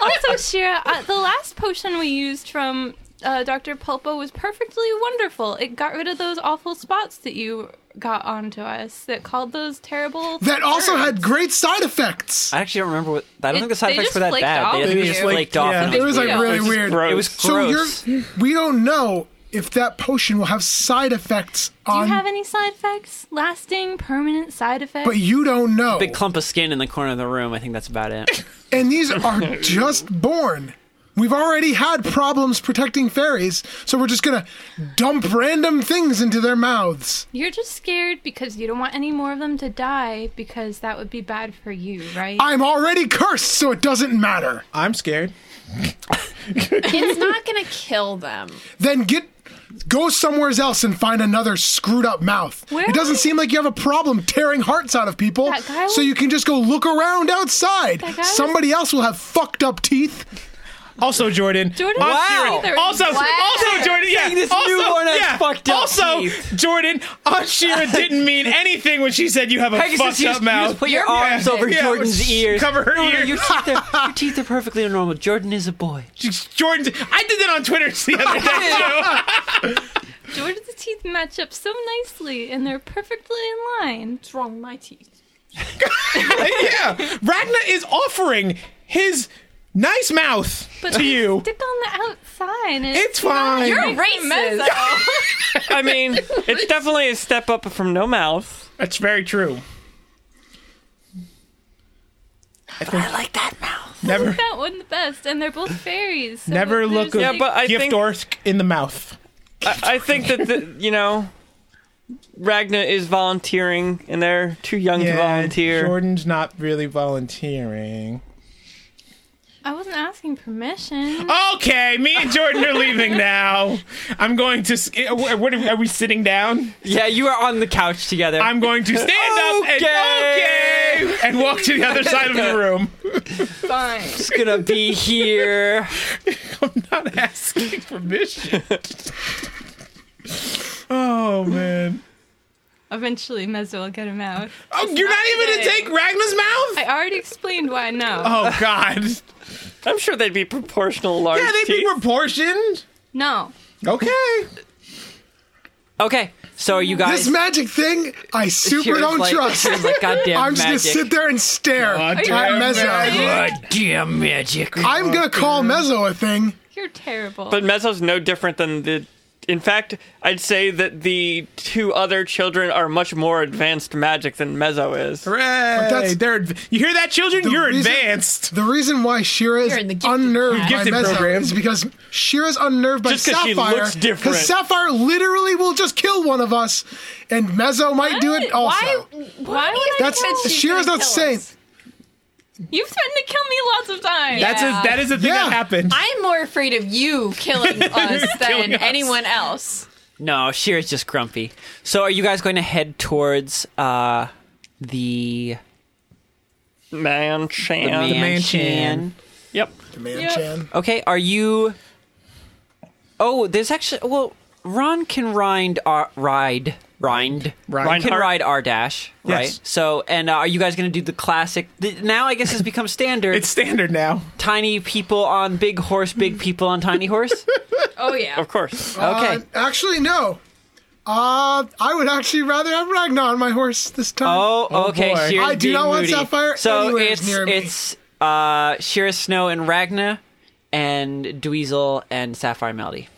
[SPEAKER 3] also, Shira, uh, the last potion we used from uh, Dr. Pulpo was perfectly wonderful. It got rid of those awful spots that you got onto us that called those terrible.
[SPEAKER 2] that also
[SPEAKER 3] birds.
[SPEAKER 2] had great side effects.
[SPEAKER 1] I actually don't remember what. I don't
[SPEAKER 3] It-
[SPEAKER 1] think the side
[SPEAKER 3] they
[SPEAKER 1] effects
[SPEAKER 3] just
[SPEAKER 1] were that
[SPEAKER 3] flaked
[SPEAKER 1] bad.
[SPEAKER 3] off.
[SPEAKER 1] They, I think
[SPEAKER 3] They
[SPEAKER 1] they just
[SPEAKER 3] just-
[SPEAKER 1] flaked off.
[SPEAKER 6] yeah.
[SPEAKER 1] And
[SPEAKER 2] It was like
[SPEAKER 1] weird.
[SPEAKER 2] really
[SPEAKER 5] It's
[SPEAKER 2] weird.
[SPEAKER 5] gross.
[SPEAKER 1] It was gross.
[SPEAKER 2] So you're we don't know if that potion will have side effects
[SPEAKER 3] Do you
[SPEAKER 2] on
[SPEAKER 3] have any side effects? Lasting, permanent side effects?
[SPEAKER 2] but you don't know.
[SPEAKER 1] Big clump of skin in the corner of the room. I think that's about it.
[SPEAKER 2] And these are just born. We've already had problems protecting fairies, so we're just gonna dump random things into their mouths.
[SPEAKER 3] You're just scared because you don't want any more of them to die because that would be bad for you, right?
[SPEAKER 2] I'm already cursed, so it doesn't matter.
[SPEAKER 6] I'm scared.
[SPEAKER 4] It's not going to kill them.
[SPEAKER 2] Then get go somewhere else and find another screwed up mouth.
[SPEAKER 3] Where
[SPEAKER 2] it doesn't
[SPEAKER 3] are-
[SPEAKER 2] seem like you have a problem tearing hearts out of people,
[SPEAKER 3] That guy
[SPEAKER 2] so
[SPEAKER 3] was-
[SPEAKER 2] you can just go look around outside.
[SPEAKER 3] That guy was-
[SPEAKER 2] Somebody else will have fucked up teeth.
[SPEAKER 6] Also, Jordan.
[SPEAKER 3] Jordan,
[SPEAKER 6] I'm
[SPEAKER 1] Wow.
[SPEAKER 6] serious.
[SPEAKER 3] either.
[SPEAKER 6] Also, also, Jordan. Yeah.
[SPEAKER 1] Saying this
[SPEAKER 6] also,
[SPEAKER 1] newborn has
[SPEAKER 6] yeah.
[SPEAKER 1] fucked up
[SPEAKER 6] Also,
[SPEAKER 1] teeth.
[SPEAKER 6] Jordan. Aunt Shira didn't mean anything when she said you have a
[SPEAKER 1] Pegasus,
[SPEAKER 6] fucked
[SPEAKER 1] you
[SPEAKER 6] up
[SPEAKER 1] just,
[SPEAKER 6] mouth.
[SPEAKER 1] You just put your
[SPEAKER 6] Yeah.
[SPEAKER 1] arms over
[SPEAKER 6] Yeah,
[SPEAKER 1] Jordan's
[SPEAKER 6] sh-
[SPEAKER 1] ears.
[SPEAKER 6] Cover her
[SPEAKER 1] no,
[SPEAKER 6] ears.
[SPEAKER 1] No, your, teeth are, your teeth are perfectly normal. Jordan is a boy.
[SPEAKER 6] Jordan's. I did that on Twitter the other day too.
[SPEAKER 3] Jordan's teeth match up so nicely and they're perfectly in line.
[SPEAKER 4] What's wrong with my teeth?
[SPEAKER 6] yeah, Ragna is offering his nice mouth to you.
[SPEAKER 3] Stick on the outside. and
[SPEAKER 6] It's fine.
[SPEAKER 4] You're
[SPEAKER 3] You're
[SPEAKER 4] racist.
[SPEAKER 5] I mean, it's definitely a step up from no mouth.
[SPEAKER 6] That's very true.
[SPEAKER 1] I like that mouth.
[SPEAKER 6] Never,
[SPEAKER 3] that one the best, and they're both fairies. so
[SPEAKER 6] never
[SPEAKER 3] there's,
[SPEAKER 6] look a
[SPEAKER 5] Yeah,
[SPEAKER 3] like-
[SPEAKER 5] but I
[SPEAKER 6] gift
[SPEAKER 5] think-
[SPEAKER 6] or in the mouth.
[SPEAKER 5] I, I think that the, you know, Ragna is volunteering, and they're too young to volunteer.
[SPEAKER 6] Jordan's not really volunteering.
[SPEAKER 3] I wasn't asking permission.
[SPEAKER 6] Okay, me and Jordan are leaving now. I'm going to. sk- uh, wh- What are, are we sitting down?
[SPEAKER 1] Yeah, you are on the couch together.
[SPEAKER 6] I'm going to stand up and
[SPEAKER 1] Okay.
[SPEAKER 6] okay, and walk to the other side of the room.
[SPEAKER 4] Fine.
[SPEAKER 1] just gonna be here.
[SPEAKER 6] I'm not asking permission. oh man!
[SPEAKER 3] Eventually, Mezzo will get him out.
[SPEAKER 6] Oh, you're not even gonna take Ragnar's mouth?
[SPEAKER 3] I already explained why no.
[SPEAKER 6] Oh God!
[SPEAKER 5] I'm sure they'd be proportional large
[SPEAKER 6] Yeah, they'd
[SPEAKER 5] teeth.
[SPEAKER 6] be proportioned.
[SPEAKER 3] no.
[SPEAKER 6] Okay.
[SPEAKER 1] Okay, so are you guys?
[SPEAKER 2] This magic thing, I super
[SPEAKER 1] Shira's
[SPEAKER 2] don't
[SPEAKER 1] like-
[SPEAKER 2] trust.
[SPEAKER 1] Shira's like, goddamn
[SPEAKER 2] I'm
[SPEAKER 1] magic.
[SPEAKER 2] just gonna sit there and stare at
[SPEAKER 6] damn
[SPEAKER 2] Mezzo.
[SPEAKER 1] Goddamn magic.
[SPEAKER 2] I'm gonna call Mezzo a thing.
[SPEAKER 3] You're terrible.
[SPEAKER 5] But Mezzo's no different than the. In fact, I'd say that the two other children are much more advanced magic than Mezzo is.
[SPEAKER 6] Hooray!
[SPEAKER 2] that's-
[SPEAKER 6] They're adv- you hear that, children? You're
[SPEAKER 2] reason-
[SPEAKER 6] advanced.
[SPEAKER 2] The reason why Shira is
[SPEAKER 4] You're in the gifted
[SPEAKER 2] unnerved by
[SPEAKER 6] Gifted
[SPEAKER 2] Mezzo
[SPEAKER 6] program.
[SPEAKER 2] is because Shira's unnerved by
[SPEAKER 5] Just 'cause she
[SPEAKER 2] Sapphire.
[SPEAKER 5] looks different.
[SPEAKER 2] Sapphire literally will just kill one of us, and Mezzo might do it also.
[SPEAKER 4] Why? Why would
[SPEAKER 2] That's
[SPEAKER 4] I think
[SPEAKER 2] Shira's
[SPEAKER 4] gonna
[SPEAKER 2] not
[SPEAKER 4] kill
[SPEAKER 2] saying.
[SPEAKER 4] us?
[SPEAKER 3] You've threatened to kill me lots of times.
[SPEAKER 6] That's
[SPEAKER 4] Yeah.
[SPEAKER 6] a that is a thing
[SPEAKER 2] Yeah.
[SPEAKER 6] that happened.
[SPEAKER 4] I'm more afraid of you killing us than
[SPEAKER 6] Killing us.
[SPEAKER 4] anyone else.
[SPEAKER 1] No, Shira's just grumpy. So are you guys going to head towards uh the
[SPEAKER 5] Man, Chan.
[SPEAKER 1] mansion?
[SPEAKER 6] mansion.
[SPEAKER 5] Yep.
[SPEAKER 2] Man,
[SPEAKER 3] Yep.
[SPEAKER 2] Chan.
[SPEAKER 1] Okay, are you? Oh, there's actually well, Ron can rind R- ride rind
[SPEAKER 6] Rind.
[SPEAKER 1] can
[SPEAKER 5] Reinhardt.
[SPEAKER 1] ride R dash right.
[SPEAKER 6] Yes.
[SPEAKER 1] So and uh, are you guys going to do the classic? Th- now I guess it's become standard.
[SPEAKER 6] It's standard now.
[SPEAKER 1] tiny people on big horse, big people on tiny horse.
[SPEAKER 4] Oh yeah.
[SPEAKER 5] Of course.
[SPEAKER 1] Okay,
[SPEAKER 2] Uh, actually, no. Uh, I would actually rather have Ragnar on my horse this time.
[SPEAKER 1] Oh, okay.
[SPEAKER 6] boy.
[SPEAKER 1] Shear's
[SPEAKER 2] I do not
[SPEAKER 1] being
[SPEAKER 2] want
[SPEAKER 1] moody.
[SPEAKER 2] Sapphire
[SPEAKER 1] So
[SPEAKER 2] anywhere
[SPEAKER 1] it's
[SPEAKER 2] near me.
[SPEAKER 1] it's uh, Sheer Snow and Ragna, and Dweezil and Sapphire Melody.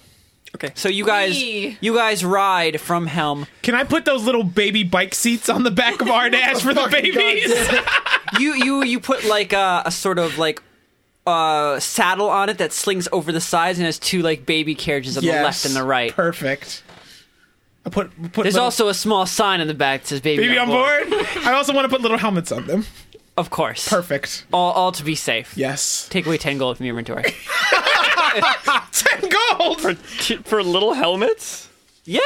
[SPEAKER 5] Okay.
[SPEAKER 1] So you guys
[SPEAKER 4] Whee!
[SPEAKER 1] you guys ride from Helm.
[SPEAKER 6] Can I put those little baby bike seats on the back of our dash for the
[SPEAKER 2] Fucking
[SPEAKER 6] babies?
[SPEAKER 1] You you you put like a, a sort of like uh saddle on it that slings over the sides and has two like baby carriages on the left and the right.
[SPEAKER 6] Perfect. I put, put
[SPEAKER 1] There's
[SPEAKER 6] little-
[SPEAKER 1] also a small sign in the back that says "Baby,
[SPEAKER 6] baby on board. I also want to put little helmets on them.
[SPEAKER 1] Of course,
[SPEAKER 6] Perfect.
[SPEAKER 1] All, all to be safe.
[SPEAKER 6] Yes.
[SPEAKER 1] Take away ten gold from your inventory.
[SPEAKER 6] Ten gold.
[SPEAKER 5] T- For little helmets?
[SPEAKER 1] yeah,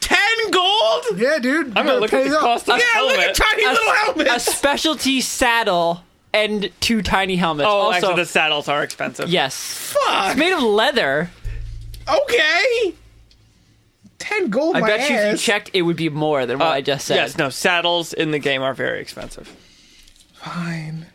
[SPEAKER 6] Ten gold.
[SPEAKER 2] yeah, dude.
[SPEAKER 5] I'm gonna
[SPEAKER 2] better
[SPEAKER 5] look at
[SPEAKER 2] pay
[SPEAKER 5] the
[SPEAKER 2] up.
[SPEAKER 5] cost of
[SPEAKER 6] Yeah,
[SPEAKER 5] the helmet.
[SPEAKER 6] look at tiny little
[SPEAKER 1] a
[SPEAKER 6] helmets.
[SPEAKER 1] specialty saddle and two tiny helmets.
[SPEAKER 5] oh,
[SPEAKER 1] also,
[SPEAKER 5] actually, the saddles are expensive.
[SPEAKER 1] yes,
[SPEAKER 6] Fuck.
[SPEAKER 1] made of leather.
[SPEAKER 6] Okay. Ten gold.
[SPEAKER 1] I
[SPEAKER 6] my
[SPEAKER 1] bet you if you
[SPEAKER 6] ass.
[SPEAKER 1] checked, it would be more than what
[SPEAKER 5] Uh,
[SPEAKER 1] I just said.
[SPEAKER 5] Yes, no, saddles in the game are very expensive.
[SPEAKER 6] Fine.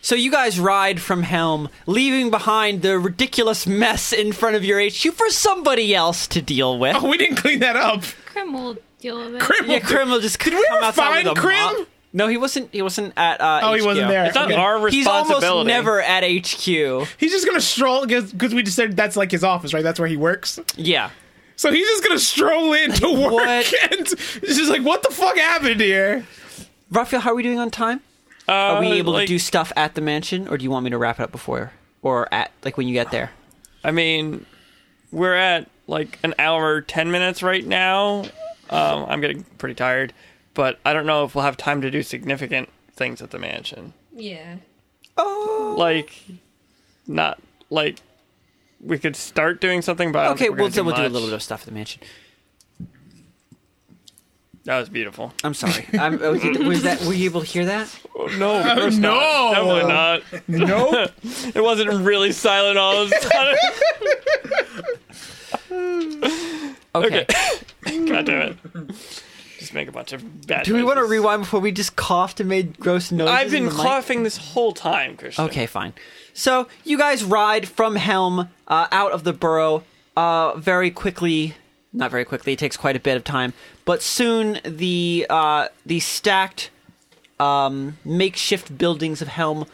[SPEAKER 1] So you guys ride from Helm, leaving behind the ridiculous mess in front of your HQ for somebody else to deal with.
[SPEAKER 6] Oh, we didn't clean that up.
[SPEAKER 3] Krim will deal with it.
[SPEAKER 6] Crib.
[SPEAKER 1] yeah, Krim will just did we
[SPEAKER 6] ever
[SPEAKER 1] come outside
[SPEAKER 6] find
[SPEAKER 1] with a mop.
[SPEAKER 6] Krim?
[SPEAKER 1] No, he wasn't. He wasn't at. Uh,
[SPEAKER 6] Oh, he wasn't
[SPEAKER 1] HQ.
[SPEAKER 6] there.
[SPEAKER 5] It's not
[SPEAKER 6] Okay.
[SPEAKER 5] our
[SPEAKER 1] He's
[SPEAKER 5] responsibility.
[SPEAKER 1] almost never at HQ.
[SPEAKER 6] He's just gonna stroll because we just said that's like his office, right? That's where he works.
[SPEAKER 1] Yeah.
[SPEAKER 6] So he's just gonna stroll in to work,
[SPEAKER 1] What?
[SPEAKER 6] and it's just like, what the fuck happened here?
[SPEAKER 1] Raphael, how are we doing on time?
[SPEAKER 5] Uh,
[SPEAKER 1] Are we able to
[SPEAKER 5] like-
[SPEAKER 1] do stuff at the mansion, or do you want me to wrap it up before, or at like when you get there?
[SPEAKER 5] I mean, we're at like an hour ten minutes right now. Um, I'm getting pretty tired, but I don't know if we'll have time to do significant things at the mansion.
[SPEAKER 4] Yeah.
[SPEAKER 5] Like, not like we could start doing something, but I don't
[SPEAKER 1] Okay,
[SPEAKER 5] think we're
[SPEAKER 1] we'll
[SPEAKER 5] gonna
[SPEAKER 1] we'll do a
[SPEAKER 5] much.
[SPEAKER 1] little bit of stuff at the mansion.
[SPEAKER 5] That was beautiful.
[SPEAKER 1] I'm sorry. I'm, oh, did- was that were you able to hear that?
[SPEAKER 5] No, of course
[SPEAKER 6] no.
[SPEAKER 5] not. Uh, definitely not.
[SPEAKER 6] Nope.
[SPEAKER 5] It wasn't really silent all of a sudden.
[SPEAKER 1] Okay.
[SPEAKER 5] God damn it! Just make a bunch of bad.
[SPEAKER 1] Do we want to
[SPEAKER 5] noises.
[SPEAKER 1] rewind before we just coughed and made gross noises?
[SPEAKER 5] I've
[SPEAKER 1] in
[SPEAKER 5] been
[SPEAKER 1] the mic?
[SPEAKER 5] coughing this whole time, Christian.
[SPEAKER 1] Okay, fine. So you guys ride from Helm uh, out of the burrow uh, very quickly. Not very quickly. It takes quite a bit of time, but soon the uh, the stacked um, makeshift buildings of Helm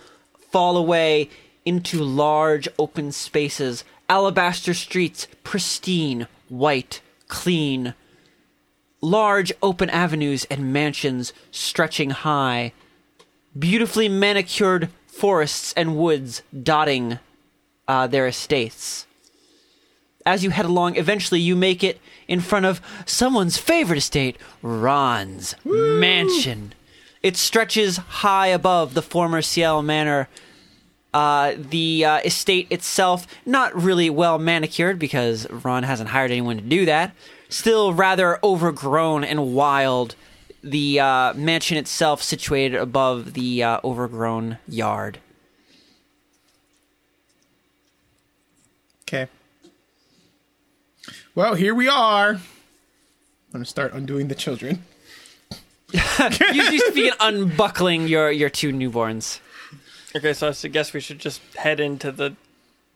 [SPEAKER 1] fall away into large open spaces, alabaster streets, pristine, white, clean, large open avenues and mansions stretching high beautifully manicured forests and woods dotting uh, their estates. As you head along, eventually you make it in front of someone's favorite estate, Ron's mansion. It stretches high above the former Ciel Manor. Uh, the uh, estate itself, not really well manicured because Ron hasn't hired anyone to do that, still rather overgrown and wild. The uh, mansion itself, situated above the uh, overgrown yard.
[SPEAKER 6] Okay. Well, here we are. I'm gonna start undoing the children.
[SPEAKER 1] You just begin unbuckling your, your two newborns.
[SPEAKER 5] Okay, so I suggest we should just head into the.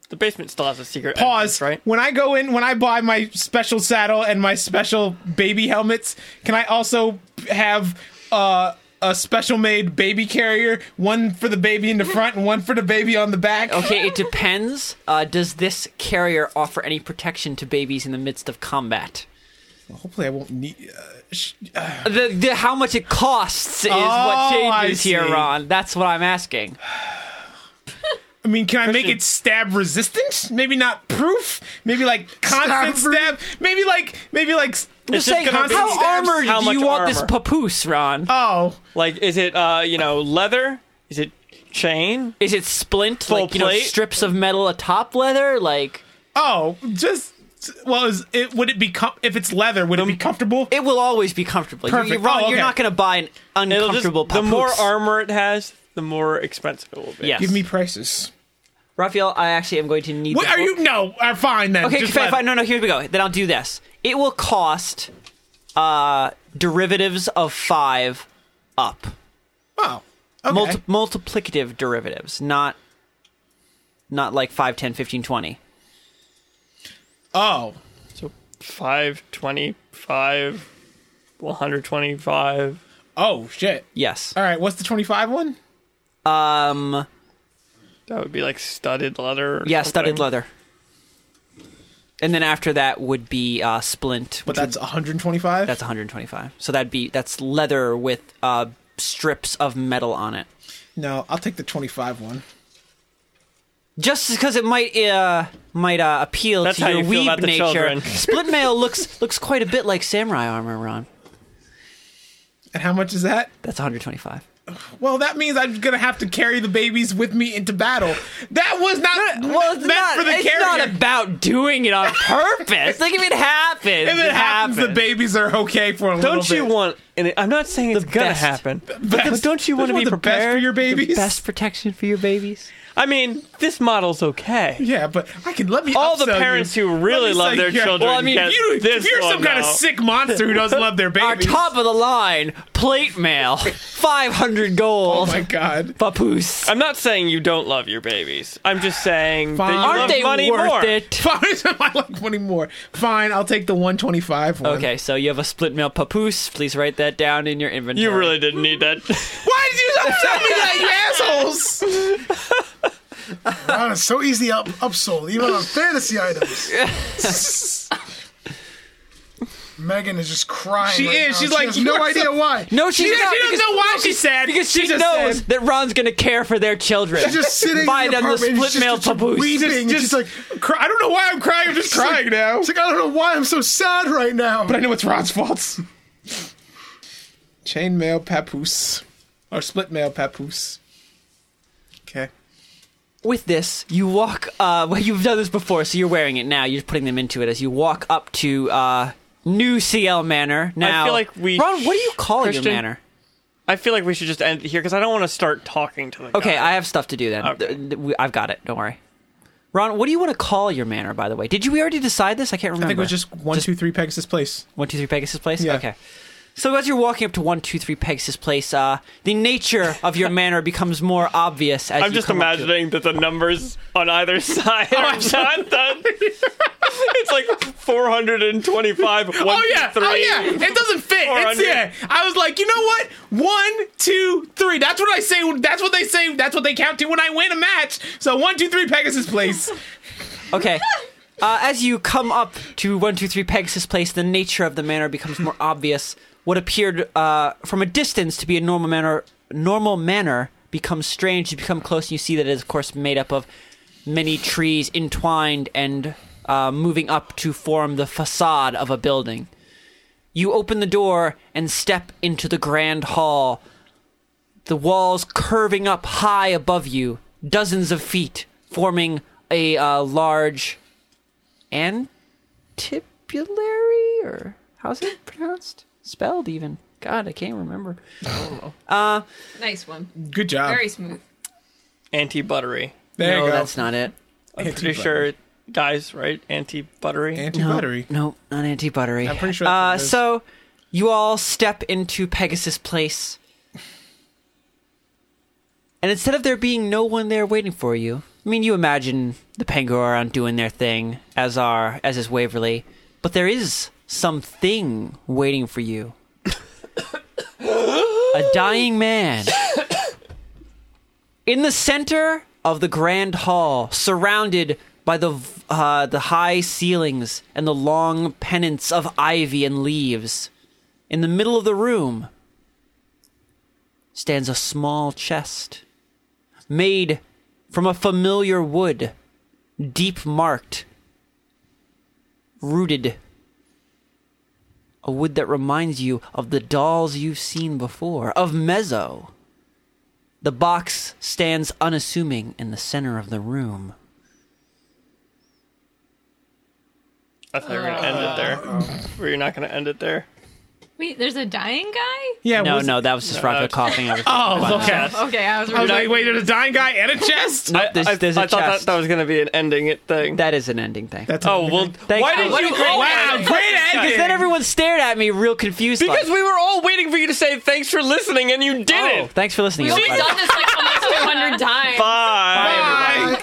[SPEAKER 5] The basement still has a secret.
[SPEAKER 6] Pause.
[SPEAKER 5] entrance, right?
[SPEAKER 6] When I go in, when I buy my special saddle and my special baby helmets, can I also have uh, a special made baby carrier? One for the baby in the front and one for the baby on the back.
[SPEAKER 1] Okay, it depends. Uh, does this carrier offer any protection to babies in the midst of combat?
[SPEAKER 6] Hopefully, I won't need. Uh, sh-
[SPEAKER 1] The, the how much it costs is what
[SPEAKER 6] Oh, I
[SPEAKER 1] changes here,
[SPEAKER 6] see.
[SPEAKER 1] Ron. That's what I'm asking.
[SPEAKER 6] I mean, can I make it stab resistant? Maybe not proof. Maybe like constant
[SPEAKER 2] Stab
[SPEAKER 6] stab. Maybe like maybe like.
[SPEAKER 1] Just
[SPEAKER 5] just
[SPEAKER 1] saying,
[SPEAKER 5] gonna be
[SPEAKER 1] how
[SPEAKER 5] stabs.
[SPEAKER 1] armored
[SPEAKER 5] How
[SPEAKER 1] do you
[SPEAKER 5] much
[SPEAKER 1] want this
[SPEAKER 5] armor? Uh,
[SPEAKER 1] papoose, Ron?
[SPEAKER 6] Oh,
[SPEAKER 5] Like, is it uh, you know, leather? Is it chain?
[SPEAKER 1] Is it splint,
[SPEAKER 5] Full
[SPEAKER 1] like you know,
[SPEAKER 5] plate?
[SPEAKER 1] strips of metal atop leather? Like
[SPEAKER 6] oh, just well. Is it would it be com- if it's leather? Would it be comfortable?
[SPEAKER 1] it will always be comfortable. You- You're
[SPEAKER 6] Perfect.
[SPEAKER 1] wrong.
[SPEAKER 6] Oh,
[SPEAKER 1] You're
[SPEAKER 6] okay.
[SPEAKER 1] not going to buy an
[SPEAKER 5] It'll
[SPEAKER 1] uncomfortable
[SPEAKER 5] just, the more
[SPEAKER 1] papoose.
[SPEAKER 5] armor it has, the more expensive it will be.
[SPEAKER 1] Yes.
[SPEAKER 6] Give me prices.
[SPEAKER 1] Raphael, I actually am going to need.
[SPEAKER 6] What
[SPEAKER 1] the
[SPEAKER 6] are
[SPEAKER 1] book.
[SPEAKER 6] you? No, are fine then.
[SPEAKER 1] Okay,
[SPEAKER 6] Just
[SPEAKER 1] fine,
[SPEAKER 6] let-
[SPEAKER 1] fine. No, no. Here we go. Then I'll do this. It will cost uh, derivatives of five up.
[SPEAKER 6] Oh, okay.
[SPEAKER 1] Multi- multiplicative derivatives, not not like 5, 10, 15, 20.
[SPEAKER 6] oh,
[SPEAKER 5] So 5, 25, 125.
[SPEAKER 6] Oh shit!
[SPEAKER 1] Yes.
[SPEAKER 6] All right, what's the twenty-five one?
[SPEAKER 1] Um.
[SPEAKER 5] That would be like studded leather. Or
[SPEAKER 1] Yeah,
[SPEAKER 5] something.
[SPEAKER 1] studded leather. And then after that would be uh, splint.
[SPEAKER 6] But
[SPEAKER 1] Which
[SPEAKER 6] that's one hundred twenty-five.
[SPEAKER 1] that's 125. So that'd be that's leather with uh, strips of metal on it.
[SPEAKER 6] no. I'll take the twenty-five one.
[SPEAKER 1] Just because it might uh, might uh, appeal
[SPEAKER 5] That's
[SPEAKER 1] to
[SPEAKER 5] how
[SPEAKER 1] your
[SPEAKER 5] you feel
[SPEAKER 1] weeb
[SPEAKER 5] about the
[SPEAKER 1] nature.
[SPEAKER 5] children.
[SPEAKER 1] Split mail looks looks quite a bit like samurai armor, Ron.
[SPEAKER 6] And how much is that?
[SPEAKER 1] That's 125.
[SPEAKER 6] Well, that means I'm gonna have to carry the babies with me into battle. That was not
[SPEAKER 1] Well, it's
[SPEAKER 6] meant
[SPEAKER 1] not,
[SPEAKER 6] for the
[SPEAKER 1] it's
[SPEAKER 6] carrier.
[SPEAKER 1] not about doing it on purpose. like if it happens,
[SPEAKER 6] if it happens, the babies are okay for a little
[SPEAKER 5] Don't
[SPEAKER 6] bit.
[SPEAKER 5] you want? And I'm not saying it's gonna
[SPEAKER 1] best.
[SPEAKER 5] happen,
[SPEAKER 6] Best-
[SPEAKER 5] but don't you want to
[SPEAKER 6] want
[SPEAKER 5] be
[SPEAKER 6] the best
[SPEAKER 5] prepared
[SPEAKER 6] for your babies?
[SPEAKER 1] best protection for your babies.
[SPEAKER 5] I mean, this model's okay.
[SPEAKER 6] Yeah, but I can let me.
[SPEAKER 5] All the
[SPEAKER 6] upsell
[SPEAKER 5] parents
[SPEAKER 6] you.
[SPEAKER 5] who
[SPEAKER 6] Let
[SPEAKER 5] really
[SPEAKER 6] me
[SPEAKER 5] love
[SPEAKER 6] sell
[SPEAKER 5] their
[SPEAKER 6] you-
[SPEAKER 5] children
[SPEAKER 6] Well, I mean,
[SPEAKER 5] get
[SPEAKER 6] if you, if
[SPEAKER 5] this
[SPEAKER 6] you're some
[SPEAKER 5] one
[SPEAKER 6] kind of
[SPEAKER 5] out.
[SPEAKER 6] sick monster who doesn't love their
[SPEAKER 1] Our
[SPEAKER 6] babies.
[SPEAKER 1] top of the line plate mail, 500 gold.
[SPEAKER 6] oh my god.
[SPEAKER 1] Papoose.
[SPEAKER 5] I'm not saying you don't love your babies. I'm just saying that
[SPEAKER 6] Fine.
[SPEAKER 5] you
[SPEAKER 6] Aren't
[SPEAKER 5] love
[SPEAKER 1] Aren't they
[SPEAKER 5] money
[SPEAKER 1] worth
[SPEAKER 5] more.
[SPEAKER 1] it?
[SPEAKER 6] Fine, I like one more. Fine, I'll take the 125 one.
[SPEAKER 1] Okay, so you have a split mail papoose. Please write that down in your inventory.
[SPEAKER 5] You really didn't need that.
[SPEAKER 6] Why did you upsell me that, you assholes?
[SPEAKER 2] God, it's so easy up upsold, even on fantasy items. Megan is just crying.
[SPEAKER 6] She
[SPEAKER 2] right
[SPEAKER 6] is.
[SPEAKER 2] now.
[SPEAKER 6] She's
[SPEAKER 2] She
[SPEAKER 6] like,
[SPEAKER 2] has
[SPEAKER 6] you
[SPEAKER 2] no
[SPEAKER 6] know,
[SPEAKER 2] idea why.
[SPEAKER 1] No, she's
[SPEAKER 6] She,
[SPEAKER 1] not.
[SPEAKER 6] she doesn't
[SPEAKER 1] because-
[SPEAKER 6] know why she's sad.
[SPEAKER 1] because she
[SPEAKER 6] just
[SPEAKER 1] knows
[SPEAKER 6] said-
[SPEAKER 1] that Ron's going to care for their children.
[SPEAKER 2] She's just sitting
[SPEAKER 1] Buy
[SPEAKER 2] in the
[SPEAKER 1] them the
[SPEAKER 2] apartment and
[SPEAKER 1] split
[SPEAKER 2] she's
[SPEAKER 1] mail
[SPEAKER 2] just
[SPEAKER 1] papoose.
[SPEAKER 2] weeping. and
[SPEAKER 6] just-
[SPEAKER 2] she's like,
[SPEAKER 6] cry. I don't know why I'm crying. I'm just crying now.
[SPEAKER 2] she's like, I don't know why I'm so sad right now.
[SPEAKER 6] But I know it's Ron's fault. Chainmail papoose. Or split mail papoose. Okay.
[SPEAKER 1] With this, you walk. Uh, well, you've done this before, so you're wearing it now. You're just putting them into it as you walk up to uh, New CL Manor. Now,
[SPEAKER 5] feel like we
[SPEAKER 1] Ron, what do you call
[SPEAKER 5] Christian?
[SPEAKER 1] your manor?
[SPEAKER 5] I feel like we should just end it here because I don't want to start talking to the
[SPEAKER 1] Okay,
[SPEAKER 5] guy.
[SPEAKER 1] I have stuff to do then.
[SPEAKER 5] Okay.
[SPEAKER 1] Th- th- we- I've got it. Don't worry. Ron, what do you want to call your manor, by the way? Did you we already decide this? I can't remember.
[SPEAKER 6] I think it was just one, two, three Pegasus Place.
[SPEAKER 1] One two three Pegasus Place.
[SPEAKER 6] Yeah.
[SPEAKER 1] Okay. So as you're walking up to one two three Pegasus Place, uh, the nature of your manor becomes more obvious. As
[SPEAKER 5] I'm
[SPEAKER 1] you
[SPEAKER 5] just
[SPEAKER 1] come up Oh, to it.
[SPEAKER 5] imagining that the numbers on either side are not that. it's like 425.
[SPEAKER 6] Oh yeah! Oh yeah! It doesn't fit. It's
[SPEAKER 5] 400.
[SPEAKER 6] yeah. I was like, you know what? One, two, three. That's what I say. That's what they say. That's what they count to when I win a match. So one, two, three, Pegasus Place.
[SPEAKER 1] Okay. Uh, as you come up to 123 Pegasus Place, the nature of the manor becomes more obvious. What appeared uh, from a distance to be a normal manor, normal manor becomes strange. You become close and you see that it is, of course, made up of many trees entwined and uh, moving up to form the facade of a building. You open the door and step into the grand hall, the walls curving up high above you, dozens of feet, forming a uh, large antipulary, or how's it pronounced? Spelled even. God, I can't remember.
[SPEAKER 4] Nice one.
[SPEAKER 6] Good job.
[SPEAKER 4] Very smooth.
[SPEAKER 5] Anti buttery.
[SPEAKER 6] there
[SPEAKER 1] no,
[SPEAKER 6] you go.
[SPEAKER 1] that's not it.
[SPEAKER 5] I'm pretty sure, guys, right? Anti buttery.
[SPEAKER 6] anti
[SPEAKER 1] No,
[SPEAKER 6] buttery.
[SPEAKER 1] No, not anti buttery.
[SPEAKER 6] I'm pretty sure that's what it
[SPEAKER 1] Uh,
[SPEAKER 6] is.
[SPEAKER 1] so you all step into Pegasus Place, and instead of there being no one there waiting for you, I mean, you imagine the Pangoran doing their thing, as are as is Waverly, but there is something waiting for you. A dying man. In the center of the grand hall, surrounded by the v- uh, the high ceilings and the long pennants of ivy and leaves, in the middle of the room stands a small chest made from a familiar wood, deep marked, rooted. A wood that reminds you of the dolls you've seen before, of Mezzo. The box stands unassuming in the center of the room.
[SPEAKER 5] I thought we were going to end it there.
[SPEAKER 1] Oh.
[SPEAKER 5] Were you not going to end it there?
[SPEAKER 3] Wait, there's a dying guy?
[SPEAKER 6] Yeah.
[SPEAKER 1] No,
[SPEAKER 6] was- Uh,
[SPEAKER 1] no, that was just Roger
[SPEAKER 5] okay.
[SPEAKER 1] coughing. I was-
[SPEAKER 6] Oh, okay.
[SPEAKER 3] Okay, I was
[SPEAKER 6] I was
[SPEAKER 3] really
[SPEAKER 6] like, wait, there's a dying guy and a chest.
[SPEAKER 1] Nope, there's,
[SPEAKER 5] I,
[SPEAKER 1] there's a
[SPEAKER 5] I thought that,
[SPEAKER 1] chest.
[SPEAKER 5] that was going to be an ending it thing.
[SPEAKER 1] that is an ending thing.
[SPEAKER 6] That's
[SPEAKER 5] oh, well,
[SPEAKER 1] Thank
[SPEAKER 5] why
[SPEAKER 1] you.
[SPEAKER 5] did
[SPEAKER 1] Why
[SPEAKER 5] you
[SPEAKER 1] do-
[SPEAKER 5] create
[SPEAKER 6] wow, great ending.
[SPEAKER 1] Because then everyone stared at me real confused. like,
[SPEAKER 5] Because we were all waiting for you to say thanks for listening, and you did
[SPEAKER 1] oh,
[SPEAKER 5] it.
[SPEAKER 1] thanks for listening.
[SPEAKER 4] We've
[SPEAKER 1] everybody.
[SPEAKER 6] Uh,
[SPEAKER 4] done this like almost 200 times.
[SPEAKER 5] Bye.
[SPEAKER 6] Bye.